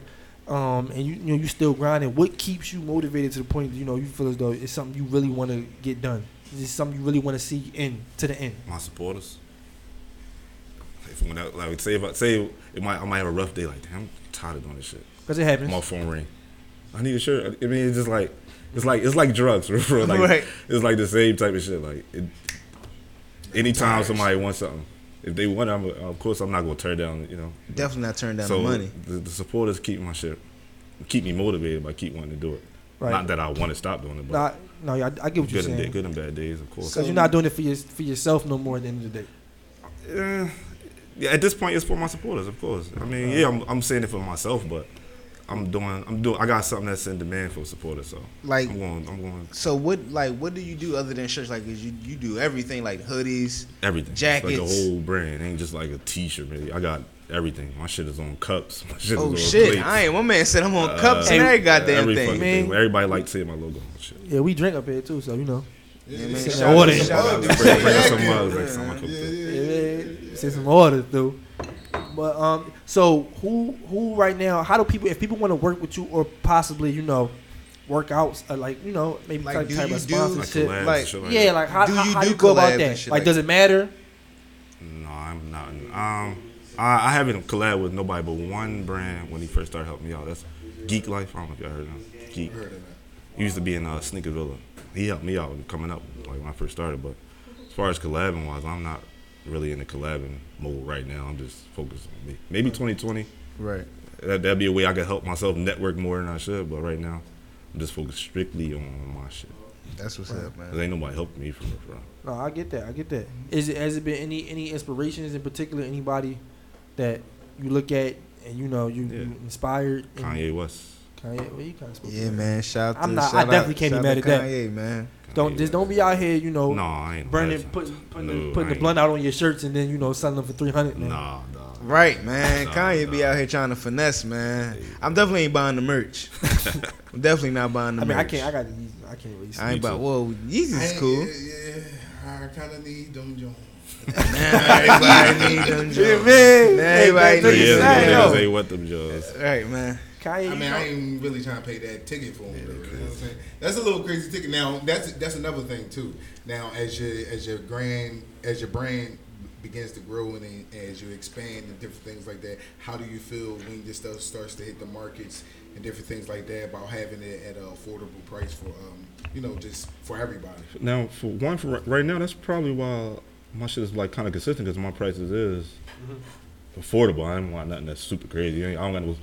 [SPEAKER 9] Um, and you you know you still grinding. What keeps you motivated to the point you know you feel as though it's something you really want to get done? It's something you really want to see in to the end.
[SPEAKER 11] my supporters. If when I, like say if I say it might I might have a rough day like damn I'm tired of doing this shit.
[SPEAKER 9] 'Cause it happens.
[SPEAKER 11] My phone ring. I need a shirt. I mean it's just like it's like it's like drugs for real. Like,
[SPEAKER 6] Right.
[SPEAKER 11] It's like the same type of shit. Like it, anytime somebody wants something, if they want, it, I'm of course I'm not gonna turn down. You know.
[SPEAKER 6] Definitely not turn down
[SPEAKER 11] So
[SPEAKER 6] the money.
[SPEAKER 11] The, the supporters keep my shit, keep me motivated by keep wanting to do it.
[SPEAKER 9] Right.
[SPEAKER 11] Not that I want to stop doing it, but
[SPEAKER 9] Nah, no, yeah, I, I get what you're
[SPEAKER 11] good and
[SPEAKER 9] saying.
[SPEAKER 11] da- good and bad days, of course.
[SPEAKER 9] Because you're not doing it for your, for yourself no more at the end of the day.
[SPEAKER 11] Eh, yeah, at this point, it's for my supporters, of course. I mean, yeah, I'm, I'm saying it for myself, but I'm doing, I'm doing, I got something that's in demand for supporters, so
[SPEAKER 6] Like-
[SPEAKER 11] I'm going, I'm going
[SPEAKER 6] So what like what do you do other than shirts? Like is you you do everything like hoodies,
[SPEAKER 11] everything, It's
[SPEAKER 6] jackets.
[SPEAKER 11] like a whole brand, It ain't just like a T-shirt. Really, I got everything. My shit is on cups. My shit
[SPEAKER 6] Oh
[SPEAKER 11] is on
[SPEAKER 6] shit!
[SPEAKER 11] plates.
[SPEAKER 6] I ain't. My man said I'm on cups and
[SPEAKER 11] Uh,
[SPEAKER 6] every goddamn
[SPEAKER 11] every
[SPEAKER 6] thing.
[SPEAKER 11] fucking Everybody like seeing my logo. on shit.
[SPEAKER 9] Yeah, we drink up here too, so you know.
[SPEAKER 6] Yeah, man.
[SPEAKER 9] Send
[SPEAKER 6] Shout
[SPEAKER 9] some
[SPEAKER 6] out
[SPEAKER 9] order.
[SPEAKER 6] to
[SPEAKER 9] in.
[SPEAKER 6] Shadow.
[SPEAKER 11] Bring some mugs, bring some mugs.
[SPEAKER 9] Yeah, Send some orders, dude. But um, so who who right now? How do people if people want to work with you or possibly you know workouts uh, like you know maybe
[SPEAKER 6] Like,
[SPEAKER 9] like
[SPEAKER 6] do
[SPEAKER 9] type
[SPEAKER 6] you
[SPEAKER 9] of
[SPEAKER 6] do-
[SPEAKER 9] sponsorship?
[SPEAKER 11] Like collabs and shit like
[SPEAKER 9] yeah,
[SPEAKER 11] that.
[SPEAKER 9] like how
[SPEAKER 6] Do
[SPEAKER 9] how,
[SPEAKER 6] you
[SPEAKER 9] how
[SPEAKER 6] do
[SPEAKER 9] do you go
[SPEAKER 6] collabs
[SPEAKER 9] about
[SPEAKER 6] and
[SPEAKER 9] that?
[SPEAKER 6] shit
[SPEAKER 9] Like,
[SPEAKER 6] like
[SPEAKER 9] does it matter?
[SPEAKER 11] No, I'm not. Um, I, I haven't collabed with nobody but one brand when he first started helping me out. That's Geek Life. I don't know if y'all heard of him. Geek. He used to be in uh, Sneaker Villa. He helped me out coming up, like when I first started. But as far as collabing wise, I'm not really in the collabing mode right now. I'm just focused on me. Maybe 2020.
[SPEAKER 6] Right.
[SPEAKER 11] That, that'd be a way I could help myself network more than I should. But right now, I'm just focused strictly on my shit.
[SPEAKER 6] That's what's up, man.
[SPEAKER 11] 'Cause ain't nobody helping me from the front.
[SPEAKER 9] No, I get that. I get that. Is it has it been any any inspirations in particular? Anybody that you look at and you know you, you inspired? and-
[SPEAKER 11] Kanye West.
[SPEAKER 9] Kanye, well, you kind of spoke.
[SPEAKER 6] Yeah, man. Shout out.
[SPEAKER 9] I'm not. I
[SPEAKER 6] shout
[SPEAKER 9] definitely
[SPEAKER 6] out-
[SPEAKER 9] can't be
[SPEAKER 6] shout
[SPEAKER 9] mad
[SPEAKER 6] out
[SPEAKER 9] at
[SPEAKER 6] to
[SPEAKER 9] that.
[SPEAKER 6] Kanye, man.
[SPEAKER 9] Don't just don't be out here, you know.
[SPEAKER 11] No, I ain't
[SPEAKER 9] burning,
[SPEAKER 11] messing.
[SPEAKER 9] putting putting,
[SPEAKER 11] No,
[SPEAKER 9] the, putting
[SPEAKER 11] I
[SPEAKER 9] the blunt out on your shirts and then you know selling them for three hundred.
[SPEAKER 11] Nah, nah.
[SPEAKER 6] Right, man.
[SPEAKER 11] Nah,
[SPEAKER 6] Kanye be out here trying to finesse, man. I'm definitely ain't buying the merch. I'm definitely not buying the
[SPEAKER 9] I mean, I
[SPEAKER 6] merch.
[SPEAKER 9] can't. I got. Yeezys. I can't really.
[SPEAKER 6] I ain't
[SPEAKER 9] Me
[SPEAKER 6] about
[SPEAKER 9] too.
[SPEAKER 6] whoa. Yeezy's
[SPEAKER 4] I-
[SPEAKER 6] cool.
[SPEAKER 4] Yeah, yeah, I kind of need them Jones.
[SPEAKER 6] everybody need them
[SPEAKER 5] Yeah,
[SPEAKER 6] jobs.
[SPEAKER 5] man.
[SPEAKER 6] Now
[SPEAKER 5] Hey,
[SPEAKER 6] everybody
[SPEAKER 5] man, took
[SPEAKER 6] need
[SPEAKER 5] it
[SPEAKER 6] them
[SPEAKER 5] down.
[SPEAKER 6] jobs.
[SPEAKER 11] They want them jobs.
[SPEAKER 6] Right, man.
[SPEAKER 5] I mean, I ain't really trying to pay that ticket for him. though, you know what I'm saying? That's a little crazy ticket. Now, that's that's another thing too. Now, as your as your grand as your brand begins to grow and then as you expand and different things like that, how do you feel when this stuff starts to hit the markets and different things like that about having it at an affordable price for um you know just for everybody?
[SPEAKER 11] Now, for one, for ri- right now, that's probably why my shit is like kind of consistent because my prices is
[SPEAKER 6] Mm-hmm.
[SPEAKER 11] affordable. I don't want nothing that's super crazy. I ain't- I don't got no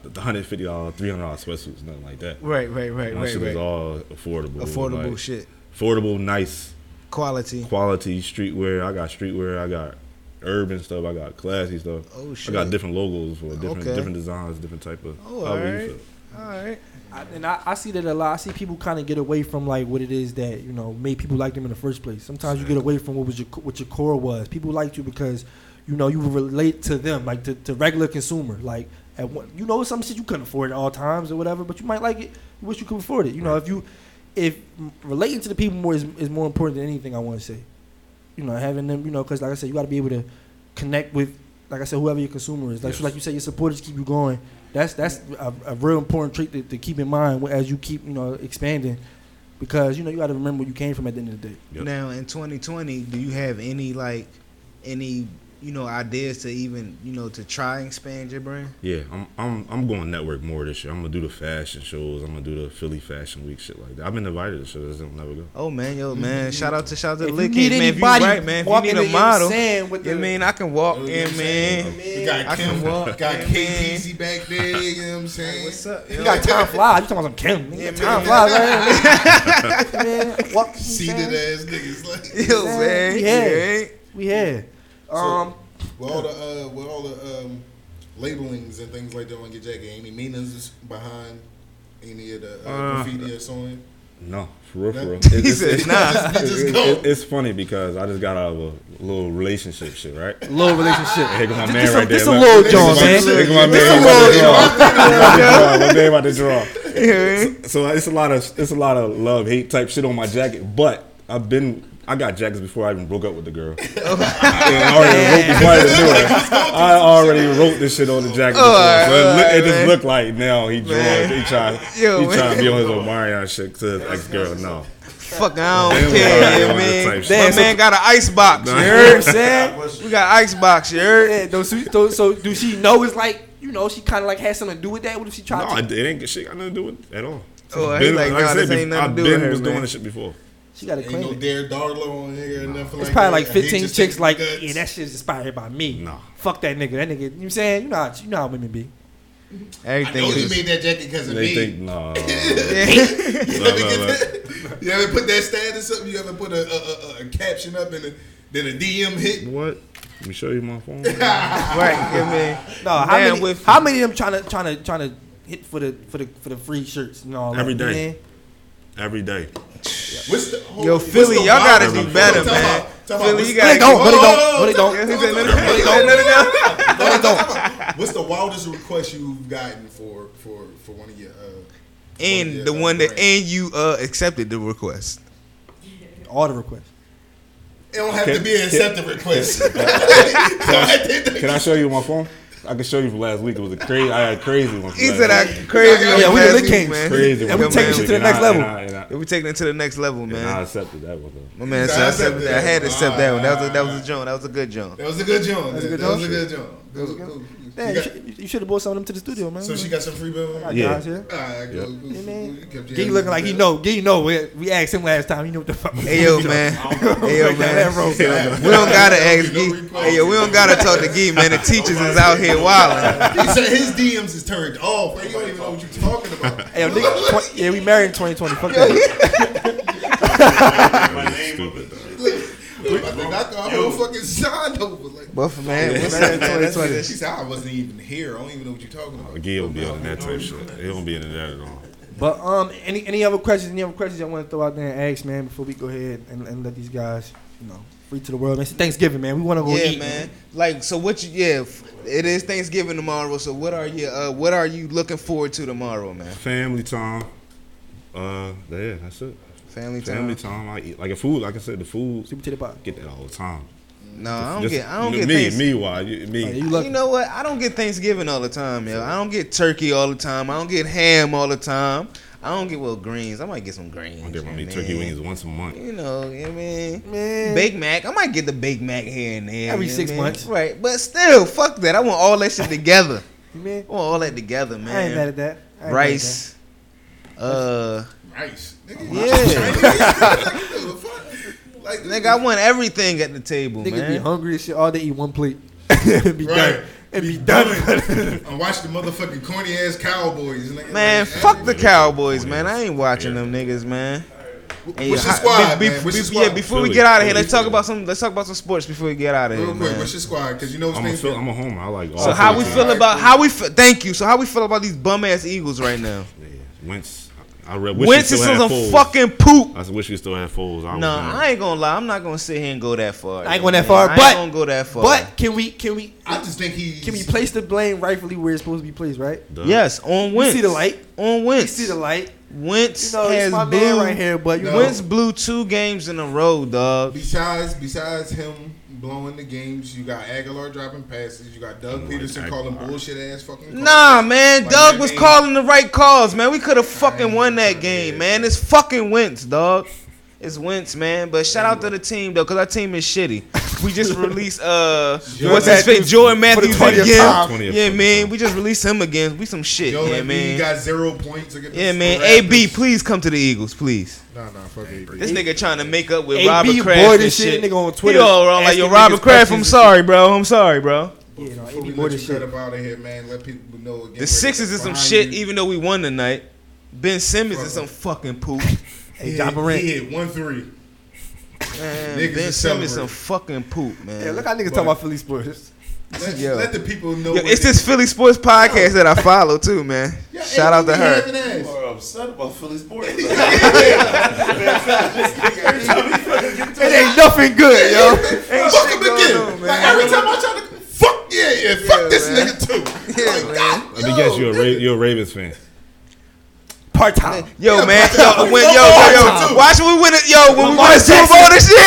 [SPEAKER 11] hu- the hundred fifty dollar, three hundred dollar sweatsuits, nothing like that.
[SPEAKER 6] Right, right, right,
[SPEAKER 11] My
[SPEAKER 6] right,
[SPEAKER 11] shit
[SPEAKER 6] right.
[SPEAKER 11] is all affordable.
[SPEAKER 6] Affordable
[SPEAKER 11] like,
[SPEAKER 6] shit.
[SPEAKER 11] Affordable, nice
[SPEAKER 6] quality,
[SPEAKER 11] quality streetwear. I got streetwear. I got urban stuff. I got classy stuff.
[SPEAKER 6] Oh,
[SPEAKER 11] I got
[SPEAKER 6] shit.
[SPEAKER 11] different logos for different
[SPEAKER 6] Okay.
[SPEAKER 11] different designs, different type of.
[SPEAKER 6] Oh,
[SPEAKER 11] however you
[SPEAKER 6] alright.
[SPEAKER 11] feel.
[SPEAKER 6] All right.
[SPEAKER 9] I, and I, I see that a lot. I see people kind of get away from like what it is that you know made people like them in the first place. Sometimes you get away from what was your what your core was. People liked you because you know you relate to them, like to, to regular consumer. Like at one, you know some shit you couldn't afford at all times or whatever, but you might like it. You wish you could afford it. You know if you if relating to the people more is, is more important than anything. I want to say, you know having them, you know because like I said, you got to be able to connect with like I said whoever your consumer is. Like so
[SPEAKER 15] Yes.
[SPEAKER 9] like you said, your supporters keep you going. That's that's a, a real important trait to, to keep in mind as you keep you know expanding, because you know you got to remember where you came from at the end of the day.
[SPEAKER 6] Now in 2020, do you have any like any you know ideas to even you know to try and expand your brand?
[SPEAKER 11] Yeah, I'm I'm I'm going network more this year. I'm gonna do the fashion shows. I'm gonna do the Philly Fashion Week shit like that. I've been invited to shows. I don't never go.
[SPEAKER 6] Oh man, yo man,
[SPEAKER 11] Mhm.
[SPEAKER 6] shout out to shout out to
[SPEAKER 11] If
[SPEAKER 6] the
[SPEAKER 11] you
[SPEAKER 6] Lick
[SPEAKER 11] need
[SPEAKER 6] Kings, man. If you
[SPEAKER 11] anybody
[SPEAKER 6] right, man, if
[SPEAKER 11] walking
[SPEAKER 6] you need
[SPEAKER 11] in
[SPEAKER 6] a
[SPEAKER 11] your
[SPEAKER 6] model,
[SPEAKER 11] sand with
[SPEAKER 6] you
[SPEAKER 11] the-
[SPEAKER 6] mean I can walk
[SPEAKER 11] You know what
[SPEAKER 6] in,
[SPEAKER 11] I'm
[SPEAKER 6] man.
[SPEAKER 11] saying? Oh,
[SPEAKER 5] You got
[SPEAKER 6] I
[SPEAKER 5] Kim,
[SPEAKER 6] can walk.
[SPEAKER 5] got
[SPEAKER 6] in, man.
[SPEAKER 5] KPZ back there. You know what I'm saying? What's up?
[SPEAKER 9] You got time flies. You talking about some Kim? nigga.
[SPEAKER 5] Yeah,
[SPEAKER 9] time
[SPEAKER 5] man.
[SPEAKER 9] flies. Right? man, walk,
[SPEAKER 5] Seated ass niggas. Like,
[SPEAKER 6] Yo, man,
[SPEAKER 9] We here.
[SPEAKER 6] yeah.
[SPEAKER 9] We here. Um,
[SPEAKER 5] so, with all the uh, with all the um, labelings and things like that on your jacket, any meanings behind any of the uh,
[SPEAKER 11] Uh,
[SPEAKER 5] graffiti or something?
[SPEAKER 11] No, for real, for
[SPEAKER 5] No?
[SPEAKER 11] real.
[SPEAKER 5] He said, "Nah."
[SPEAKER 11] it's-
[SPEAKER 5] Just
[SPEAKER 11] it's-
[SPEAKER 5] go.
[SPEAKER 11] it's- it's funny because I just got out of a little relationship shit, right?
[SPEAKER 9] Little relationship.
[SPEAKER 11] Here go my
[SPEAKER 9] This
[SPEAKER 11] man
[SPEAKER 9] a-
[SPEAKER 11] right there.
[SPEAKER 9] this a
[SPEAKER 11] look.
[SPEAKER 9] little John,
[SPEAKER 11] my-
[SPEAKER 9] man.
[SPEAKER 11] Here go my
[SPEAKER 9] This
[SPEAKER 11] man.
[SPEAKER 9] a little John.
[SPEAKER 11] My man about to draw.
[SPEAKER 6] Yeah.
[SPEAKER 11] So, so it's a lot of it's a lot of love hate type shit on my jacket, but I've been. I got jackets before I even broke up with the girl. And I already wrote before I even knew her. I already wrote this shit on the jacket. Before.
[SPEAKER 6] Oh,
[SPEAKER 11] So it,
[SPEAKER 6] all
[SPEAKER 11] look,
[SPEAKER 6] right,
[SPEAKER 11] it just
[SPEAKER 6] man.
[SPEAKER 11] looked like now he drawing. He trying.
[SPEAKER 6] Yo,
[SPEAKER 11] he trying to be
[SPEAKER 6] man.
[SPEAKER 11] on his Omarion shit to his ex girl. No.
[SPEAKER 6] Fuck, I
[SPEAKER 11] Damn,
[SPEAKER 6] don't care,
[SPEAKER 11] yeah,
[SPEAKER 6] man.
[SPEAKER 11] type shit.
[SPEAKER 6] That man got an ice box. You
[SPEAKER 11] Nah.
[SPEAKER 6] heard what I'm saying? We got ice box. You heard?
[SPEAKER 9] Yeah, those- so, so do she know it's like you know she kind of like had something to do with that? What if she tried
[SPEAKER 11] No,
[SPEAKER 9] to?
[SPEAKER 11] it ain't got shit got nothing to do with it at all.
[SPEAKER 6] Oh,
[SPEAKER 11] I've
[SPEAKER 6] he like, nah, this
[SPEAKER 11] bef-
[SPEAKER 6] ain't nothing
[SPEAKER 11] I've
[SPEAKER 6] to do with
[SPEAKER 11] been
[SPEAKER 6] her,
[SPEAKER 11] was doing
[SPEAKER 6] man.
[SPEAKER 11] this shit before.
[SPEAKER 9] She got to
[SPEAKER 5] Ain't
[SPEAKER 9] claim
[SPEAKER 5] no
[SPEAKER 9] it.
[SPEAKER 5] Dare Darlo on here or nothing
[SPEAKER 9] It's
[SPEAKER 5] like
[SPEAKER 9] probably like
[SPEAKER 5] that. I hate
[SPEAKER 9] 15
[SPEAKER 5] just
[SPEAKER 9] chicks
[SPEAKER 5] taking
[SPEAKER 9] like,
[SPEAKER 5] guts.
[SPEAKER 9] yeah, that shit's inspired by me. No. Fuck that nigga. That nigga, you know what I'm saying? You know how, you know how women be.
[SPEAKER 6] Everything
[SPEAKER 5] I know you made that jacket because of
[SPEAKER 11] They
[SPEAKER 5] me.
[SPEAKER 11] think nah.
[SPEAKER 5] you, ever
[SPEAKER 11] Nah, nah,
[SPEAKER 5] get
[SPEAKER 11] nah.
[SPEAKER 5] that- you ever put that status up? You ever put a, a, a, a caption up and a, then a DM hit?
[SPEAKER 11] What? Let me show you my phone.
[SPEAKER 6] right, yeah, man.
[SPEAKER 9] No, how
[SPEAKER 6] Man,
[SPEAKER 9] many?
[SPEAKER 6] with-
[SPEAKER 9] how many of them trying to trying to trying to hit for the for the for the free shirts and all
[SPEAKER 11] Every
[SPEAKER 9] that?
[SPEAKER 11] day.
[SPEAKER 9] man?
[SPEAKER 11] Every day.
[SPEAKER 5] What's the, hold
[SPEAKER 6] Yo,
[SPEAKER 5] on, what's
[SPEAKER 6] Philly,
[SPEAKER 5] the
[SPEAKER 6] y'all gotta
[SPEAKER 5] vibe?
[SPEAKER 6] do better,
[SPEAKER 5] Talk
[SPEAKER 6] man.
[SPEAKER 5] about- talk about
[SPEAKER 6] Philly, you
[SPEAKER 5] what's-
[SPEAKER 6] gotta go- But it don't, but it don't,
[SPEAKER 5] Yeah,
[SPEAKER 6] but it
[SPEAKER 5] he said,
[SPEAKER 6] don't.
[SPEAKER 5] let it go,
[SPEAKER 6] He
[SPEAKER 5] let
[SPEAKER 6] said, let
[SPEAKER 5] it
[SPEAKER 6] it
[SPEAKER 5] go.
[SPEAKER 6] go.
[SPEAKER 5] Let it go. Talk about What's the wildest request you've gotten for for for one of your? Uh,
[SPEAKER 6] And the one that and you uh accepted the request.
[SPEAKER 9] All the requests.
[SPEAKER 5] it don't have to be an accepted request.
[SPEAKER 11] Can, can I, can I show you my phone? I can show you from last week. It was a crazy. I had a crazy one. from
[SPEAKER 6] He
[SPEAKER 11] last
[SPEAKER 6] said, "I
[SPEAKER 11] week.
[SPEAKER 6] crazy." on
[SPEAKER 11] Yeah, we the
[SPEAKER 6] last
[SPEAKER 11] Lit
[SPEAKER 6] week,
[SPEAKER 11] Kings.
[SPEAKER 6] man.
[SPEAKER 11] Crazy
[SPEAKER 6] Yeah,
[SPEAKER 11] one.
[SPEAKER 6] man.
[SPEAKER 11] Yeah, man. And I- and I- and I-
[SPEAKER 6] Yeah, we taking it to the next level, man.
[SPEAKER 11] I accepted that one.
[SPEAKER 6] My
[SPEAKER 11] though.
[SPEAKER 6] man
[SPEAKER 11] So
[SPEAKER 6] said,
[SPEAKER 11] I
[SPEAKER 6] I, accepted
[SPEAKER 11] accepted
[SPEAKER 6] that. I had
[SPEAKER 11] that.
[SPEAKER 6] to accept
[SPEAKER 11] All
[SPEAKER 6] that one.
[SPEAKER 11] right,
[SPEAKER 6] That was a, that was a John. That was a good John.
[SPEAKER 5] That was a good joint.
[SPEAKER 9] That's a good
[SPEAKER 5] That was a
[SPEAKER 9] joint.
[SPEAKER 5] good joint. That was cool.
[SPEAKER 9] Damn,
[SPEAKER 5] You
[SPEAKER 9] you
[SPEAKER 5] got-
[SPEAKER 9] should, you should have brought some of them to the studio, man.
[SPEAKER 5] So she got some free bill.
[SPEAKER 9] I got
[SPEAKER 11] Yeah.
[SPEAKER 9] guys here.
[SPEAKER 5] Alright, cool, cool,
[SPEAKER 9] Yeah,
[SPEAKER 5] cool,
[SPEAKER 9] man.
[SPEAKER 5] cool. You kept
[SPEAKER 9] Gee
[SPEAKER 5] jamming
[SPEAKER 9] looking
[SPEAKER 5] with
[SPEAKER 9] like he
[SPEAKER 5] that.
[SPEAKER 9] know. Gee, you know. We, we asked him last time. You know what the fuck.
[SPEAKER 6] Hey yo, man. Hey yo, man. We don't gotta ask Gee. Hey yo, we don't gotta talk to Gee, man. The teachers is out here wilding.
[SPEAKER 5] He said his DMs is turned off. Like, you don't even know what you're talking about.
[SPEAKER 9] Hey, yo, nigga, twen- yeah, we married in 2020. Fuck that.
[SPEAKER 5] Look, I think I got whole fucking signed over. Like,
[SPEAKER 6] But for man, what's up, man?
[SPEAKER 5] That's-
[SPEAKER 6] That's what it-
[SPEAKER 5] She said I wasn't even here. I don't even know what you're talking about.
[SPEAKER 11] Gil don't be on that type shit. He don't be into that at all.
[SPEAKER 9] But um, any any other questions? Any other questions y'all want to throw out there and ask, man? Before we go ahead and, and let these guys, you know, free to the world, man. It's Thanksgiving, man. We want to go
[SPEAKER 6] yeah,
[SPEAKER 9] eat,
[SPEAKER 6] man. Like, so what you? Yeah, f- it is Thanksgiving tomorrow. So what are you? Uh, what are you looking forward to tomorrow, man?
[SPEAKER 11] Family time. Uh, yeah, that's it.
[SPEAKER 6] Family time.
[SPEAKER 11] Family time. I eat like a food. Like I said, the food.
[SPEAKER 9] Sweet potato pie.
[SPEAKER 11] Get that all the time.
[SPEAKER 6] No, I don't
[SPEAKER 11] This-
[SPEAKER 6] get. I don't
[SPEAKER 11] me,
[SPEAKER 6] get.
[SPEAKER 11] Me,
[SPEAKER 6] things-
[SPEAKER 11] me, why? You, me.
[SPEAKER 9] Oh,
[SPEAKER 6] You, know what? I don't get Thanksgiving all the time, yo. I don't get turkey all the time. I don't get ham all the time. I don't get well greens. I might get some greens. I get
[SPEAKER 11] I mean, turkey wings once a month.
[SPEAKER 6] You know, you know what I mean, Big Mac. I might get the Big Mac here and there
[SPEAKER 9] Every
[SPEAKER 6] you know
[SPEAKER 9] six
[SPEAKER 6] what I mean?
[SPEAKER 9] months.
[SPEAKER 6] right? But still, fuck that. I want all that shit together. I want all that together, man.
[SPEAKER 9] I ain't mad at that. I ain't
[SPEAKER 6] Rice. Uh,
[SPEAKER 5] Rice. Nigga,
[SPEAKER 6] yeah. Nigga, I want everything at the table,
[SPEAKER 9] Niggas
[SPEAKER 6] man.
[SPEAKER 9] be hungry as shit all day, eat one plate. and be done. And be, done.
[SPEAKER 5] and watch the motherfucking corny ass Cowboys. nigga.
[SPEAKER 6] Man,
[SPEAKER 5] Like,
[SPEAKER 6] fuck the Cowboys,
[SPEAKER 5] Oh,
[SPEAKER 6] man. I ain't watching them niggas, man. Hey,
[SPEAKER 5] what's your
[SPEAKER 6] hi-
[SPEAKER 5] squad,
[SPEAKER 6] be- be-
[SPEAKER 5] man? What's
[SPEAKER 6] be-
[SPEAKER 5] your squad?
[SPEAKER 6] Yeah, before we
[SPEAKER 5] Philly.
[SPEAKER 6] get out of here,
[SPEAKER 5] Philly,
[SPEAKER 6] let's talk about some. Let's talk about some sports before we get out of here.
[SPEAKER 5] Real quick,
[SPEAKER 6] man.
[SPEAKER 5] what's your squad? Because you know it's
[SPEAKER 11] I'm a, Phil, I'm a homer. I like all
[SPEAKER 6] So how we
[SPEAKER 11] Philly
[SPEAKER 6] feel
[SPEAKER 11] teams.
[SPEAKER 6] about how we? Feel, thank you. So how we feel about these bum ass Eagles right now?
[SPEAKER 11] Wentz. I re- wish
[SPEAKER 6] Wentz
[SPEAKER 11] we
[SPEAKER 6] is
[SPEAKER 11] still had
[SPEAKER 6] on
[SPEAKER 11] Foles.
[SPEAKER 6] some fucking poop.
[SPEAKER 11] I wish we still had Foles. I was
[SPEAKER 6] No,
[SPEAKER 11] mad.
[SPEAKER 6] I ain't gonna lie. I'm not gonna sit here and go that far.
[SPEAKER 9] I ain't
[SPEAKER 6] yo,
[SPEAKER 9] going that
[SPEAKER 6] Oh, man.
[SPEAKER 9] far.
[SPEAKER 6] I
[SPEAKER 9] but
[SPEAKER 6] ain't gonna go that far.
[SPEAKER 9] But can we? Can we?
[SPEAKER 5] I just think he
[SPEAKER 9] can we place the blame rightfully where it's supposed to be placed, right?
[SPEAKER 6] yes, on
[SPEAKER 9] You
[SPEAKER 6] Wentz.
[SPEAKER 9] see the light?
[SPEAKER 6] On Wentz.
[SPEAKER 9] You see the light?
[SPEAKER 6] Wentz
[SPEAKER 9] You know, he's
[SPEAKER 6] has
[SPEAKER 9] my
[SPEAKER 6] blew,
[SPEAKER 9] man right here, but you know-
[SPEAKER 6] Wentz blew two games in a row, dog.
[SPEAKER 5] Besides, besides him blowing the games, you got Aguilar dropping passes. You got Doug Peterson calling bullshit ass fucking. calls.
[SPEAKER 6] Nah, man.
[SPEAKER 5] Like,
[SPEAKER 6] Doug
[SPEAKER 5] that
[SPEAKER 6] was
[SPEAKER 5] game-
[SPEAKER 6] calling the right calls, man. We could have fucking won that game, man. It's fucking Wentz, dog. It's Wentz, man. But shout out to the team though, cause our team is shitty. We just released uh,
[SPEAKER 16] Jordan
[SPEAKER 6] what's his face,
[SPEAKER 16] Matthews
[SPEAKER 6] Jordan
[SPEAKER 16] for the
[SPEAKER 6] Matthews
[SPEAKER 16] 20th time.
[SPEAKER 6] again.
[SPEAKER 16] 20th
[SPEAKER 6] Yeah, man. We just released him again. We some shit.
[SPEAKER 5] Yo,
[SPEAKER 6] Yeah,
[SPEAKER 5] that mean you
[SPEAKER 6] man.
[SPEAKER 5] got zero points against.
[SPEAKER 6] Yeah,
[SPEAKER 5] the
[SPEAKER 6] man.
[SPEAKER 5] Raptors.
[SPEAKER 6] AB, please come to the Eagles, please.
[SPEAKER 5] Nah, nah, fuck AB.
[SPEAKER 6] This nigga trying to make up with
[SPEAKER 9] AB
[SPEAKER 6] Robert
[SPEAKER 9] boy,
[SPEAKER 6] Kraft and
[SPEAKER 9] this
[SPEAKER 6] shit.
[SPEAKER 9] shit, nigga on Twitter
[SPEAKER 6] He all wrong like yo,
[SPEAKER 9] asking
[SPEAKER 6] Robert
[SPEAKER 9] niggas
[SPEAKER 6] Kraft. I'm
[SPEAKER 9] questions
[SPEAKER 6] sorry, bro. I'm sorry, bro.
[SPEAKER 5] Before we
[SPEAKER 9] more
[SPEAKER 5] let
[SPEAKER 9] than
[SPEAKER 5] you
[SPEAKER 9] shit.
[SPEAKER 5] cut up out of here, man. Let people know again.
[SPEAKER 6] The Sixers is some shit, even though we won tonight. Ben Simmons is some fucking poop.
[SPEAKER 5] He,
[SPEAKER 6] John
[SPEAKER 5] hit-
[SPEAKER 6] Morant.
[SPEAKER 5] he hit one three.
[SPEAKER 6] Man,
[SPEAKER 5] Niggas
[SPEAKER 6] ben
[SPEAKER 5] is
[SPEAKER 6] Simmons
[SPEAKER 5] celebrating.
[SPEAKER 6] some fucking poop, man.
[SPEAKER 9] Yeah, look how niggas talk about Philly sports.
[SPEAKER 5] Let,
[SPEAKER 6] Yo.
[SPEAKER 5] let the people know.
[SPEAKER 6] Yo,
[SPEAKER 5] what
[SPEAKER 6] it's
[SPEAKER 5] it-
[SPEAKER 6] this Philly sports podcast that I follow too, man. Shout out to her.
[SPEAKER 5] You
[SPEAKER 17] are upset about Philly sports.
[SPEAKER 9] It ain't nothing good, yo.
[SPEAKER 5] fuck him again. Like every time I try to fuck yeah, yeah, fuck this nigga too. like, God,
[SPEAKER 11] Let me guess you're a Ra- you're a Ravens fan.
[SPEAKER 9] Part time.
[SPEAKER 6] Yo, man.
[SPEAKER 11] but-
[SPEAKER 6] Yo, when, yo,
[SPEAKER 11] Lamar
[SPEAKER 6] yo, yo.
[SPEAKER 11] Jackson.
[SPEAKER 6] Watch when we win it. Yo, when we
[SPEAKER 11] Lamar
[SPEAKER 6] win the Super
[SPEAKER 11] Jackson.
[SPEAKER 6] Bowl this year.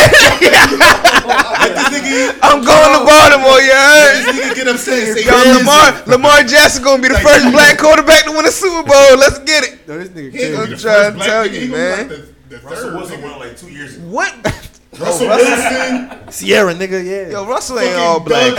[SPEAKER 6] I'm going to Baltimore, yo.
[SPEAKER 5] nigga get upset. and say,
[SPEAKER 6] Yo,
[SPEAKER 5] "Crazy."
[SPEAKER 6] Lamar, Lamar Jackson gonna be the first black quarterback to win a Super Bowl. Let's get it.
[SPEAKER 9] Yo, this nigga
[SPEAKER 5] He ain't gonna be the
[SPEAKER 6] I'm trying
[SPEAKER 5] first
[SPEAKER 6] to
[SPEAKER 5] black
[SPEAKER 6] tell
[SPEAKER 5] nigga. He was
[SPEAKER 6] you,
[SPEAKER 5] like
[SPEAKER 6] man.
[SPEAKER 5] the- the
[SPEAKER 17] Russell
[SPEAKER 5] third
[SPEAKER 17] Wilson
[SPEAKER 5] nigga.
[SPEAKER 17] won like two years ago.
[SPEAKER 6] What?
[SPEAKER 5] Russell
[SPEAKER 6] Oh, Russell-
[SPEAKER 5] Wilson.
[SPEAKER 9] Sierra, nigga, yeah.
[SPEAKER 6] Yo, Russell ain't all black,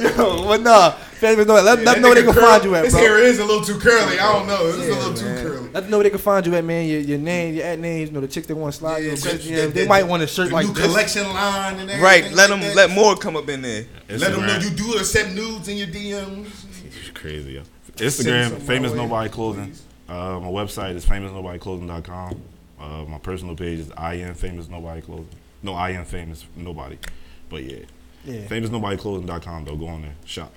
[SPEAKER 9] Yo, but nah, fans know that. Let let them know where they can find you at,
[SPEAKER 5] This
[SPEAKER 9] bro.
[SPEAKER 5] hair is a little too curly. I don't know. It's a little too curly.
[SPEAKER 9] Let them know where they can find you at, man. Your, your name, your at names, you know, the chicks they want to slide you.
[SPEAKER 5] the-
[SPEAKER 9] Yeah,
[SPEAKER 5] the-
[SPEAKER 9] they might want a shirt
[SPEAKER 5] the
[SPEAKER 9] like
[SPEAKER 5] new
[SPEAKER 9] this.
[SPEAKER 5] collection line and everything.
[SPEAKER 6] Right, let him
[SPEAKER 5] like that.
[SPEAKER 6] let more come up in there.
[SPEAKER 5] Let them know you do accept nudes in your DMs.
[SPEAKER 11] It's crazy. Yo.
[SPEAKER 5] Send
[SPEAKER 11] Instagram,
[SPEAKER 5] some
[SPEAKER 11] famous
[SPEAKER 5] my way,
[SPEAKER 11] nobody clothing. Uh, my website is famousnobodyclothing.com. Uh, my personal page is I am famous nobody clothing. No, I am famous nobody. But yeah,
[SPEAKER 9] Yeah.
[SPEAKER 11] famous nobody clothing.com. Though go on there, shop.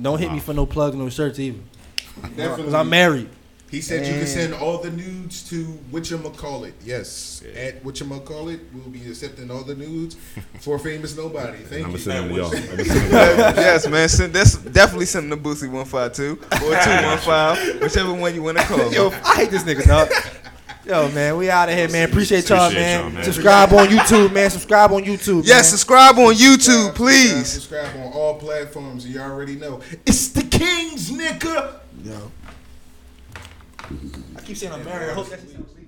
[SPEAKER 9] Don't hit me for no plugs, no shirts either. Because I'm married.
[SPEAKER 5] He said you can
[SPEAKER 9] And-
[SPEAKER 5] send all the nudes to whatchamacallit. Yes, at whatchamacallit, we'll be accepting all the nudes for famous nobody. Thank
[SPEAKER 11] I'ma
[SPEAKER 5] you.
[SPEAKER 11] send them to y'all. I'ma send
[SPEAKER 6] yes, man. Send, that's definitely send them to Boosie one five two or two one five, whichever one you want to call.
[SPEAKER 9] Yo, I hate this nigga, dog. Yo, man, we out of here, man. Appreciate y'all,
[SPEAKER 6] Appreciate
[SPEAKER 9] man.
[SPEAKER 6] y'all, man.
[SPEAKER 9] Subscribe on YouTube, man. Subscribe on YouTube.
[SPEAKER 6] Yes,
[SPEAKER 9] man.
[SPEAKER 6] subscribe on YouTube, please.
[SPEAKER 5] Subscribe on all platforms. You already know. It's the Kings, nigga.
[SPEAKER 9] Yo. I keep saying I'm married. I hope that's